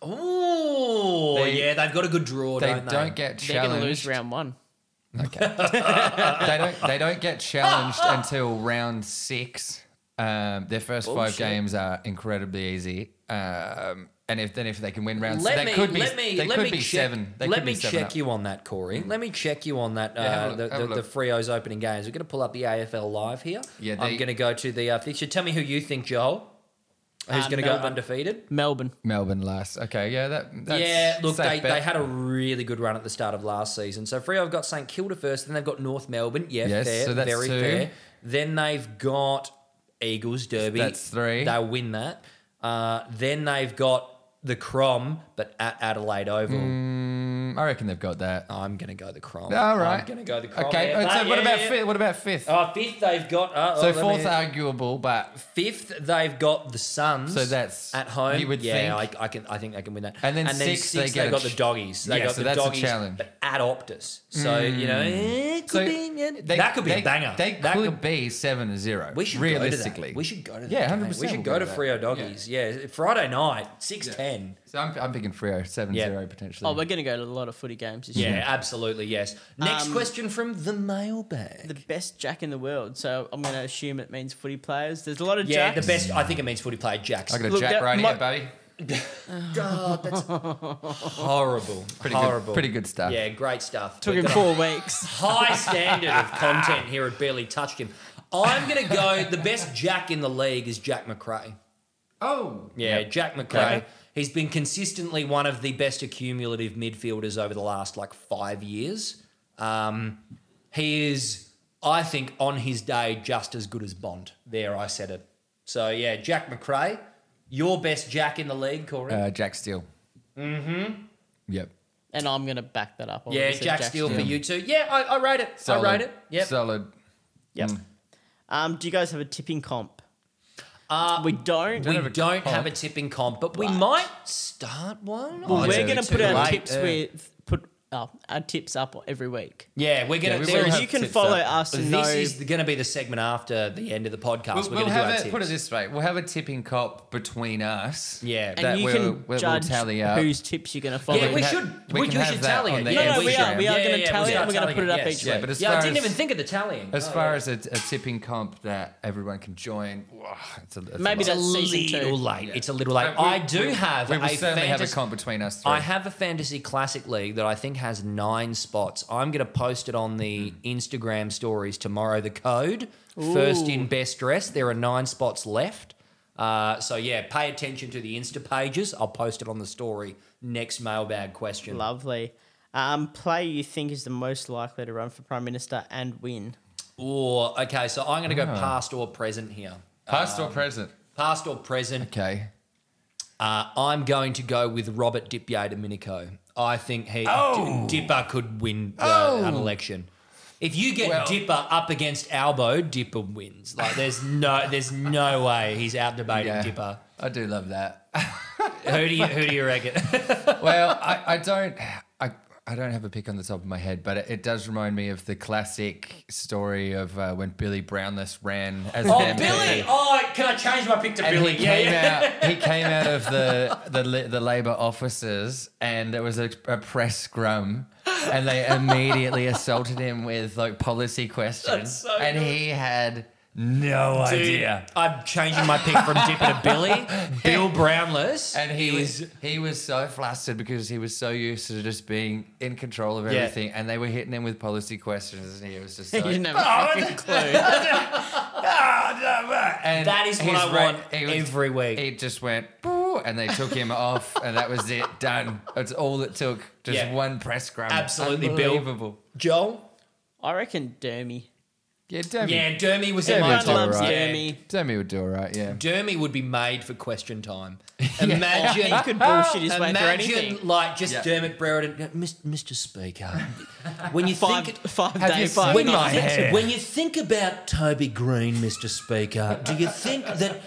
[SPEAKER 3] Ooh,
[SPEAKER 1] They-
[SPEAKER 3] yeah, they've got a good draw,
[SPEAKER 1] They
[SPEAKER 3] don't
[SPEAKER 1] don't,
[SPEAKER 3] they?
[SPEAKER 1] get
[SPEAKER 4] They're going to
[SPEAKER 1] challenged.
[SPEAKER 4] lose round one.
[SPEAKER 1] Okay. [laughs] they don't they don't get
[SPEAKER 3] [laughs]
[SPEAKER 1] challenged until round six. Um, their first five
[SPEAKER 3] Bullshit.
[SPEAKER 1] games are incredibly easy. Um, and if then if they can win round
[SPEAKER 3] Let
[SPEAKER 1] six,
[SPEAKER 3] me,
[SPEAKER 1] they could be
[SPEAKER 3] let me,
[SPEAKER 1] they
[SPEAKER 3] let
[SPEAKER 1] could
[SPEAKER 3] me
[SPEAKER 1] be
[SPEAKER 3] check,
[SPEAKER 1] seven. They
[SPEAKER 3] let
[SPEAKER 1] could
[SPEAKER 3] me
[SPEAKER 1] be seven
[SPEAKER 3] check
[SPEAKER 1] up. Hmm.
[SPEAKER 3] you on that, Corey. Let me check you on that. Uh,
[SPEAKER 1] Yeah, have a look,
[SPEAKER 3] the,
[SPEAKER 1] have a
[SPEAKER 3] the, the
[SPEAKER 1] look.
[SPEAKER 3] Frio's opening games. We're going to pull up the AFL live here.
[SPEAKER 1] Yeah,
[SPEAKER 3] I'm
[SPEAKER 1] they-
[SPEAKER 3] going to go to the uh, fixture. Tell me who you think, Joel. Who's
[SPEAKER 4] Uh,
[SPEAKER 3] going to go
[SPEAKER 4] Melbourne.
[SPEAKER 3] undefeated?
[SPEAKER 4] Melbourne.
[SPEAKER 1] Melbourne last. Okay, yeah, that that's
[SPEAKER 3] yeah, look,
[SPEAKER 1] safe
[SPEAKER 3] they,
[SPEAKER 1] bet.
[SPEAKER 3] they had a really good run at the start of last season. So Frio have got St Kilda first, then they've got North Melbourne. Yeah,
[SPEAKER 1] Yes,
[SPEAKER 3] fair,
[SPEAKER 1] so that's
[SPEAKER 3] very
[SPEAKER 1] two.
[SPEAKER 3] fair. Then they've got Eagles Derby.
[SPEAKER 1] That's three.
[SPEAKER 3] They'll win that. Uh, then they've got the Crom, but at Adelaide Oval.
[SPEAKER 1] Mm, I reckon they've got that.
[SPEAKER 3] I'm going to go the Crom.
[SPEAKER 1] All right.
[SPEAKER 3] I'm going to go the Crom.
[SPEAKER 1] Okay,
[SPEAKER 3] Yeah,
[SPEAKER 1] so
[SPEAKER 3] but-
[SPEAKER 1] what
[SPEAKER 3] yeah,
[SPEAKER 1] about
[SPEAKER 3] yeah.
[SPEAKER 1] fifth? What about fifth?
[SPEAKER 3] Oh, fifth they've got. Uh,
[SPEAKER 1] so
[SPEAKER 3] oh, let
[SPEAKER 1] fourth
[SPEAKER 3] me-
[SPEAKER 1] arguable, but
[SPEAKER 3] Fifth, they've got the Suns.
[SPEAKER 1] So that's-
[SPEAKER 3] at home.
[SPEAKER 1] you would
[SPEAKER 3] yeah,
[SPEAKER 1] think.
[SPEAKER 3] I, I can. I think they can win that.
[SPEAKER 1] And then sixth, they get
[SPEAKER 3] they've
[SPEAKER 1] a
[SPEAKER 3] got
[SPEAKER 1] ch-
[SPEAKER 3] the doggies. They
[SPEAKER 1] Yeah,
[SPEAKER 3] got
[SPEAKER 1] so
[SPEAKER 3] the
[SPEAKER 1] that's a
[SPEAKER 3] doggies,
[SPEAKER 1] challenge. Mm.
[SPEAKER 3] But at Optus, so you know eh, could
[SPEAKER 1] so
[SPEAKER 3] be yeah,
[SPEAKER 1] they-
[SPEAKER 3] that could be
[SPEAKER 1] they-
[SPEAKER 3] a banger.
[SPEAKER 1] They
[SPEAKER 3] that
[SPEAKER 1] could, be seven to zero.
[SPEAKER 3] we should
[SPEAKER 1] realistically.
[SPEAKER 3] go to that. We should go to that.
[SPEAKER 1] Yeah,
[SPEAKER 3] game.
[SPEAKER 1] 100%
[SPEAKER 3] We should
[SPEAKER 1] we'll
[SPEAKER 3] go,
[SPEAKER 1] go to
[SPEAKER 3] to
[SPEAKER 1] that.
[SPEAKER 3] Frio Doggies. Yeah. Friday night, six ten.
[SPEAKER 1] So I'm, I'm picking Frio 7
[SPEAKER 3] Yeah.
[SPEAKER 1] 0 potentially.
[SPEAKER 4] Oh, we're going to go to a lot of footy games this
[SPEAKER 3] Yeah,
[SPEAKER 4] year.
[SPEAKER 3] absolutely. Yes. Next
[SPEAKER 4] Um,
[SPEAKER 3] question from the mailbag.
[SPEAKER 4] The best jack in the world. So I'm going to assume it means footy players. There's a lot of
[SPEAKER 3] yeah,
[SPEAKER 4] jacks.
[SPEAKER 3] the best. I think it means footy player Jacks.
[SPEAKER 1] I got a
[SPEAKER 4] Look,
[SPEAKER 1] jack
[SPEAKER 4] that
[SPEAKER 1] right
[SPEAKER 4] might-
[SPEAKER 1] here, buddy.
[SPEAKER 3] God,
[SPEAKER 4] [laughs]
[SPEAKER 3] that's horrible.
[SPEAKER 1] Pretty
[SPEAKER 3] horrible.
[SPEAKER 1] good. Pretty good stuff.
[SPEAKER 3] Yeah, great stuff.
[SPEAKER 4] Took
[SPEAKER 3] We've
[SPEAKER 4] him
[SPEAKER 3] got a
[SPEAKER 4] four weeks.
[SPEAKER 3] High standard of content here at Barely Touched Him. I'm going to go. The best Jack in the league is Jack McRae.
[SPEAKER 1] Oh.
[SPEAKER 3] Yeah, Jack McRae.
[SPEAKER 1] Okay.
[SPEAKER 3] He's been consistently one of the best accumulative midfielders over the last like five years. Um, he is, I think, on his day just as good as Bond. There, I said it. So yeah, Jack McRae, your best Jack in the league, Corey.
[SPEAKER 1] Uh, jack Steele. Mm hmm. Yep.
[SPEAKER 4] [laughs] And I'm going to back that up. I'm
[SPEAKER 3] yeah,
[SPEAKER 4] gonna say
[SPEAKER 3] Jack Steele for you too. Yeah, I, I rate it.
[SPEAKER 1] Solid.
[SPEAKER 3] I rate it. Yep.
[SPEAKER 1] Solid.
[SPEAKER 4] Yep. Um, do you guys have a tipping comp?
[SPEAKER 3] Uh,
[SPEAKER 4] We don't.
[SPEAKER 3] we
[SPEAKER 1] have a
[SPEAKER 3] don't
[SPEAKER 1] comp.
[SPEAKER 3] have a tipping comp, but we might start one.
[SPEAKER 1] Well,
[SPEAKER 3] Oh,
[SPEAKER 1] it's
[SPEAKER 4] we're going to
[SPEAKER 1] too
[SPEAKER 4] put our
[SPEAKER 1] late,
[SPEAKER 4] tips
[SPEAKER 1] yeah.
[SPEAKER 4] with put oh, our tips up every week.
[SPEAKER 3] yeah, we're
[SPEAKER 1] Yeah,
[SPEAKER 3] going
[SPEAKER 1] we
[SPEAKER 3] to.
[SPEAKER 1] will
[SPEAKER 4] So
[SPEAKER 1] have
[SPEAKER 4] you can
[SPEAKER 1] tips
[SPEAKER 4] follow
[SPEAKER 1] up.
[SPEAKER 4] us and
[SPEAKER 3] this
[SPEAKER 4] know.
[SPEAKER 3] is going to be the segment after the end of the podcast.
[SPEAKER 1] We'll,
[SPEAKER 3] we're
[SPEAKER 1] we'll
[SPEAKER 3] going to do our
[SPEAKER 1] have it,
[SPEAKER 3] tips.
[SPEAKER 1] put it this way we'll have a tipping cop between us.
[SPEAKER 3] Yeah.
[SPEAKER 4] and
[SPEAKER 1] that
[SPEAKER 4] you
[SPEAKER 1] we'll-
[SPEAKER 4] can
[SPEAKER 1] we'll
[SPEAKER 4] judge
[SPEAKER 1] tally up.
[SPEAKER 4] whose tips you're going to follow.
[SPEAKER 3] yeah, we
[SPEAKER 1] ha-
[SPEAKER 3] should.
[SPEAKER 1] we
[SPEAKER 3] We,
[SPEAKER 1] can
[SPEAKER 3] you
[SPEAKER 1] have
[SPEAKER 3] should
[SPEAKER 1] that
[SPEAKER 3] tally
[SPEAKER 1] on
[SPEAKER 3] it.
[SPEAKER 1] the
[SPEAKER 4] no,
[SPEAKER 1] Yeah,
[SPEAKER 4] no,
[SPEAKER 1] we
[SPEAKER 4] we
[SPEAKER 1] should.
[SPEAKER 4] are. We are
[SPEAKER 3] Yeah,
[SPEAKER 4] going to
[SPEAKER 3] yeah,
[SPEAKER 4] tally it.
[SPEAKER 3] start
[SPEAKER 4] We're going to
[SPEAKER 3] tallying
[SPEAKER 4] put it up
[SPEAKER 3] yes.
[SPEAKER 4] each
[SPEAKER 1] Yeah,
[SPEAKER 4] week.
[SPEAKER 1] but as
[SPEAKER 3] Yeah,
[SPEAKER 1] far
[SPEAKER 3] I didn't
[SPEAKER 1] as-
[SPEAKER 3] even think of the tallying.
[SPEAKER 1] As
[SPEAKER 3] Oh,
[SPEAKER 1] far
[SPEAKER 3] yeah.
[SPEAKER 1] as a, a tipping comp that everyone can join, wow, it's a, it's a
[SPEAKER 4] Maybe
[SPEAKER 1] lot.
[SPEAKER 4] that's
[SPEAKER 3] it's a
[SPEAKER 4] season two.
[SPEAKER 3] little late.
[SPEAKER 1] Yeah.
[SPEAKER 3] It's a little late.
[SPEAKER 1] But we-
[SPEAKER 3] I do
[SPEAKER 1] we-
[SPEAKER 3] have
[SPEAKER 1] We will
[SPEAKER 3] a
[SPEAKER 1] certainly have a
[SPEAKER 3] fantas-
[SPEAKER 1] comp between us three.
[SPEAKER 3] I have a fantasy classic league that I think has nine spots. I'm going to post it on the Instagram stories tomorrow. The code first in best dress. There are nine spots left. Uh, so yeah, pay attention to the Insta pages. I'll post it on the story next mailbag question.
[SPEAKER 4] Lovely. Um, player you think is the most likely to run for prime minister and win?
[SPEAKER 3] Or okay, so I'm going to go past or present here.
[SPEAKER 1] Past or present?
[SPEAKER 3] Past or present.
[SPEAKER 1] Okay.
[SPEAKER 3] Uh, I'm going to go with Robert Dipia Dominico. I think he uh, Di- Dipper could win the, an election. If you get
[SPEAKER 1] Well-
[SPEAKER 3] Dipper up against Albo, Dipper wins. Like there's no there's no way he's out debating
[SPEAKER 1] Yeah.
[SPEAKER 3] Dipper.
[SPEAKER 1] I do love that. [laughs]
[SPEAKER 3] Who do you who do you reckon?
[SPEAKER 1] well, I, I don't. I, I don't have a pick on the top of my head, but it, it does remind me of the classic story of uh, when Billy Brownless ran as an
[SPEAKER 3] oh
[SPEAKER 1] MP.
[SPEAKER 3] Billy! Oh can I change my pick to
[SPEAKER 1] And
[SPEAKER 3] Billy?
[SPEAKER 1] he
[SPEAKER 3] Yeah,
[SPEAKER 1] came
[SPEAKER 3] yeah.
[SPEAKER 1] out. He came out of the the la- the Labor offices, and there was a, a press scrum, and they immediately assaulted him with like policy questions,
[SPEAKER 3] so
[SPEAKER 1] and
[SPEAKER 3] good.
[SPEAKER 1] he had no
[SPEAKER 3] Dude,
[SPEAKER 1] idea.
[SPEAKER 3] I'm changing my pick from Dipper to
[SPEAKER 1] [laughs]
[SPEAKER 3] Billy. Bill Brownless.
[SPEAKER 1] And he
[SPEAKER 3] is
[SPEAKER 1] was he was so flustered because he was so used to just being in control of
[SPEAKER 3] Yeah.
[SPEAKER 1] everything, and they were hitting him with policy questions, and he was
[SPEAKER 3] [laughs]
[SPEAKER 1] just like,
[SPEAKER 4] you didn't
[SPEAKER 3] Oh,
[SPEAKER 4] have a fucking clue.
[SPEAKER 1] and
[SPEAKER 3] That is what
[SPEAKER 1] his
[SPEAKER 3] I
[SPEAKER 1] ra-
[SPEAKER 3] want
[SPEAKER 1] he
[SPEAKER 3] every week.
[SPEAKER 1] He just went, "Boo," and they took
[SPEAKER 3] [laughs]
[SPEAKER 1] him off, and that was it. Done. It's all it took. Just
[SPEAKER 3] Yeah.
[SPEAKER 1] one press scrum.
[SPEAKER 3] Absolutely, Bill.
[SPEAKER 1] unbelievable.
[SPEAKER 3] Joel.
[SPEAKER 4] I reckon Dermy.
[SPEAKER 1] Yeah, Demi.
[SPEAKER 3] Yeah, Dermy was in
[SPEAKER 1] Dermy
[SPEAKER 3] my
[SPEAKER 1] would
[SPEAKER 4] Everyone
[SPEAKER 1] do
[SPEAKER 3] top.
[SPEAKER 4] loves
[SPEAKER 1] alright.
[SPEAKER 4] Dermy.
[SPEAKER 1] Demi would do all right. Yeah.
[SPEAKER 3] Dermy would be made for question time.
[SPEAKER 1] [laughs]
[SPEAKER 3] Imagine
[SPEAKER 4] He could bullshit his way through
[SPEAKER 3] Imagine
[SPEAKER 4] anything.
[SPEAKER 3] like just
[SPEAKER 1] Yeah.
[SPEAKER 3] Dermot Brereton, Mr. Speaker.
[SPEAKER 1] [laughs]
[SPEAKER 3] When you
[SPEAKER 4] Five,
[SPEAKER 3] think
[SPEAKER 4] five
[SPEAKER 1] Have
[SPEAKER 4] day,
[SPEAKER 1] you
[SPEAKER 4] five
[SPEAKER 1] seen
[SPEAKER 3] when you,
[SPEAKER 1] my
[SPEAKER 4] night.
[SPEAKER 1] hair?
[SPEAKER 3] when you think about Toby Green, Mr. Speaker, do you think that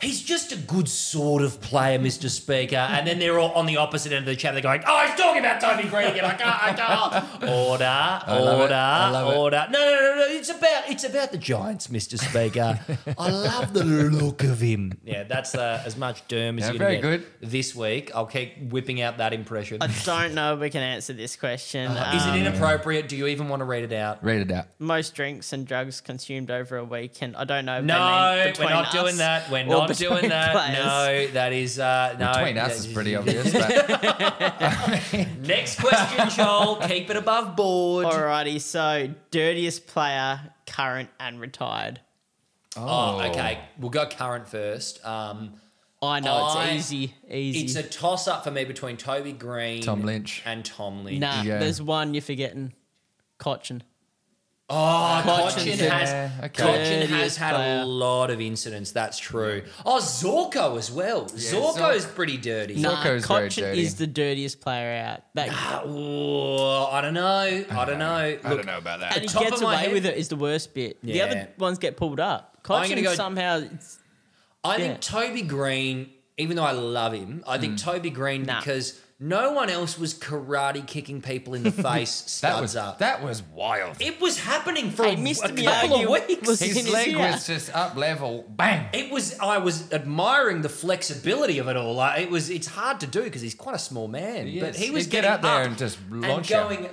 [SPEAKER 3] he's just a good sort of player, Mr. Speaker. And then they're all on the opposite end of the chat. They're going, oh, he's talking about Tony Green again. I can't, I can't. Order,
[SPEAKER 1] love it. [laughs]
[SPEAKER 3] order,
[SPEAKER 1] I love it.
[SPEAKER 3] order. No, no, no, no. It's about, it's about the Giants, Mr. Speaker. I love the look of him. Yeah, that's uh, as much derm as
[SPEAKER 1] Yeah,
[SPEAKER 3] you
[SPEAKER 1] very
[SPEAKER 3] can get
[SPEAKER 1] good.
[SPEAKER 3] this week. I'll keep whipping out that impression.
[SPEAKER 4] I don't know if we can answer this question.
[SPEAKER 3] Uh, Is it
[SPEAKER 4] Um,
[SPEAKER 3] inappropriate? Do you even want to read it out?
[SPEAKER 1] Read it out.
[SPEAKER 4] most drinks and drugs consumed over a weekend. I don't know. If they mean
[SPEAKER 3] No, we're
[SPEAKER 4] between
[SPEAKER 3] not
[SPEAKER 4] us
[SPEAKER 3] doing that. We're
[SPEAKER 4] or
[SPEAKER 3] not
[SPEAKER 4] between
[SPEAKER 3] doing that.
[SPEAKER 4] players.
[SPEAKER 3] No, that is uh, no.
[SPEAKER 1] Between
[SPEAKER 3] that
[SPEAKER 1] us is
[SPEAKER 3] is-
[SPEAKER 1] pretty obvious.
[SPEAKER 3] [laughs]
[SPEAKER 1] But
[SPEAKER 3] Next
[SPEAKER 1] [laughs]
[SPEAKER 3] question, Joel. Keep it above board.
[SPEAKER 4] Alrighty, so dirtiest player, current and retired.
[SPEAKER 3] Oh, okay. We'll go current first. Um,
[SPEAKER 4] I know
[SPEAKER 3] I-
[SPEAKER 4] it's easy, easy.
[SPEAKER 3] it's a toss up for me between Toby Green,
[SPEAKER 1] Tom Lynch.
[SPEAKER 3] and Tom Lynch.
[SPEAKER 4] nah,
[SPEAKER 1] Yeah.
[SPEAKER 4] there's one you're forgetting. Cochin.
[SPEAKER 3] Oh, Cochin
[SPEAKER 4] Cochin's in
[SPEAKER 3] has
[SPEAKER 1] there. Okay.
[SPEAKER 3] Cochin has
[SPEAKER 4] Dirtiest
[SPEAKER 3] had a
[SPEAKER 4] player.
[SPEAKER 3] lot of incidents. That's true. Oh, Zorko as well. Zorko
[SPEAKER 1] Zorko.
[SPEAKER 3] is pretty dirty.
[SPEAKER 4] Nah,
[SPEAKER 1] Zorko's very
[SPEAKER 4] Cochin
[SPEAKER 1] dirty.
[SPEAKER 4] is the dirtiest player out. That
[SPEAKER 3] Ooh, I don't know. I don't know.
[SPEAKER 1] I
[SPEAKER 3] Look,
[SPEAKER 1] don't know about
[SPEAKER 4] and
[SPEAKER 1] that.
[SPEAKER 4] he
[SPEAKER 3] top
[SPEAKER 4] gets
[SPEAKER 3] of my
[SPEAKER 4] away
[SPEAKER 3] head-
[SPEAKER 4] with it is the worst bit.
[SPEAKER 3] Yeah.
[SPEAKER 4] The other ones get pulled up.
[SPEAKER 3] I'm gonna
[SPEAKER 4] Cochin
[SPEAKER 3] go-
[SPEAKER 4] somehow. It's,
[SPEAKER 3] I
[SPEAKER 4] Yeah.
[SPEAKER 3] think Toby Green, even though I love him, I
[SPEAKER 1] Mm.
[SPEAKER 3] think Toby Green
[SPEAKER 4] Nah.
[SPEAKER 3] because no one else was karate kicking
[SPEAKER 1] [laughs]
[SPEAKER 3] people in the face. studs
[SPEAKER 1] That was
[SPEAKER 3] up.
[SPEAKER 1] that was wild.
[SPEAKER 3] it was happening for
[SPEAKER 4] Hey,
[SPEAKER 3] a,
[SPEAKER 4] Mr.
[SPEAKER 3] a couple of
[SPEAKER 4] Miyagi
[SPEAKER 3] weeks.
[SPEAKER 4] was-
[SPEAKER 1] His
[SPEAKER 4] His
[SPEAKER 1] leg
[SPEAKER 4] ear.
[SPEAKER 1] was just up level, bang.
[SPEAKER 3] it was. I was admiring the flexibility of it all. Like, it was. It's hard to do because he's quite a small man. but
[SPEAKER 1] Yes,
[SPEAKER 3] he was
[SPEAKER 1] he'd get
[SPEAKER 3] getting
[SPEAKER 1] up there and just launch you.
[SPEAKER 3] going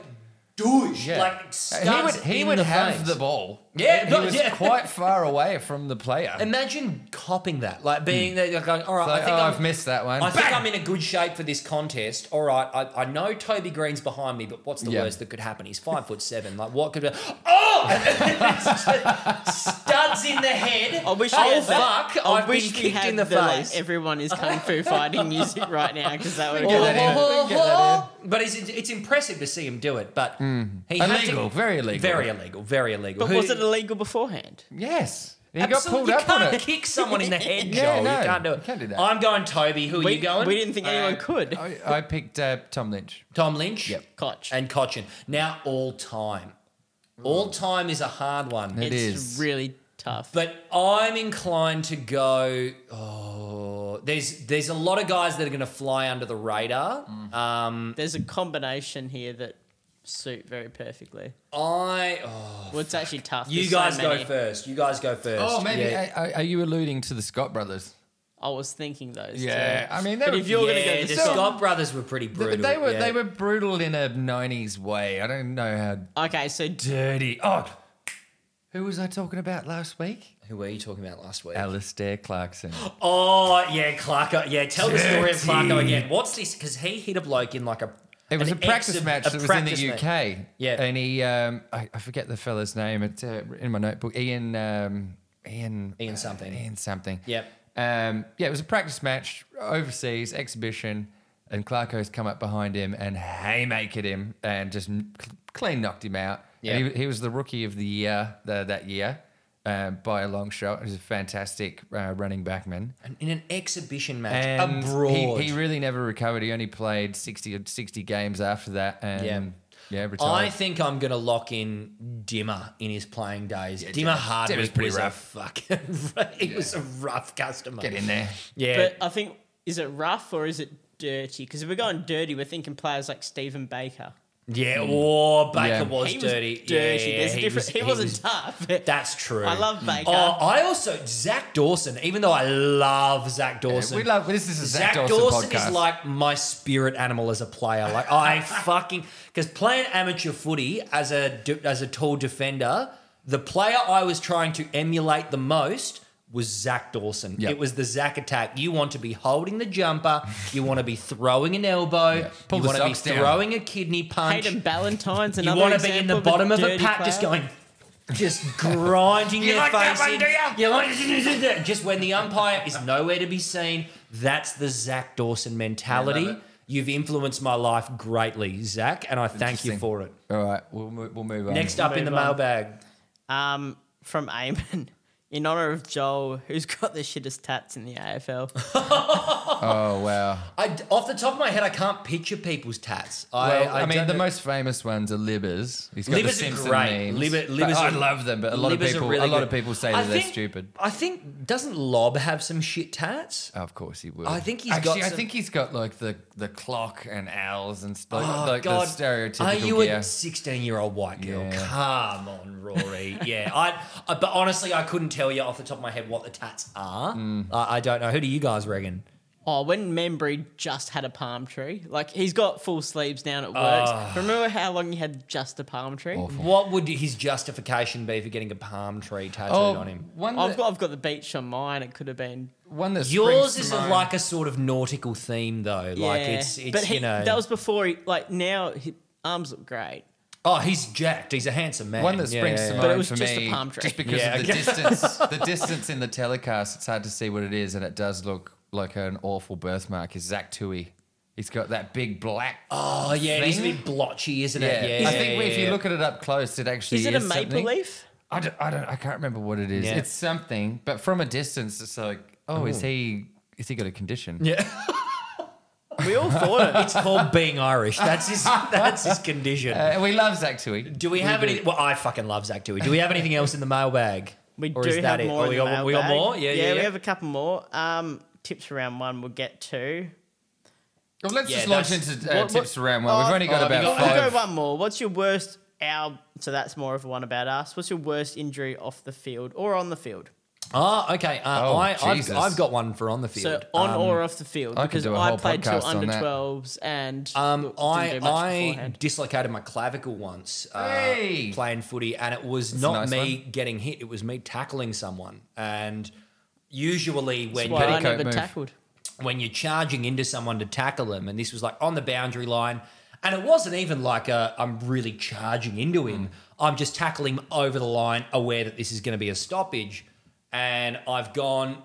[SPEAKER 3] douche
[SPEAKER 1] Yeah.
[SPEAKER 3] like
[SPEAKER 1] he
[SPEAKER 3] studs
[SPEAKER 1] would, he
[SPEAKER 3] in
[SPEAKER 1] would
[SPEAKER 3] the
[SPEAKER 1] have
[SPEAKER 3] face.
[SPEAKER 1] the ball.
[SPEAKER 3] Yeah,
[SPEAKER 1] he
[SPEAKER 3] but-
[SPEAKER 1] was
[SPEAKER 3] yeah.
[SPEAKER 1] quite far away from the player.
[SPEAKER 3] Imagine copping that, like being there, you're going, all right,
[SPEAKER 1] Hmm. Like,
[SPEAKER 3] I think
[SPEAKER 1] oh,
[SPEAKER 3] I'm,
[SPEAKER 1] I've missed that one.
[SPEAKER 3] I think
[SPEAKER 1] Bang!
[SPEAKER 3] I'm in a good shape for this contest. All right, I, I know Toby Green's behind me, but what's the
[SPEAKER 1] Yeah.
[SPEAKER 3] worst that could happen? He's five foot seven. Like what [laughs] could? Oh, [laughs] studs in the head.
[SPEAKER 4] I wish. we
[SPEAKER 3] Oh
[SPEAKER 4] had that-
[SPEAKER 3] fuck!
[SPEAKER 4] I
[SPEAKER 3] I've been
[SPEAKER 4] wish we
[SPEAKER 3] kicked
[SPEAKER 4] had
[SPEAKER 3] in the,
[SPEAKER 4] like,
[SPEAKER 3] face.
[SPEAKER 4] everyone is kung fu
[SPEAKER 3] [laughs]
[SPEAKER 4] fighting music right now because that would
[SPEAKER 1] get that in.
[SPEAKER 3] Oh,
[SPEAKER 1] We can get that
[SPEAKER 3] But it's, it's impressive to see him do it. But he had to-
[SPEAKER 1] Illegal, very illegal.
[SPEAKER 3] very illegal, very illegal.
[SPEAKER 4] But
[SPEAKER 3] Who-
[SPEAKER 4] was it illegal beforehand?
[SPEAKER 1] Yes. He
[SPEAKER 3] Absolutely,
[SPEAKER 1] got pulled up
[SPEAKER 3] you
[SPEAKER 1] on
[SPEAKER 3] can't
[SPEAKER 1] it.
[SPEAKER 3] kick someone
[SPEAKER 4] [laughs]
[SPEAKER 3] in the head,
[SPEAKER 1] Yeah,
[SPEAKER 3] Joel.
[SPEAKER 1] no,
[SPEAKER 3] you can't do
[SPEAKER 1] you
[SPEAKER 3] it.
[SPEAKER 1] can't do that.
[SPEAKER 3] I'm going Toby. Who are
[SPEAKER 4] we,
[SPEAKER 3] you going?
[SPEAKER 4] we didn't think anyone
[SPEAKER 1] Uh,
[SPEAKER 4] could.
[SPEAKER 1] I, I picked uh, Tom Lynch.
[SPEAKER 3] Tom Lynch.
[SPEAKER 1] Yep.
[SPEAKER 4] Koch.
[SPEAKER 3] and Cochin. Now all time. All time is a hard one.
[SPEAKER 1] Mm. It
[SPEAKER 4] it's
[SPEAKER 1] is.
[SPEAKER 4] really tough.
[SPEAKER 3] But I'm inclined to go. Oh, there's there's a lot of guys that are going to fly under the radar.
[SPEAKER 1] Mm.
[SPEAKER 3] Um,
[SPEAKER 4] There's a combination here that suit very perfectly.
[SPEAKER 3] I oh,
[SPEAKER 4] Well, it's actually tough.
[SPEAKER 3] you
[SPEAKER 4] There's so
[SPEAKER 3] guys go
[SPEAKER 4] many.
[SPEAKER 3] first. You guys go first.
[SPEAKER 1] Oh, maybe.
[SPEAKER 3] Yeah.
[SPEAKER 1] Are, are you alluding to the Scott brothers?
[SPEAKER 4] I was thinking those.
[SPEAKER 1] Yeah. I mean, they
[SPEAKER 4] But
[SPEAKER 1] were,
[SPEAKER 4] if you're gonna
[SPEAKER 3] Yeah,
[SPEAKER 4] go
[SPEAKER 3] the
[SPEAKER 4] so-
[SPEAKER 3] Scott brothers were pretty
[SPEAKER 1] they,
[SPEAKER 3] brutal.
[SPEAKER 1] but they were
[SPEAKER 3] yeah.
[SPEAKER 1] they were brutal in a '90s way. I don't know how
[SPEAKER 4] Two. Okay, so
[SPEAKER 1] dirty. Oh, who was I talking about last week?
[SPEAKER 3] Who were you talking about last week?
[SPEAKER 1] Alistair Clarkson.
[SPEAKER 3] Oh yeah, Clarko. Yeah, tell the story of
[SPEAKER 1] Dirty.
[SPEAKER 3] Clarko again. What's this? Because he hit a bloke in like a.
[SPEAKER 1] It was
[SPEAKER 3] an
[SPEAKER 1] a practice
[SPEAKER 3] exhi-
[SPEAKER 1] match
[SPEAKER 3] a
[SPEAKER 1] that was in
[SPEAKER 3] practice
[SPEAKER 1] the
[SPEAKER 3] match.
[SPEAKER 1] UK.
[SPEAKER 3] Yeah.
[SPEAKER 1] and he, um, I, I forget the fella's name. It's uh, in my notebook. Ian, um, Ian,
[SPEAKER 3] Ian something.
[SPEAKER 1] uh, Ian something.
[SPEAKER 3] Yep.
[SPEAKER 1] Um, yeah, it was a practice match overseas exhibition, and Clarko's come up behind him and haymakered him and just n- cl- clean knocked him out.
[SPEAKER 3] Yeah.
[SPEAKER 1] And he, he was the rookie of the year the, that year um, by a long shot. He was a fantastic uh, running backman.
[SPEAKER 3] in an exhibition match
[SPEAKER 1] And
[SPEAKER 3] abroad.
[SPEAKER 1] He, he really never recovered. He only played 60, or 60 games after that. And
[SPEAKER 3] Yeah.
[SPEAKER 1] yeah, retired.
[SPEAKER 3] I think I'm going to lock in Dimmer in his playing days. Dimmer,
[SPEAKER 1] Dimmer-
[SPEAKER 3] Hardwick
[SPEAKER 1] Dimmer's pretty
[SPEAKER 3] was
[SPEAKER 1] rough.
[SPEAKER 3] a fucking. [laughs] He was a rough customer.
[SPEAKER 1] Get in there.
[SPEAKER 3] Yeah.
[SPEAKER 4] but I think is it rough or is it dirty? Because if we're going dirty, we're thinking players like Stephen Baker.
[SPEAKER 3] yeah. Oh, Baker
[SPEAKER 1] Hmm. Yeah.
[SPEAKER 3] was
[SPEAKER 4] he was
[SPEAKER 3] dirty.
[SPEAKER 4] dirty. There's a difference. he,
[SPEAKER 3] [laughs]
[SPEAKER 4] wasn't tough.
[SPEAKER 3] That's true.
[SPEAKER 4] I
[SPEAKER 1] Hmm.
[SPEAKER 4] love Baker.
[SPEAKER 3] Oh, I also Zach Dawson. Even though I love Zach Dawson,
[SPEAKER 1] We love this is a Zach,
[SPEAKER 3] Zach, Dawson,
[SPEAKER 1] podcast.
[SPEAKER 3] is like my spirit animal as a player. Like
[SPEAKER 1] [laughs]
[SPEAKER 3] I fucking because playing amateur footy as a de- as a tall defender, the player I was trying to emulate the most was Zach Dawson.
[SPEAKER 1] Yeah.
[SPEAKER 3] It was the Zach attack. You want to be holding the jumper. You want to be throwing an
[SPEAKER 1] [laughs]
[SPEAKER 3] elbow.
[SPEAKER 1] Pull
[SPEAKER 3] You
[SPEAKER 1] the
[SPEAKER 3] want to be
[SPEAKER 1] socks down.
[SPEAKER 3] throwing a kidney punch.
[SPEAKER 4] Hayden Ballantyne's
[SPEAKER 3] you
[SPEAKER 4] another
[SPEAKER 3] want to be in the
[SPEAKER 4] example
[SPEAKER 3] bottom of a
[SPEAKER 4] dirty
[SPEAKER 3] pack, just
[SPEAKER 4] player.
[SPEAKER 3] going. Just
[SPEAKER 1] [laughs]
[SPEAKER 3] grinding
[SPEAKER 1] You
[SPEAKER 3] their
[SPEAKER 1] like that
[SPEAKER 3] face
[SPEAKER 1] one,
[SPEAKER 3] in.
[SPEAKER 1] do ya?
[SPEAKER 3] You like- just when the umpire is nowhere to be seen, that's the Zach Dawson
[SPEAKER 1] I
[SPEAKER 3] mentality.
[SPEAKER 1] love it.
[SPEAKER 3] You've influenced my life greatly, Zach, and I thank you
[SPEAKER 1] Interesting.
[SPEAKER 3] for it.
[SPEAKER 1] All right, we'll move, we'll move on.
[SPEAKER 3] Next up in the
[SPEAKER 4] Move on.
[SPEAKER 3] mailbag,
[SPEAKER 4] Um, from Eamon. [laughs] in honor of Joel, who's got the shittest tats in
[SPEAKER 3] [laughs]
[SPEAKER 4] the AFL.
[SPEAKER 1] Oh wow.
[SPEAKER 3] I, off the top of my head, I can't picture people's tats. I,
[SPEAKER 1] Well, I, mean,
[SPEAKER 3] don't
[SPEAKER 1] the
[SPEAKER 3] know-
[SPEAKER 1] most famous ones are Libbers. He's got
[SPEAKER 3] Libbers are
[SPEAKER 1] the Simpson
[SPEAKER 3] great.
[SPEAKER 1] memes.
[SPEAKER 3] Libber-
[SPEAKER 1] But
[SPEAKER 3] Libbers
[SPEAKER 1] I
[SPEAKER 3] are-
[SPEAKER 1] love them, but a lot
[SPEAKER 3] Libbers are
[SPEAKER 1] of people,
[SPEAKER 3] really
[SPEAKER 1] a lot
[SPEAKER 3] good.
[SPEAKER 1] of people say
[SPEAKER 3] I
[SPEAKER 1] that they're
[SPEAKER 3] think-
[SPEAKER 1] stupid.
[SPEAKER 3] I think doesn't Lob have some shit tats?
[SPEAKER 1] Of course he would.
[SPEAKER 3] I think he's
[SPEAKER 1] he's
[SPEAKER 3] got
[SPEAKER 1] Actually, I
[SPEAKER 3] some-
[SPEAKER 1] think he's got like the, the clock and owls and stuff.
[SPEAKER 3] Oh,
[SPEAKER 1] like
[SPEAKER 3] God.
[SPEAKER 1] the stereotypical
[SPEAKER 3] Are you
[SPEAKER 1] gear.
[SPEAKER 3] a sixteen-year-old white girl?
[SPEAKER 1] Yeah.
[SPEAKER 3] Come on, Rory. yeah, I, I. But honestly, I couldn't tell you off the top of my head what the tats are.
[SPEAKER 1] Mm.
[SPEAKER 3] I, I don't know. Who do you guys reckon?
[SPEAKER 4] Oh, when Membry just had a palm tree, like he's got full sleeves down at works.
[SPEAKER 3] Ah.
[SPEAKER 4] Remember how long he had just a palm tree?
[SPEAKER 1] Awful.
[SPEAKER 3] What would his justification be for getting a palm tree tattooed
[SPEAKER 1] Oh,
[SPEAKER 3] on him?
[SPEAKER 1] one that,
[SPEAKER 4] I've got I've got the beach on mine. It could have been
[SPEAKER 1] one that
[SPEAKER 3] Yours
[SPEAKER 1] springs
[SPEAKER 3] is
[SPEAKER 1] to
[SPEAKER 3] of
[SPEAKER 1] mind.
[SPEAKER 3] like a sort of nautical theme, though.
[SPEAKER 4] yeah,
[SPEAKER 3] Like it's, it's
[SPEAKER 4] but he,
[SPEAKER 3] you know,
[SPEAKER 4] that was before he like now his arms look great.
[SPEAKER 3] oh, he's jacked. He's a handsome man.
[SPEAKER 1] one that
[SPEAKER 3] Yeah,
[SPEAKER 1] springs
[SPEAKER 3] yeah,
[SPEAKER 1] to
[SPEAKER 3] yeah.
[SPEAKER 1] mind
[SPEAKER 4] it was
[SPEAKER 1] for
[SPEAKER 4] just a
[SPEAKER 1] me,
[SPEAKER 4] palm tree.
[SPEAKER 1] just because
[SPEAKER 3] Yeah,
[SPEAKER 1] of the
[SPEAKER 3] okay.
[SPEAKER 1] distance. the distance in the telecast, it's hard to see what it is, and it does look like an awful birthmark. Is Zach Tui? He's got that big black.
[SPEAKER 3] Oh yeah, it is a
[SPEAKER 1] thing.
[SPEAKER 3] bit blotchy, isn't
[SPEAKER 1] Yeah,
[SPEAKER 3] it? Yeah,
[SPEAKER 1] I think
[SPEAKER 3] yeah,
[SPEAKER 1] if you
[SPEAKER 3] yeah.
[SPEAKER 1] look at it up close, it actually
[SPEAKER 4] Is it a maple
[SPEAKER 1] something.
[SPEAKER 4] leaf?
[SPEAKER 1] I don't, I don't, I can't remember what it is.
[SPEAKER 3] Yeah.
[SPEAKER 1] It's something, but from a distance, it's like, oh, is he, is he got a condition? Yeah.
[SPEAKER 4] We all thought it.
[SPEAKER 3] it's called being Irish. That's
[SPEAKER 1] [laughs]
[SPEAKER 3] his. that's his condition.
[SPEAKER 1] Uh, we love Zach Tui.
[SPEAKER 3] do we have any? Well, I fucking love Zach Dewey. Do we have anything else in the mailbag?
[SPEAKER 4] We
[SPEAKER 3] Or
[SPEAKER 4] do
[SPEAKER 3] is
[SPEAKER 4] have
[SPEAKER 3] that it?
[SPEAKER 4] more.
[SPEAKER 3] Oh,
[SPEAKER 4] in
[SPEAKER 3] we
[SPEAKER 4] the
[SPEAKER 3] got- we got
[SPEAKER 4] mailbag.
[SPEAKER 3] more? Yeah, yeah,
[SPEAKER 4] we
[SPEAKER 3] yeah.
[SPEAKER 4] have a couple more. Um, tips for round one. We'll get to.
[SPEAKER 1] Well, let's
[SPEAKER 3] Yeah,
[SPEAKER 1] just launch
[SPEAKER 3] that's-
[SPEAKER 1] into uh,
[SPEAKER 4] What- what-
[SPEAKER 1] tips around one. We've
[SPEAKER 4] Oh,
[SPEAKER 1] only got
[SPEAKER 3] oh,
[SPEAKER 1] about
[SPEAKER 3] we got-
[SPEAKER 1] five.
[SPEAKER 4] [laughs] We'll go one more. What's your worst our? So that's more of one about us. What's your worst injury off the field or on the field?
[SPEAKER 3] Oh, okay. Uh,
[SPEAKER 1] Oh,
[SPEAKER 3] I, I've,
[SPEAKER 1] Jesus.
[SPEAKER 3] I've got one for on the field.
[SPEAKER 4] So on
[SPEAKER 3] Um,
[SPEAKER 4] or off the field?
[SPEAKER 1] I could
[SPEAKER 4] Because
[SPEAKER 1] do a
[SPEAKER 4] I
[SPEAKER 1] whole
[SPEAKER 4] played two
[SPEAKER 1] podcast on
[SPEAKER 4] under
[SPEAKER 1] that.
[SPEAKER 4] twelves and
[SPEAKER 3] Um,
[SPEAKER 4] look, didn't
[SPEAKER 3] I
[SPEAKER 4] do much
[SPEAKER 3] I
[SPEAKER 4] beforehand.
[SPEAKER 3] dislocated my clavicle once uh,
[SPEAKER 1] Hey!
[SPEAKER 3] playing footy, and it was
[SPEAKER 1] a
[SPEAKER 3] not
[SPEAKER 1] nice
[SPEAKER 3] me
[SPEAKER 1] one.
[SPEAKER 3] getting hit; it was me tackling someone. And usually, when
[SPEAKER 4] That's why I
[SPEAKER 1] petticoat
[SPEAKER 4] never
[SPEAKER 1] move.
[SPEAKER 4] tackled.
[SPEAKER 3] when you're charging into someone to tackle them, and this was like on the boundary line, and it wasn't even like a, I'm really charging into him.
[SPEAKER 1] Mm.
[SPEAKER 3] I'm just tackling him over the line, aware that this is going to be a stoppage, and I've gone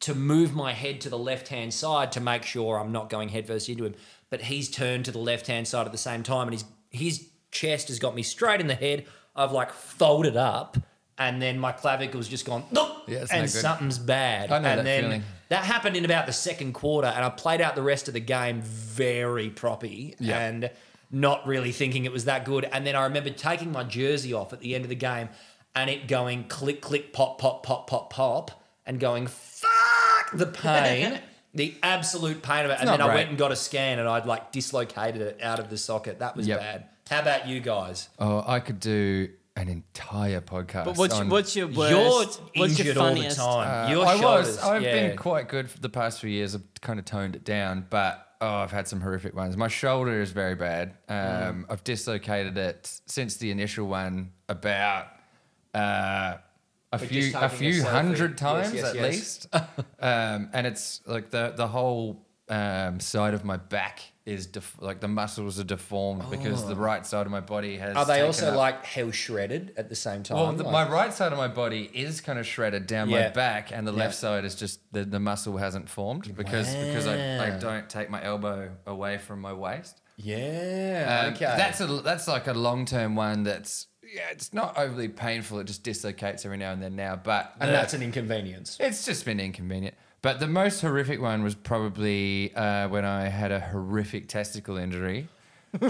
[SPEAKER 3] to move my head to the left hand side to make sure I'm not going headfirst into him. But he's turned to the left hand side at the same time, and his his chest has got me straight in the head. I've like folded up, and then my clavicle's just gone.
[SPEAKER 1] Yeah, it's no
[SPEAKER 3] and
[SPEAKER 1] good.
[SPEAKER 3] something's bad.
[SPEAKER 1] I know
[SPEAKER 3] and
[SPEAKER 1] that
[SPEAKER 3] then
[SPEAKER 1] feeling.
[SPEAKER 3] that happened in about the second quarter, and I played out the rest of the game very proppy
[SPEAKER 1] Yeah.
[SPEAKER 3] and not really thinking it was that good. And then I remember taking my jersey off at the end of the game and it going click, click, pop, pop, pop, pop, pop, and going, fuck
[SPEAKER 1] [laughs]
[SPEAKER 3] the pain. The absolute pain of it, and
[SPEAKER 1] not
[SPEAKER 3] then I
[SPEAKER 1] great.
[SPEAKER 3] went and got a scan, and I'd like dislocated it out of the socket. That was
[SPEAKER 1] Yep.
[SPEAKER 3] bad. How about you guys?
[SPEAKER 1] Oh, I could do an entire podcast.
[SPEAKER 4] But what's
[SPEAKER 1] on,
[SPEAKER 4] what's your worst?
[SPEAKER 3] You're
[SPEAKER 4] what's your
[SPEAKER 3] injured all the
[SPEAKER 4] funniest?
[SPEAKER 3] time.
[SPEAKER 1] Uh,
[SPEAKER 3] Your
[SPEAKER 1] I
[SPEAKER 3] shoulders.
[SPEAKER 1] was. I've
[SPEAKER 3] yeah.
[SPEAKER 1] been quite good for the past few years. I've kind of toned it down, but oh, I've had some horrific ones. My shoulder is very bad.
[SPEAKER 3] Mm.
[SPEAKER 1] Um, I've dislocated it since the initial one about uh, a
[SPEAKER 3] just
[SPEAKER 1] few a
[SPEAKER 3] taking a
[SPEAKER 1] few
[SPEAKER 3] selfie.
[SPEAKER 1] hundred
[SPEAKER 3] Yes,
[SPEAKER 1] times
[SPEAKER 3] yes,
[SPEAKER 1] at
[SPEAKER 3] yes.
[SPEAKER 1] least, [laughs] um, and it's like the the whole um, side of my back is def- like the muscles are deformed because the right side of my body has.
[SPEAKER 3] Oh. Are they
[SPEAKER 1] taken
[SPEAKER 3] also
[SPEAKER 1] up-
[SPEAKER 3] like hell shredded at the same time?
[SPEAKER 1] Well, Oh, the,
[SPEAKER 3] Like-
[SPEAKER 1] my right side of my body is kind of shredded down
[SPEAKER 3] Yeah.
[SPEAKER 1] my back, and the left
[SPEAKER 3] Yeah.
[SPEAKER 1] side is just the, the muscle hasn't formed because because I,
[SPEAKER 3] Wow.
[SPEAKER 1] I don't take my elbow away from my waist.
[SPEAKER 3] yeah,
[SPEAKER 1] Um,
[SPEAKER 3] okay.
[SPEAKER 1] That's a that's like a long term one. That's yeah, it's not overly painful. It just dislocates every now and then now, but
[SPEAKER 3] and
[SPEAKER 1] the-
[SPEAKER 3] that's an inconvenience.
[SPEAKER 1] it's just been inconvenient. But the most horrific one was probably uh, when I had a horrific testicle injury. Uh,
[SPEAKER 3] oh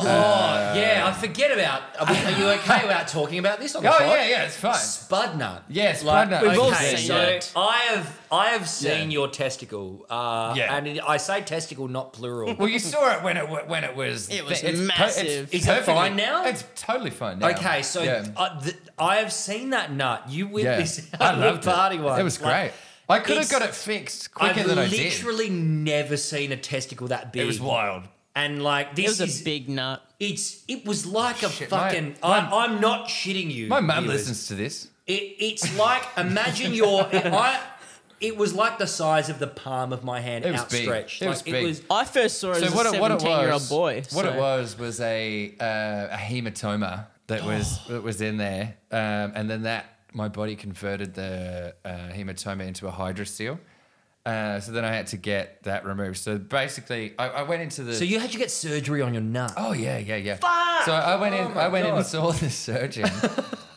[SPEAKER 3] yeah, I forget about. Are, we-
[SPEAKER 1] [laughs]
[SPEAKER 3] are you okay about talking about this? On the
[SPEAKER 1] Oh
[SPEAKER 3] pod?
[SPEAKER 1] yeah, yeah, it's fine.
[SPEAKER 3] Spud nut.
[SPEAKER 1] Yes,
[SPEAKER 3] Like,
[SPEAKER 1] Spud nut.
[SPEAKER 4] We've all
[SPEAKER 3] Okay,
[SPEAKER 4] seen
[SPEAKER 3] so
[SPEAKER 4] it.
[SPEAKER 3] I have I have seen
[SPEAKER 1] Yeah.
[SPEAKER 3] your testicle. Uh,
[SPEAKER 1] Yeah.
[SPEAKER 3] and it, I say testicle, not plural.
[SPEAKER 1] [laughs] Well, you saw it when it wa- when it was
[SPEAKER 4] It was
[SPEAKER 1] thi- it's per-
[SPEAKER 4] massive.
[SPEAKER 1] it's
[SPEAKER 3] Is it
[SPEAKER 1] perfectly-
[SPEAKER 3] fine now?
[SPEAKER 1] It's totally fine now.
[SPEAKER 3] Okay, so
[SPEAKER 1] Yeah.
[SPEAKER 3] uh, th- I have seen that nut. You whipped
[SPEAKER 1] Yeah.
[SPEAKER 3] this
[SPEAKER 1] [laughs]
[SPEAKER 3] out
[SPEAKER 1] I
[SPEAKER 3] of
[SPEAKER 1] loved
[SPEAKER 3] the party
[SPEAKER 1] it.
[SPEAKER 3] one.
[SPEAKER 1] It was
[SPEAKER 3] Like,
[SPEAKER 1] great. I could
[SPEAKER 3] it's-
[SPEAKER 1] have got it fixed quicker
[SPEAKER 3] I've
[SPEAKER 1] than I did.
[SPEAKER 3] literally never seen a testicle that big.
[SPEAKER 1] It was wild.
[SPEAKER 3] And like
[SPEAKER 4] It
[SPEAKER 3] this
[SPEAKER 4] was
[SPEAKER 3] is
[SPEAKER 4] a big nut.
[SPEAKER 3] It's it was like a
[SPEAKER 1] Shit, my-
[SPEAKER 3] fucking.
[SPEAKER 1] my-
[SPEAKER 3] I, I'm not shitting you.
[SPEAKER 1] My mum
[SPEAKER 3] viewers.
[SPEAKER 1] listens to this.
[SPEAKER 3] It, it's like imagine your. [laughs] It, I, it was like the size of the palm of my hand
[SPEAKER 1] It was big.
[SPEAKER 3] outstretched.
[SPEAKER 1] It was
[SPEAKER 3] like,
[SPEAKER 1] big.
[SPEAKER 3] It was
[SPEAKER 4] I first saw it
[SPEAKER 1] So
[SPEAKER 4] as
[SPEAKER 1] what
[SPEAKER 4] a
[SPEAKER 1] it, what it
[SPEAKER 4] seventeen-year-old
[SPEAKER 1] was,
[SPEAKER 4] boy.
[SPEAKER 1] what
[SPEAKER 4] so-
[SPEAKER 1] it was was a uh, a hematoma
[SPEAKER 3] [gasps]
[SPEAKER 1] that was that was in there, um, and then that my body converted the uh, hematoma into a hydrocele. Uh, so then I had to get that removed. So basically, I, I went into the.
[SPEAKER 3] so you had to get surgery on your nut. Oh [laughs]
[SPEAKER 1] Oh yeah, yeah, yeah. So I went in. I went in and saw the surgeon,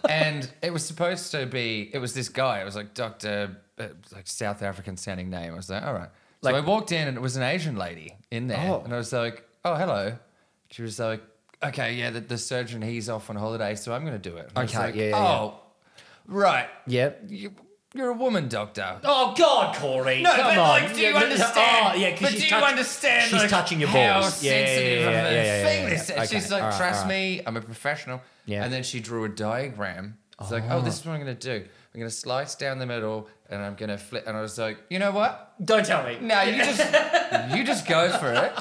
[SPEAKER 1] and it was supposed to be. It was this guy. It was like Doctor, uh, like South African sounding name. I was like, all right.
[SPEAKER 3] Like-
[SPEAKER 1] so I walked in and it was an Asian lady in there,
[SPEAKER 3] Oh.
[SPEAKER 1] and I was like, oh hello. She was like, okay, yeah, the, the surgeon he's off on holiday, so I'm going to do it. And I was
[SPEAKER 3] Okay,
[SPEAKER 1] like,
[SPEAKER 3] yeah, yeah, yeah.
[SPEAKER 1] Oh, right.
[SPEAKER 3] Yep.
[SPEAKER 1] You, you're a woman doctor.
[SPEAKER 3] Oh God, Corey!
[SPEAKER 1] No,
[SPEAKER 3] come
[SPEAKER 1] but
[SPEAKER 3] on.
[SPEAKER 1] like, do you
[SPEAKER 3] Yeah, but-
[SPEAKER 1] understand?
[SPEAKER 3] Oh, yeah, 'cause
[SPEAKER 1] but
[SPEAKER 3] she's
[SPEAKER 1] do you
[SPEAKER 3] touch-
[SPEAKER 1] understand?
[SPEAKER 3] She's
[SPEAKER 1] like,
[SPEAKER 3] touching your
[SPEAKER 1] how
[SPEAKER 3] balls. Yeah, yeah,
[SPEAKER 1] sensitive
[SPEAKER 3] yeah,
[SPEAKER 1] of
[SPEAKER 3] yeah,
[SPEAKER 1] a
[SPEAKER 3] yeah, yeah,
[SPEAKER 1] thing
[SPEAKER 3] yeah,
[SPEAKER 1] this
[SPEAKER 3] yeah.
[SPEAKER 1] is. She's
[SPEAKER 3] Okay,
[SPEAKER 1] like,
[SPEAKER 3] all right,
[SPEAKER 1] trust
[SPEAKER 3] all right.
[SPEAKER 1] me, I'm a professional.
[SPEAKER 3] Yeah.
[SPEAKER 1] And then she drew a diagram. It's like, oh, this is what I'm gonna do. I'm gonna slice down the middle, and I'm gonna flip. And I was like, you know what?
[SPEAKER 3] Don't tell me.
[SPEAKER 1] No, you just, you just go for it.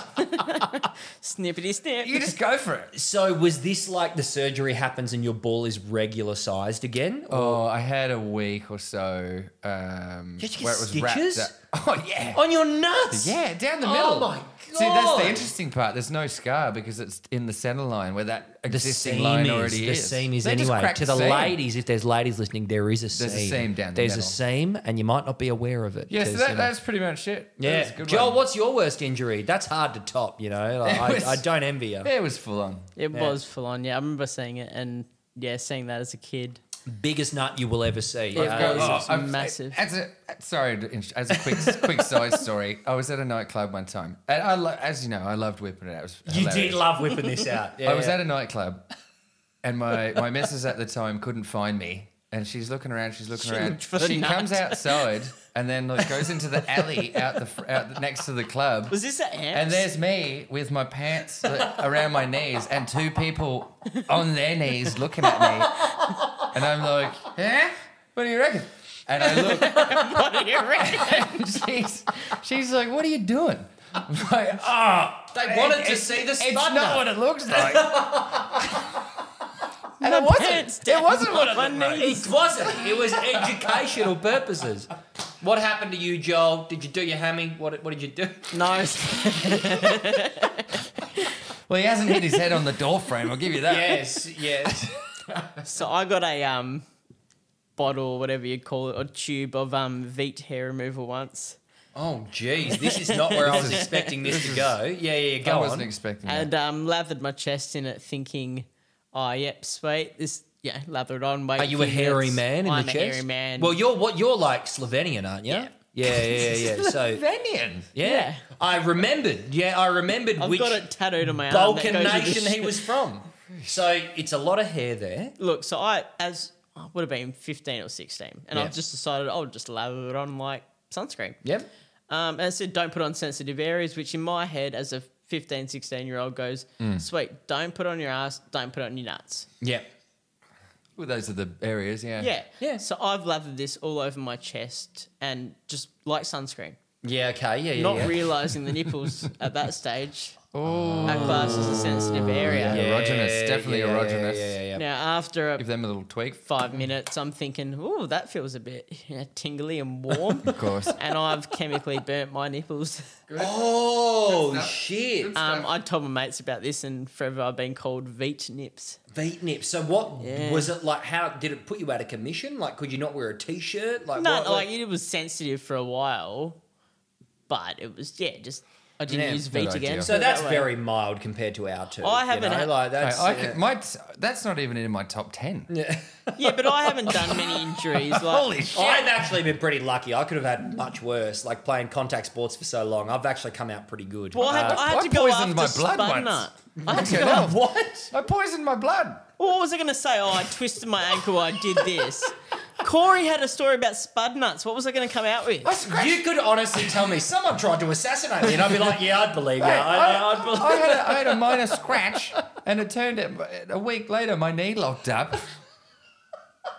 [SPEAKER 4] Snippety snip.
[SPEAKER 1] You just go for it.
[SPEAKER 3] So was this like the surgery happens and your ball is regular sized again? Or-
[SPEAKER 1] Oh, I had a week or so um,
[SPEAKER 3] Did you get
[SPEAKER 1] where it was
[SPEAKER 3] stitches?
[SPEAKER 1] wrapped up. Oh yeah.
[SPEAKER 3] On your nuts?
[SPEAKER 1] Yeah, down the
[SPEAKER 3] Oh
[SPEAKER 1] middle.
[SPEAKER 3] my
[SPEAKER 1] See, that's
[SPEAKER 3] God.
[SPEAKER 1] the interesting part. There's no scar because it's in the center line where that
[SPEAKER 3] The
[SPEAKER 1] existing
[SPEAKER 3] seam
[SPEAKER 1] line
[SPEAKER 3] is,
[SPEAKER 1] already
[SPEAKER 3] the
[SPEAKER 1] is.
[SPEAKER 3] seam is
[SPEAKER 1] They just
[SPEAKER 3] anyway.
[SPEAKER 1] cracked
[SPEAKER 3] To the
[SPEAKER 1] seam.
[SPEAKER 3] ladies, if there's ladies listening, there is a seam.
[SPEAKER 1] a seam down the
[SPEAKER 3] There's
[SPEAKER 1] middle.
[SPEAKER 3] a seam, and you might not be aware of it.
[SPEAKER 1] Yeah, so
[SPEAKER 3] 'cause, you
[SPEAKER 1] that,
[SPEAKER 3] know-
[SPEAKER 1] that's pretty much it. That was
[SPEAKER 3] yeah.
[SPEAKER 1] a good
[SPEAKER 3] Joel,
[SPEAKER 1] one.
[SPEAKER 3] what's your worst injury? That's hard to top. You
[SPEAKER 1] [laughs]
[SPEAKER 3] know, Like, I,
[SPEAKER 1] was-
[SPEAKER 3] I don't envy you.
[SPEAKER 1] It was full on.
[SPEAKER 4] It was full on. Yeah, I remember seeing it and yeah, seeing that as a kid.
[SPEAKER 3] Biggest nut you will ever see.
[SPEAKER 4] I've
[SPEAKER 3] Uh,
[SPEAKER 4] got-
[SPEAKER 1] Oh,
[SPEAKER 4] it's
[SPEAKER 1] I've-
[SPEAKER 4] massive.
[SPEAKER 1] As a sorry, to int- as a quick quick side story, I was at a nightclub one time, and I lo- as you know, I loved whipping it out. It was
[SPEAKER 3] you
[SPEAKER 1] hilarious.
[SPEAKER 3] did love whipping this out.
[SPEAKER 1] [laughs] I was
[SPEAKER 3] Yeah.
[SPEAKER 1] at a nightclub, and my my missus at the time couldn't find me, and she's looking around. She's looking around.
[SPEAKER 4] looked for
[SPEAKER 1] she
[SPEAKER 4] the
[SPEAKER 1] comes
[SPEAKER 4] nut.
[SPEAKER 1] outside, and then like goes into the alley out the fr- out the, next to the club.
[SPEAKER 4] Was this at house?
[SPEAKER 1] and there's me with my pants like, around my knees and two people on their knees looking at me. And I'm like, eh? What do you reckon? And I
[SPEAKER 4] [laughs]
[SPEAKER 1] look, [laughs] and she's, she's like, what are you doing? [laughs] I'm like, ah,
[SPEAKER 3] They wanted to
[SPEAKER 1] it's-
[SPEAKER 3] see the
[SPEAKER 1] It's
[SPEAKER 3] spud
[SPEAKER 1] not
[SPEAKER 3] nut.
[SPEAKER 1] what it looks like. and it
[SPEAKER 4] pants
[SPEAKER 1] wasn't. It
[SPEAKER 4] down
[SPEAKER 1] wasn't what it
[SPEAKER 4] my
[SPEAKER 1] looked like.
[SPEAKER 4] knees.
[SPEAKER 3] It wasn't. It was educational purposes. What happened to you, Joel? Did you do your hammy? What, what did you do?
[SPEAKER 4] No,
[SPEAKER 1] Well, he hasn't hit his head on the door frame. I'll give [laughs] you that.
[SPEAKER 3] Yes, yes.
[SPEAKER 4] so I got a um bottle, whatever you call it, or tube of um Veet hair removal once.
[SPEAKER 3] Oh, geez, this is not
[SPEAKER 4] [laughs]
[SPEAKER 3] where I was expecting this to go. Yeah, yeah, yeah,
[SPEAKER 1] I
[SPEAKER 3] go
[SPEAKER 1] wasn't
[SPEAKER 3] on.
[SPEAKER 1] expecting that.
[SPEAKER 4] and um, lathered my chest in it, thinking, "Oh, yep, sweet. This, yeah, lather it on." Wait
[SPEAKER 3] Are you a
[SPEAKER 4] few
[SPEAKER 3] hairy
[SPEAKER 4] minutes.
[SPEAKER 3] man in
[SPEAKER 4] I'm
[SPEAKER 3] the
[SPEAKER 4] a
[SPEAKER 3] chest?
[SPEAKER 4] hairy man.
[SPEAKER 3] Well, you're what you're like Slovenian, aren't you?
[SPEAKER 4] Yeah.
[SPEAKER 3] yeah, yeah,
[SPEAKER 1] [laughs]
[SPEAKER 3] yeah.
[SPEAKER 4] [laughs]
[SPEAKER 3] yeah. So
[SPEAKER 1] Slovenian.
[SPEAKER 3] yeah.
[SPEAKER 4] Yeah.
[SPEAKER 3] I remembered. Yeah, I remembered
[SPEAKER 4] I've
[SPEAKER 3] which
[SPEAKER 4] got it tattooed on my arm. that
[SPEAKER 3] Balkan
[SPEAKER 4] goes with
[SPEAKER 3] nation
[SPEAKER 4] the
[SPEAKER 3] he
[SPEAKER 4] sh-
[SPEAKER 3] was from. So it's a lot of hair there.
[SPEAKER 4] Look, so I as I would have been fifteen or sixteen, and
[SPEAKER 3] Yeah.
[SPEAKER 4] I've just decided I'll just lather it on like sunscreen.
[SPEAKER 3] Yep.
[SPEAKER 4] Um, and it said don't put on sensitive areas, which in my head as a 15, 16 year old goes,
[SPEAKER 3] Mm.
[SPEAKER 4] sweet, don't put it on your ass, don't put it on your nuts.
[SPEAKER 3] Yep.
[SPEAKER 1] Well, those are the areas, yeah.
[SPEAKER 4] Yeah.
[SPEAKER 3] Yeah.
[SPEAKER 4] So I've lathered this all over my chest and just like sunscreen.
[SPEAKER 3] Yeah. Okay. Yeah. Yeah.
[SPEAKER 4] not
[SPEAKER 3] yeah. Oh. [laughs]
[SPEAKER 4] realizing the nipples at that stage are classed as a sensitive area.
[SPEAKER 1] Yeah. Erogenous,
[SPEAKER 3] Yeah,
[SPEAKER 1] definitely
[SPEAKER 3] yeah, yeah,
[SPEAKER 1] erogenous.
[SPEAKER 3] Yeah. Yeah. yeah.
[SPEAKER 4] Now, after
[SPEAKER 1] Give
[SPEAKER 4] a
[SPEAKER 1] them a little tweak.
[SPEAKER 4] five minutes, I'm thinking, ooh, that feels a bit yeah, tingly and warm.
[SPEAKER 3] [laughs]
[SPEAKER 1] Of [laughs] course.
[SPEAKER 4] and I've chemically burnt my nipples.
[SPEAKER 3] Oh shit!
[SPEAKER 4] Um, I told my mates about this, and forever I've been called Veet Nips.
[SPEAKER 3] Veet nip. So what
[SPEAKER 4] Yeah.
[SPEAKER 3] was it like? How did it put you out of commission? Like, could you not wear a t-shirt? Like,
[SPEAKER 4] No,
[SPEAKER 3] what,
[SPEAKER 4] like it was sensitive for a while, but it was, yeah, just I didn't
[SPEAKER 1] Yeah,
[SPEAKER 4] use
[SPEAKER 1] not
[SPEAKER 4] Veet
[SPEAKER 1] ideal.
[SPEAKER 4] again.
[SPEAKER 3] so
[SPEAKER 4] Put it
[SPEAKER 3] that's
[SPEAKER 4] that way.
[SPEAKER 3] very mild compared to our two.
[SPEAKER 4] I
[SPEAKER 3] you
[SPEAKER 4] haven't
[SPEAKER 3] know?
[SPEAKER 4] had-
[SPEAKER 3] like that's.
[SPEAKER 1] I, I
[SPEAKER 3] yeah.
[SPEAKER 1] can, my t- that's not even in my top 10.
[SPEAKER 4] Yeah, but I haven't done many injuries. Like,
[SPEAKER 1] Holy shit.
[SPEAKER 3] I've actually been pretty lucky. I could have had much worse. Like playing contact sports for so long, I've actually come out pretty good.
[SPEAKER 4] Well, I had,
[SPEAKER 3] Uh,
[SPEAKER 4] I had
[SPEAKER 1] I
[SPEAKER 4] to go after
[SPEAKER 1] poisoned my blood
[SPEAKER 4] Spud
[SPEAKER 1] once.
[SPEAKER 4] Nut. I had to
[SPEAKER 1] Okay,
[SPEAKER 4] go [laughs]
[SPEAKER 1] now-
[SPEAKER 3] what?
[SPEAKER 1] I poisoned my blood.
[SPEAKER 4] Well, What was I going to say? Oh, I twisted my ankle. I did this. Corey had a story about spud nuts. What was I going to come out with?
[SPEAKER 1] I scratched.
[SPEAKER 3] You could honestly tell me someone tried to assassinate me, and I'd be like, "Yeah, I'd believe you.
[SPEAKER 1] Hey,
[SPEAKER 3] I,
[SPEAKER 1] I,
[SPEAKER 3] would believe."
[SPEAKER 1] I had a, I had a minor scratch, and it turned out a week later my knee locked up.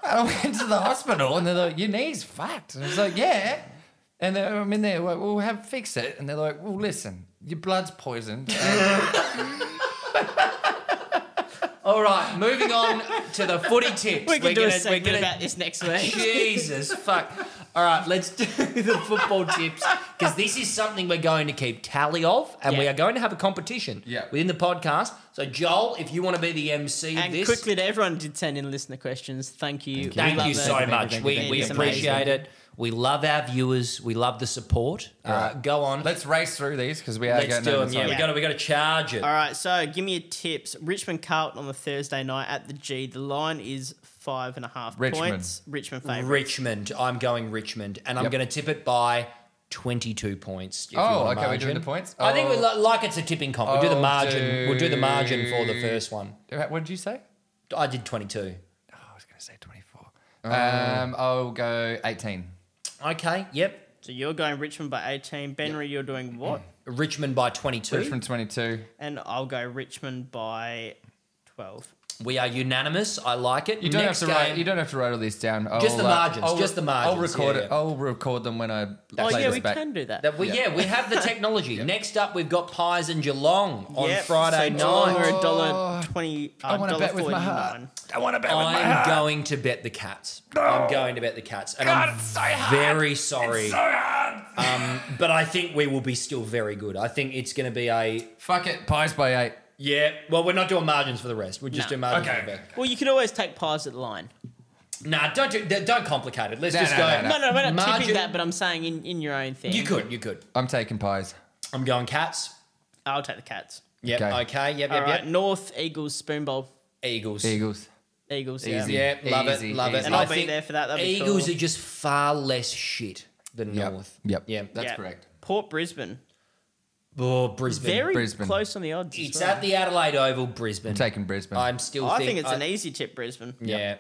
[SPEAKER 1] And I went to the hospital, and they're like, "Your knee's fucked." And I was like, "Yeah," and they're- I'm in there. Like, we'll have fix it, and they're like, "Well, listen, your blood's poisoned." Um,
[SPEAKER 3] [laughs] All right, moving on to the footy tips.
[SPEAKER 4] we can
[SPEAKER 3] We're
[SPEAKER 4] do a
[SPEAKER 3] gonna- we're
[SPEAKER 4] segment
[SPEAKER 3] gonna-
[SPEAKER 4] about this next
[SPEAKER 3] [laughs]
[SPEAKER 4] week.
[SPEAKER 3] Jesus fuck. All right, let's do [laughs] the football tips because this is something we're going to keep tally of, and we
[SPEAKER 4] Yeah.
[SPEAKER 3] are going to have a competition
[SPEAKER 1] Yeah.
[SPEAKER 3] within the podcast. So, Joel, if you want to be the MC of
[SPEAKER 4] And
[SPEAKER 3] this,
[SPEAKER 4] quickly to everyone who did send in listener questions. Thank you. We
[SPEAKER 3] thank
[SPEAKER 4] love
[SPEAKER 3] you
[SPEAKER 4] it.
[SPEAKER 3] so much.
[SPEAKER 1] thank you,
[SPEAKER 3] we
[SPEAKER 1] thank
[SPEAKER 3] we
[SPEAKER 1] you.
[SPEAKER 4] It's
[SPEAKER 3] appreciate
[SPEAKER 4] amazing.
[SPEAKER 3] it. We love our viewers. We love the support. Uh, go on.
[SPEAKER 1] Let's race through these because we are
[SPEAKER 3] Let's
[SPEAKER 1] getting
[SPEAKER 3] do
[SPEAKER 1] over
[SPEAKER 3] them. Yeah,
[SPEAKER 1] time.
[SPEAKER 3] we got to we got to charge it.
[SPEAKER 4] All right, so give me your tips. Richmond Carlton on the Thursday night at the G. The line is five and a half
[SPEAKER 1] Richmond.
[SPEAKER 4] points. Richmond favourite.
[SPEAKER 3] Richmond. I'm going Richmond, and I'm
[SPEAKER 1] Yep.
[SPEAKER 3] going to tip it by 22 points. if you
[SPEAKER 1] Oh,
[SPEAKER 3] want a
[SPEAKER 1] okay, we're doing
[SPEAKER 3] margin.
[SPEAKER 1] the points?
[SPEAKER 3] I think we
[SPEAKER 1] Oh.
[SPEAKER 3] li- like it's a tipping comp. We'll do the
[SPEAKER 1] I'll
[SPEAKER 3] margin. We'll do the margin for the
[SPEAKER 1] do-
[SPEAKER 3] first one.
[SPEAKER 1] What did you say?
[SPEAKER 3] I did 22.
[SPEAKER 1] Oh, I was going to say 24. Um, I'll go 18.
[SPEAKER 3] Okay. Yep.
[SPEAKER 4] So you're going Richmond by 18. Benry, you're doing what?
[SPEAKER 3] Richmond by 22.
[SPEAKER 1] Richmond 22.
[SPEAKER 4] And I'll go Richmond by 12.
[SPEAKER 3] We are unanimous. I like it.
[SPEAKER 1] You don't
[SPEAKER 3] Next
[SPEAKER 1] have to write.
[SPEAKER 3] game-
[SPEAKER 1] You don't have to write all these down. I'll, uh,
[SPEAKER 3] Just the margins,
[SPEAKER 1] I'll re-
[SPEAKER 3] just the
[SPEAKER 1] I'll
[SPEAKER 3] margins,
[SPEAKER 1] record
[SPEAKER 3] yeah,
[SPEAKER 1] it.
[SPEAKER 3] yeah.
[SPEAKER 1] I'll record them when I
[SPEAKER 4] Oh,
[SPEAKER 1] play
[SPEAKER 4] yeah,
[SPEAKER 1] this
[SPEAKER 4] we
[SPEAKER 1] back.
[SPEAKER 4] can do that.
[SPEAKER 3] That we, yeah. we have the
[SPEAKER 1] [laughs]
[SPEAKER 3] technology. Next up, we've got Pies and Geelong on
[SPEAKER 4] Yep,
[SPEAKER 3] Friday
[SPEAKER 4] so
[SPEAKER 3] night.
[SPEAKER 4] Geelong are a dollar twenty. Uh,
[SPEAKER 1] I wanna
[SPEAKER 4] dollar
[SPEAKER 1] bet with my heart.
[SPEAKER 4] 49.
[SPEAKER 1] I want to bet with my
[SPEAKER 3] I'm
[SPEAKER 1] heart.
[SPEAKER 3] going to bet the cats. I'm going to bet the cats, and
[SPEAKER 1] God,
[SPEAKER 3] I'm
[SPEAKER 1] it's so hard.
[SPEAKER 3] very sorry.
[SPEAKER 1] So hard.
[SPEAKER 3] um, but I think we will be still very good. I think it's going to be a
[SPEAKER 1] Fuck it. Pies by eight.
[SPEAKER 3] yeah. Well, we're not doing margins for the rest. We're just
[SPEAKER 4] No.
[SPEAKER 3] doing margins
[SPEAKER 1] Okay.
[SPEAKER 3] for the rest.
[SPEAKER 4] Well, you could always take pies at the line.
[SPEAKER 3] Nah, don't do, th- don't complicate it. Let's
[SPEAKER 1] No,
[SPEAKER 3] just
[SPEAKER 1] no,
[SPEAKER 3] go.
[SPEAKER 1] no,
[SPEAKER 4] No, no, we're not
[SPEAKER 3] Margin-
[SPEAKER 4] tipping that, but I'm saying in, in your own thing.
[SPEAKER 3] You could, you could.
[SPEAKER 1] I'm taking pies.
[SPEAKER 3] I'm going cats.
[SPEAKER 4] I'll take the cats.
[SPEAKER 3] Yep. Okay.
[SPEAKER 1] Okay.
[SPEAKER 3] Yep.
[SPEAKER 4] All
[SPEAKER 3] Yep.
[SPEAKER 4] right,
[SPEAKER 3] Yep.
[SPEAKER 4] North Eagles spoon bowl.
[SPEAKER 3] Eagles.
[SPEAKER 1] Eagles.
[SPEAKER 4] Eagles.
[SPEAKER 1] Easy.
[SPEAKER 4] Yeah.
[SPEAKER 3] Yeah. Love
[SPEAKER 1] Easy,
[SPEAKER 3] it. Love it.
[SPEAKER 1] easy.
[SPEAKER 4] And I'll
[SPEAKER 3] I
[SPEAKER 4] be
[SPEAKER 3] think
[SPEAKER 4] there for that. That'd be
[SPEAKER 3] Eagles
[SPEAKER 4] cool.
[SPEAKER 3] are just far less shit than
[SPEAKER 1] Yep.
[SPEAKER 3] North.
[SPEAKER 1] Yep.
[SPEAKER 3] Yeah.
[SPEAKER 1] That's
[SPEAKER 4] Yeah.
[SPEAKER 1] correct.
[SPEAKER 4] Port Brisbane.
[SPEAKER 3] oh, Brisbane.
[SPEAKER 4] Very
[SPEAKER 1] Brisbane.
[SPEAKER 4] close on the odds. as
[SPEAKER 3] it's
[SPEAKER 4] well.
[SPEAKER 3] at the Adelaide Oval, Brisbane.
[SPEAKER 1] I'm taking Brisbane.
[SPEAKER 3] I'm still.
[SPEAKER 4] Oh, I think it's
[SPEAKER 3] I-
[SPEAKER 4] an e- easy tip, Brisbane.
[SPEAKER 3] Yeah.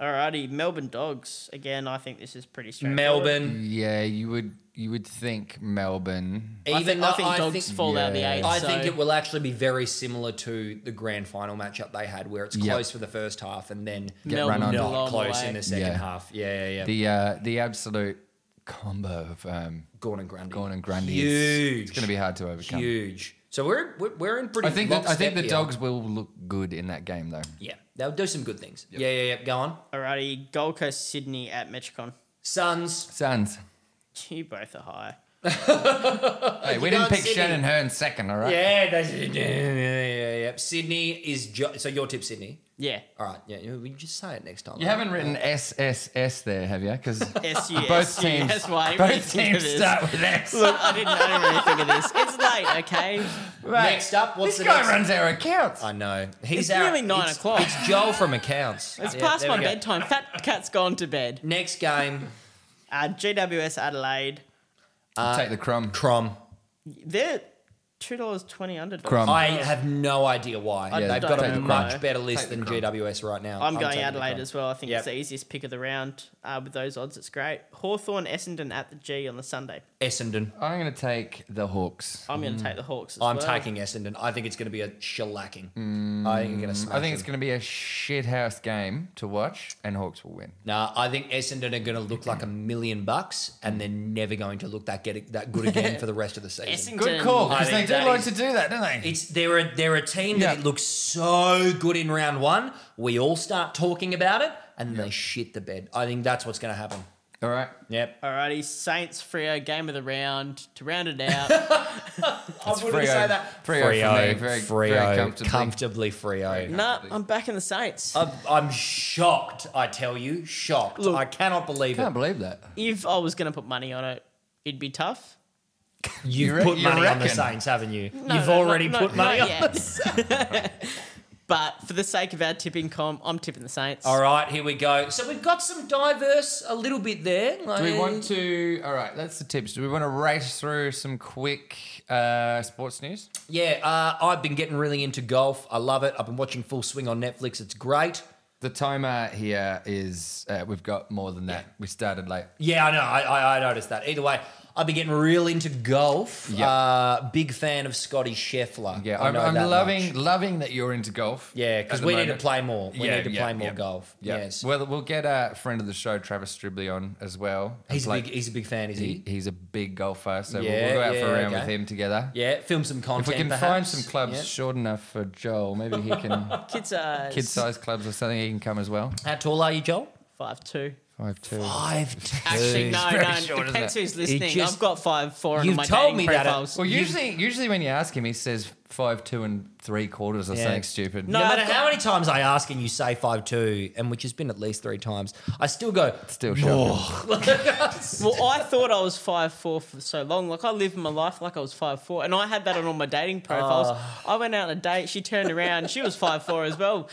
[SPEAKER 4] Alrighty, Melbourne Dogs. Again, I think this is pretty straightforward.
[SPEAKER 3] Melbourne.
[SPEAKER 1] yeah, you would you would think Melbourne.
[SPEAKER 4] I
[SPEAKER 3] Even
[SPEAKER 4] think,
[SPEAKER 3] though
[SPEAKER 4] I think dogs fall out of the
[SPEAKER 1] Yeah.
[SPEAKER 4] eight.
[SPEAKER 3] I
[SPEAKER 4] so-
[SPEAKER 3] think it will actually be very similar to the grand final matchup they had, where it's
[SPEAKER 1] Yep.
[SPEAKER 3] close for the first half and then
[SPEAKER 1] Get
[SPEAKER 4] Melbourne
[SPEAKER 1] run on.
[SPEAKER 4] will
[SPEAKER 1] Not
[SPEAKER 3] not
[SPEAKER 4] along the
[SPEAKER 3] close in
[SPEAKER 4] way.
[SPEAKER 3] the second
[SPEAKER 1] Yeah.
[SPEAKER 3] half. Yeah, yeah, yeah.
[SPEAKER 1] The uh, the absolute combo of um,
[SPEAKER 3] Gordon Grundy.
[SPEAKER 1] Gorn and Grundy.
[SPEAKER 3] Huge.
[SPEAKER 1] Is, it's going to be hard to overcome.
[SPEAKER 3] Huge. So we're we're, we're in pretty.
[SPEAKER 1] I think that, I think
[SPEAKER 3] lockstep
[SPEAKER 1] the
[SPEAKER 3] here.
[SPEAKER 1] dogs will look good in that game though.
[SPEAKER 3] Yeah, they'll do some good things. Yeah, yeah, yeah. Go on.
[SPEAKER 4] Alrighty, Gold Coast Sydney at Metricon. [laughs]
[SPEAKER 3] Suns.
[SPEAKER 1] Suns.
[SPEAKER 4] You both are high.
[SPEAKER 1] Hey, we
[SPEAKER 3] you
[SPEAKER 1] didn't
[SPEAKER 3] don't
[SPEAKER 1] pick
[SPEAKER 3] sit
[SPEAKER 1] Shannon Hearn second, all right?
[SPEAKER 3] Yeah, that's, yeah, yeah, yeah, yeah. Sydney is jo- so your tip, Sydney.
[SPEAKER 4] Yeah.
[SPEAKER 3] All right. Yeah, you- we just say it next time.
[SPEAKER 1] You haven't written SSS there, have you? Because
[SPEAKER 4] SU,
[SPEAKER 1] both teams,
[SPEAKER 4] That's why I really
[SPEAKER 1] both
[SPEAKER 4] think of
[SPEAKER 1] teams
[SPEAKER 4] this.
[SPEAKER 1] start with S.
[SPEAKER 4] Look, I didn't, I didn't really think of this. It's
[SPEAKER 3] [laughs]
[SPEAKER 4] late, okay?
[SPEAKER 3] Next up, what's
[SPEAKER 1] this
[SPEAKER 3] the
[SPEAKER 1] guy
[SPEAKER 3] next?
[SPEAKER 1] runs our accounts.
[SPEAKER 3] I know. He's
[SPEAKER 4] It's
[SPEAKER 3] our,
[SPEAKER 4] nearly nine
[SPEAKER 3] it's-
[SPEAKER 4] o'clock.
[SPEAKER 3] It's Joel from accounts.
[SPEAKER 4] It's
[SPEAKER 3] Yeah,
[SPEAKER 4] past
[SPEAKER 3] there
[SPEAKER 4] my
[SPEAKER 3] we go.
[SPEAKER 4] bedtime. Fat cat's gone to bed.
[SPEAKER 3] Next game,
[SPEAKER 4] Uh, GWS Adelaide.
[SPEAKER 1] Take the crumb.
[SPEAKER 3] Crom.
[SPEAKER 4] They're two dollars twenty under.
[SPEAKER 1] Crumb.
[SPEAKER 3] I have no idea why.
[SPEAKER 4] Oh. I
[SPEAKER 3] They've
[SPEAKER 4] don't
[SPEAKER 3] got a
[SPEAKER 4] know.
[SPEAKER 3] much
[SPEAKER 4] Take
[SPEAKER 3] better list
[SPEAKER 1] the
[SPEAKER 3] than
[SPEAKER 1] Crom.
[SPEAKER 3] GWS right now.
[SPEAKER 4] I'm, going
[SPEAKER 3] taking the
[SPEAKER 4] Adelaide
[SPEAKER 3] Crom.
[SPEAKER 4] as well. I think
[SPEAKER 3] Yep.
[SPEAKER 4] it's the easiest pick of the round uh, with those odds. It's great. Hawthorn Essendon at the G on the Sunday.
[SPEAKER 3] Essendon.
[SPEAKER 1] I'm going to take the Hawks.
[SPEAKER 4] I'm going to take the Hawks. As
[SPEAKER 3] Mm. I'm
[SPEAKER 4] well.
[SPEAKER 3] taking Essendon. I think it's going to be a shellacking. I think you're going to smash
[SPEAKER 1] Mm, I think it's
[SPEAKER 3] them.
[SPEAKER 1] going to be a shithouse game to watch, and Hawks will win.
[SPEAKER 3] Nah, I think Essendon are going to look like a million bucks, and they're never going to look that get that good
[SPEAKER 4] [laughs]
[SPEAKER 3] again for the rest of the season.
[SPEAKER 4] Essendon.
[SPEAKER 1] Good call,
[SPEAKER 3] I
[SPEAKER 1] because they
[SPEAKER 3] think
[SPEAKER 1] do
[SPEAKER 3] that
[SPEAKER 1] like
[SPEAKER 3] is-
[SPEAKER 1] to do that, don't they?
[SPEAKER 3] It's they're a they're a team that
[SPEAKER 1] Yeah.
[SPEAKER 3] it looks so good in round one. We all start talking about it, and they shit the bed. I think that's what's going to happen.
[SPEAKER 1] All right.
[SPEAKER 3] Yep.
[SPEAKER 4] Alrighty, Saints Freo game of the round to round
[SPEAKER 3] [laughs]
[SPEAKER 4] it out.
[SPEAKER 3] I wouldn't
[SPEAKER 1] Freo.
[SPEAKER 3] say that.
[SPEAKER 1] Freo for me, very-
[SPEAKER 3] Freo.
[SPEAKER 1] very comfortably.
[SPEAKER 3] Comfortably Freo.
[SPEAKER 4] nah, I'm backing the Saints.
[SPEAKER 3] I'm, I'm shocked, I tell you. Shocked.
[SPEAKER 4] Look-
[SPEAKER 3] I cannot believe
[SPEAKER 1] Can't
[SPEAKER 3] it.
[SPEAKER 1] believe that.
[SPEAKER 4] If I was going to put money on it, it'd be tough.
[SPEAKER 3] You've
[SPEAKER 1] re-
[SPEAKER 3] put
[SPEAKER 1] you
[SPEAKER 3] money on the
[SPEAKER 1] reckon?
[SPEAKER 3] Saints, haven't you?
[SPEAKER 4] No,
[SPEAKER 3] You've
[SPEAKER 4] no,
[SPEAKER 3] already
[SPEAKER 4] not-
[SPEAKER 3] put
[SPEAKER 4] not-
[SPEAKER 3] money on
[SPEAKER 4] not yet.
[SPEAKER 3] the Saints.
[SPEAKER 4] [laughs] But for the sake of our tipping comp, I'm tipping the Saints.
[SPEAKER 3] All right, here we go. So we've got some diverse a little bit there.
[SPEAKER 1] Do we want to? All right, that's the tips. Do we want to race through some quick uh, sports news?
[SPEAKER 3] Yeah, uh, I've been getting really into golf. I love it. I've been watching Full Swing on Netflix. It's great.
[SPEAKER 1] The timer here is uh, we've got more than that. We started late.
[SPEAKER 3] Yeah, I know. I, I, I noticed that. Either way, I've been getting real into golf.
[SPEAKER 1] Yeah.
[SPEAKER 3] Uh, big fan of Scotty Scheffler.
[SPEAKER 1] Yeah,
[SPEAKER 3] I
[SPEAKER 1] I'm,
[SPEAKER 3] know
[SPEAKER 1] I'm
[SPEAKER 3] that
[SPEAKER 1] loving
[SPEAKER 3] much.
[SPEAKER 1] loving that you're into golf.
[SPEAKER 3] Yeah,
[SPEAKER 1] at
[SPEAKER 3] because
[SPEAKER 1] the
[SPEAKER 3] we need to
[SPEAKER 1] moment.
[SPEAKER 3] play more. We
[SPEAKER 1] Yeah,
[SPEAKER 3] need to
[SPEAKER 1] yeah,
[SPEAKER 3] play more
[SPEAKER 1] yeah.
[SPEAKER 3] golf.
[SPEAKER 1] Yeah.
[SPEAKER 3] Yes.
[SPEAKER 1] Well, we'll get a friend of the show, Travis Stribley, on as well.
[SPEAKER 3] He's a
[SPEAKER 1] like-
[SPEAKER 3] big, he's a big fan, is he?
[SPEAKER 1] he, he's a big golfer, so we'll-
[SPEAKER 3] Yeah,
[SPEAKER 1] we'll, go out
[SPEAKER 3] yeah,
[SPEAKER 1] for a round with
[SPEAKER 3] okay.
[SPEAKER 1] him together.
[SPEAKER 3] Yeah, film some
[SPEAKER 1] If
[SPEAKER 3] content.
[SPEAKER 1] we can find
[SPEAKER 3] perhaps.
[SPEAKER 1] some clubs short enough for Joel, maybe he can
[SPEAKER 3] [laughs]
[SPEAKER 4] Kids are
[SPEAKER 1] kid size clubs or something. He can come as well.
[SPEAKER 3] Yeah. How tall are you, Joel?
[SPEAKER 4] five two.
[SPEAKER 1] Five two.
[SPEAKER 3] Five.
[SPEAKER 4] Actually,
[SPEAKER 1] It's
[SPEAKER 4] no,
[SPEAKER 1] very
[SPEAKER 4] no.
[SPEAKER 1] short, isn't
[SPEAKER 4] depends
[SPEAKER 1] it?
[SPEAKER 4] who's listening.
[SPEAKER 3] just-
[SPEAKER 4] I've got five, four on
[SPEAKER 3] You've
[SPEAKER 4] my
[SPEAKER 3] told
[SPEAKER 4] dating
[SPEAKER 3] me that it-
[SPEAKER 4] profiles.
[SPEAKER 1] Well, usually, usually when you ask him, he says five two and three quarters or
[SPEAKER 3] Yeah.
[SPEAKER 1] something stupid.
[SPEAKER 3] No
[SPEAKER 4] No,
[SPEAKER 3] matter
[SPEAKER 4] I've got-
[SPEAKER 3] how many times I ask and you say five two, and which has been at least three times, I still go.
[SPEAKER 1] still shocking.
[SPEAKER 3] Oh.
[SPEAKER 4] Well, I thought I was five four for so long. Like I lived my life like I was five four, and I had that on all my dating profiles.
[SPEAKER 3] Ah.
[SPEAKER 4] I went out on a date. She turned around. she was five four as well,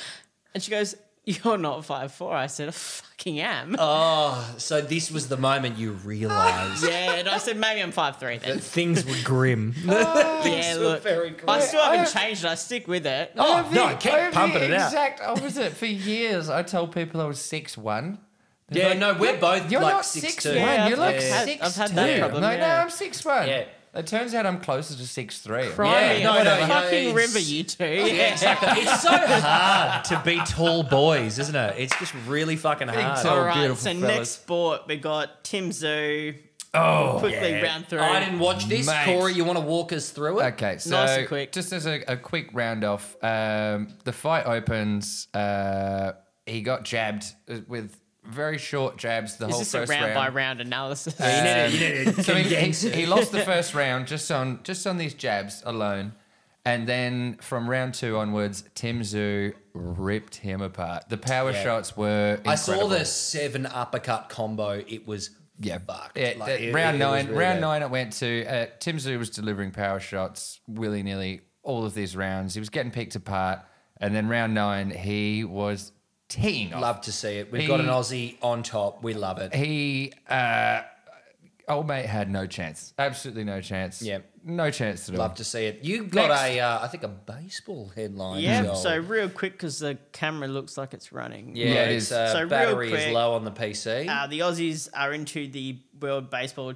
[SPEAKER 4] and she goes, "You're not five four. I said, "I fucking am."
[SPEAKER 3] Ah. So this was the moment you
[SPEAKER 1] [laughs]
[SPEAKER 3] realised
[SPEAKER 4] [laughs] Yeah, and I said, "Maybe I'm five
[SPEAKER 3] [laughs]
[SPEAKER 4] three then."
[SPEAKER 3] things were grim.
[SPEAKER 1] Oh.
[SPEAKER 3] [laughs]
[SPEAKER 4] yeah, look,
[SPEAKER 3] very grim.
[SPEAKER 4] I still haven't
[SPEAKER 1] I-
[SPEAKER 4] changed. it. I stick with it.
[SPEAKER 1] I
[SPEAKER 3] Oh,
[SPEAKER 1] have
[SPEAKER 3] no,
[SPEAKER 1] the-
[SPEAKER 3] keep
[SPEAKER 1] I have the
[SPEAKER 3] pumping it out.
[SPEAKER 1] Exact opposite. For years, I told people I was six one.
[SPEAKER 3] Yeah, no, we're both
[SPEAKER 1] You're
[SPEAKER 3] like
[SPEAKER 1] not
[SPEAKER 3] six,
[SPEAKER 1] six
[SPEAKER 3] two.
[SPEAKER 1] one.
[SPEAKER 4] Yeah,
[SPEAKER 1] You're
[SPEAKER 4] I've
[SPEAKER 1] like
[SPEAKER 4] had-
[SPEAKER 1] six
[SPEAKER 4] I've had
[SPEAKER 1] two.
[SPEAKER 4] that problem,
[SPEAKER 1] no, no,
[SPEAKER 4] yeah.
[SPEAKER 1] I'm six one.
[SPEAKER 3] Yeah.
[SPEAKER 1] It turns out I'm closer to six three.
[SPEAKER 4] Cry me
[SPEAKER 3] no,
[SPEAKER 4] a
[SPEAKER 3] no, yeah,
[SPEAKER 4] fucking
[SPEAKER 3] it's-
[SPEAKER 4] river, you two.
[SPEAKER 3] Yeah, exactly. it's so
[SPEAKER 1] [laughs]
[SPEAKER 3] hard to be tall boys, isn't it? It's just really fucking hard.
[SPEAKER 1] so.
[SPEAKER 4] All
[SPEAKER 1] Oh,
[SPEAKER 4] right.
[SPEAKER 1] beautiful
[SPEAKER 4] so
[SPEAKER 1] fellas.
[SPEAKER 4] next sport, we got Tim Zoo.
[SPEAKER 1] Oh.
[SPEAKER 4] quickly round through.
[SPEAKER 3] I didn't watch this,
[SPEAKER 1] Mate.
[SPEAKER 3] Corey. You want to walk us through it?
[SPEAKER 1] Okay, so
[SPEAKER 4] Nice and quick.
[SPEAKER 1] just as a, a quick round off, um, the fight opens. Uh, he got jabbed uh, with very short jabs the
[SPEAKER 4] Is
[SPEAKER 1] whole
[SPEAKER 4] this a
[SPEAKER 1] first
[SPEAKER 4] round,
[SPEAKER 1] round.
[SPEAKER 4] by round analysis?
[SPEAKER 1] [laughs] so he, he, he lost the first round just on just on these jabs alone, and then from round two onwards, Tim Zoo ripped him apart. The power
[SPEAKER 3] Yeah.
[SPEAKER 1] shots were. Incredible.
[SPEAKER 3] I saw the seven uppercut combo. It was
[SPEAKER 1] Yeah,
[SPEAKER 3] fucked.
[SPEAKER 1] Yeah,
[SPEAKER 3] Like,
[SPEAKER 1] that-
[SPEAKER 3] it-
[SPEAKER 1] round
[SPEAKER 3] it was
[SPEAKER 1] nine.
[SPEAKER 3] really
[SPEAKER 1] round
[SPEAKER 3] bad.
[SPEAKER 1] nine. It went to uh, Tim Zoo was delivering power shots willy nilly all of these rounds. He was getting picked apart, and then round nine he was teeing off.
[SPEAKER 3] Love to see it. We've got
[SPEAKER 1] He-
[SPEAKER 3] an Aussie on top. We love it.
[SPEAKER 1] He, uh, old mate, had no chance. Absolutely no chance.
[SPEAKER 3] Yeah.
[SPEAKER 1] no chance at all.
[SPEAKER 3] Love to see it. You got
[SPEAKER 1] Next.
[SPEAKER 3] a, uh, I think a baseball headline.
[SPEAKER 4] Yeah,
[SPEAKER 3] Joel.
[SPEAKER 4] so real quick because the camera looks like it's running.
[SPEAKER 3] yeah,
[SPEAKER 1] Yeah, it
[SPEAKER 3] it's,
[SPEAKER 1] is.
[SPEAKER 3] Uh,
[SPEAKER 4] So real
[SPEAKER 3] battery is
[SPEAKER 4] quick,
[SPEAKER 3] low on the PC.
[SPEAKER 4] Uh, the Aussies are into the World Baseball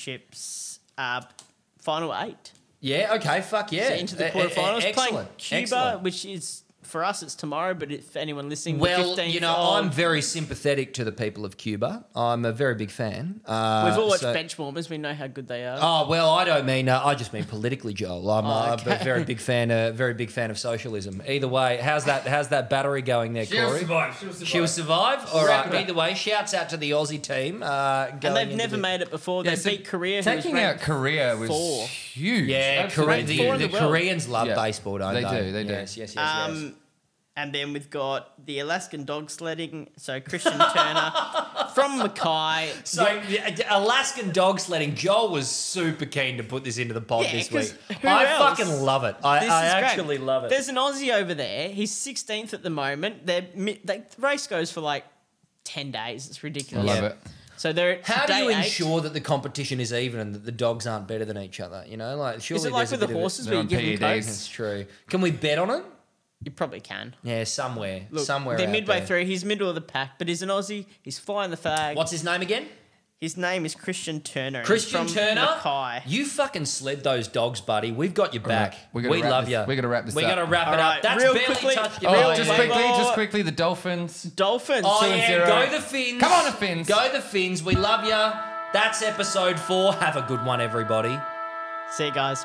[SPEAKER 4] Championships uh, final eight.
[SPEAKER 3] yeah, okay, fuck yeah.
[SPEAKER 4] So into
[SPEAKER 3] E-
[SPEAKER 4] the
[SPEAKER 3] e- e-
[SPEAKER 4] quarterfinals, playing
[SPEAKER 3] excellent,
[SPEAKER 4] Cuba,
[SPEAKER 3] excellent.
[SPEAKER 4] which is for us it's tomorrow, but if anyone listening, the
[SPEAKER 3] Well,
[SPEAKER 4] 15th
[SPEAKER 3] you know,
[SPEAKER 4] of-
[SPEAKER 3] I'm very sympathetic to the people of Cuba. I'm a very big fan. Uh,
[SPEAKER 4] we've all watched
[SPEAKER 3] so-
[SPEAKER 4] benchwarmers. We know how good they are.
[SPEAKER 3] Oh well, I don't mean. Uh, I just mean politically, Joel. I'm, uh,
[SPEAKER 4] Oh, okay.
[SPEAKER 3] a very
[SPEAKER 4] [laughs]
[SPEAKER 3] big fan. A very big fan of socialism. Either way, how's that? How's that battery going there, Corey?
[SPEAKER 1] She'll survive.
[SPEAKER 3] She'll survive. All right.
[SPEAKER 1] Wrap it up.
[SPEAKER 3] Either way, shouts out to the Aussie team. Uh, going
[SPEAKER 4] and they've
[SPEAKER 3] into
[SPEAKER 4] never
[SPEAKER 3] the-
[SPEAKER 4] made it before.
[SPEAKER 1] Yeah,
[SPEAKER 4] they
[SPEAKER 1] so
[SPEAKER 4] beat Korea. who was
[SPEAKER 1] Taking out
[SPEAKER 4] ranked-
[SPEAKER 1] Korea was
[SPEAKER 4] four.
[SPEAKER 1] huge.
[SPEAKER 3] Yeah, Korea,
[SPEAKER 1] Absolutely
[SPEAKER 4] four
[SPEAKER 3] the,
[SPEAKER 1] huge.
[SPEAKER 4] in
[SPEAKER 3] the
[SPEAKER 4] the world.
[SPEAKER 3] Koreans love
[SPEAKER 1] Yeah.
[SPEAKER 3] baseball, don't they?
[SPEAKER 1] They do, they do.
[SPEAKER 3] Yes, yes, yes. yes.
[SPEAKER 4] Um, and then we've got the Alaskan dog sledding. So Christian Turner
[SPEAKER 3] [laughs]
[SPEAKER 4] from Mackay.
[SPEAKER 3] So the Alaskan dog sledding. Joel was super keen to put this into the pod
[SPEAKER 4] Yeah,
[SPEAKER 3] this
[SPEAKER 4] 'cause
[SPEAKER 3] week.
[SPEAKER 4] who
[SPEAKER 3] I
[SPEAKER 4] else?
[SPEAKER 3] fucking love it. I,
[SPEAKER 4] This
[SPEAKER 3] I
[SPEAKER 4] is great.
[SPEAKER 3] actually love it.
[SPEAKER 4] There's an Aussie over there. He's 16th at the moment. Their mi- they, the race goes for like 10 days. It's
[SPEAKER 1] I
[SPEAKER 4] ridiculous.
[SPEAKER 1] love
[SPEAKER 3] Yeah.
[SPEAKER 1] it.
[SPEAKER 4] So they're at
[SPEAKER 3] How do
[SPEAKER 4] day
[SPEAKER 3] you
[SPEAKER 4] eight.
[SPEAKER 3] ensure that the competition is even and that the dogs aren't better than each other? You know, like surely
[SPEAKER 4] Is it like
[SPEAKER 3] there's a
[SPEAKER 4] with the
[SPEAKER 3] bit of a-
[SPEAKER 4] horses
[SPEAKER 1] They're
[SPEAKER 4] where you
[SPEAKER 1] on
[SPEAKER 4] give them
[SPEAKER 1] PEDs.
[SPEAKER 3] That's
[SPEAKER 4] coats?
[SPEAKER 3] true. Can we bet on it?
[SPEAKER 4] You probably can.
[SPEAKER 3] Yeah, somewhere,
[SPEAKER 4] Look,
[SPEAKER 3] somewhere.
[SPEAKER 4] They're
[SPEAKER 3] out
[SPEAKER 4] midway
[SPEAKER 3] there.
[SPEAKER 4] through. He's middle of the pack, but he's an Aussie. He's flying the flag.
[SPEAKER 3] What's his name again?
[SPEAKER 4] His name is Christian Turner. and he's
[SPEAKER 3] Christian
[SPEAKER 4] from
[SPEAKER 3] Turner,
[SPEAKER 4] Mackay.
[SPEAKER 3] you fucking sled those dogs, buddy. We've got your back.
[SPEAKER 1] right,
[SPEAKER 3] We
[SPEAKER 1] we gotta wrap
[SPEAKER 3] love
[SPEAKER 1] this-
[SPEAKER 3] you.
[SPEAKER 1] we gotta wrap this
[SPEAKER 3] We
[SPEAKER 1] up.
[SPEAKER 3] gotta wrap
[SPEAKER 4] All
[SPEAKER 3] it up.
[SPEAKER 4] right,
[SPEAKER 3] That's
[SPEAKER 4] real
[SPEAKER 3] barely
[SPEAKER 4] quickly-
[SPEAKER 3] touched
[SPEAKER 1] Oh,
[SPEAKER 3] your belly
[SPEAKER 1] just
[SPEAKER 4] Wait,
[SPEAKER 1] quickly,
[SPEAKER 4] wait.
[SPEAKER 1] just quickly, the Dolphins.
[SPEAKER 4] Dolphins.
[SPEAKER 3] Oh
[SPEAKER 4] So-
[SPEAKER 3] yeah,
[SPEAKER 1] zero.
[SPEAKER 3] go the fins.
[SPEAKER 1] Come on, the Finns.
[SPEAKER 3] Go the fins. We love you. That's episode four. Have a good one, everybody.
[SPEAKER 4] See you guys.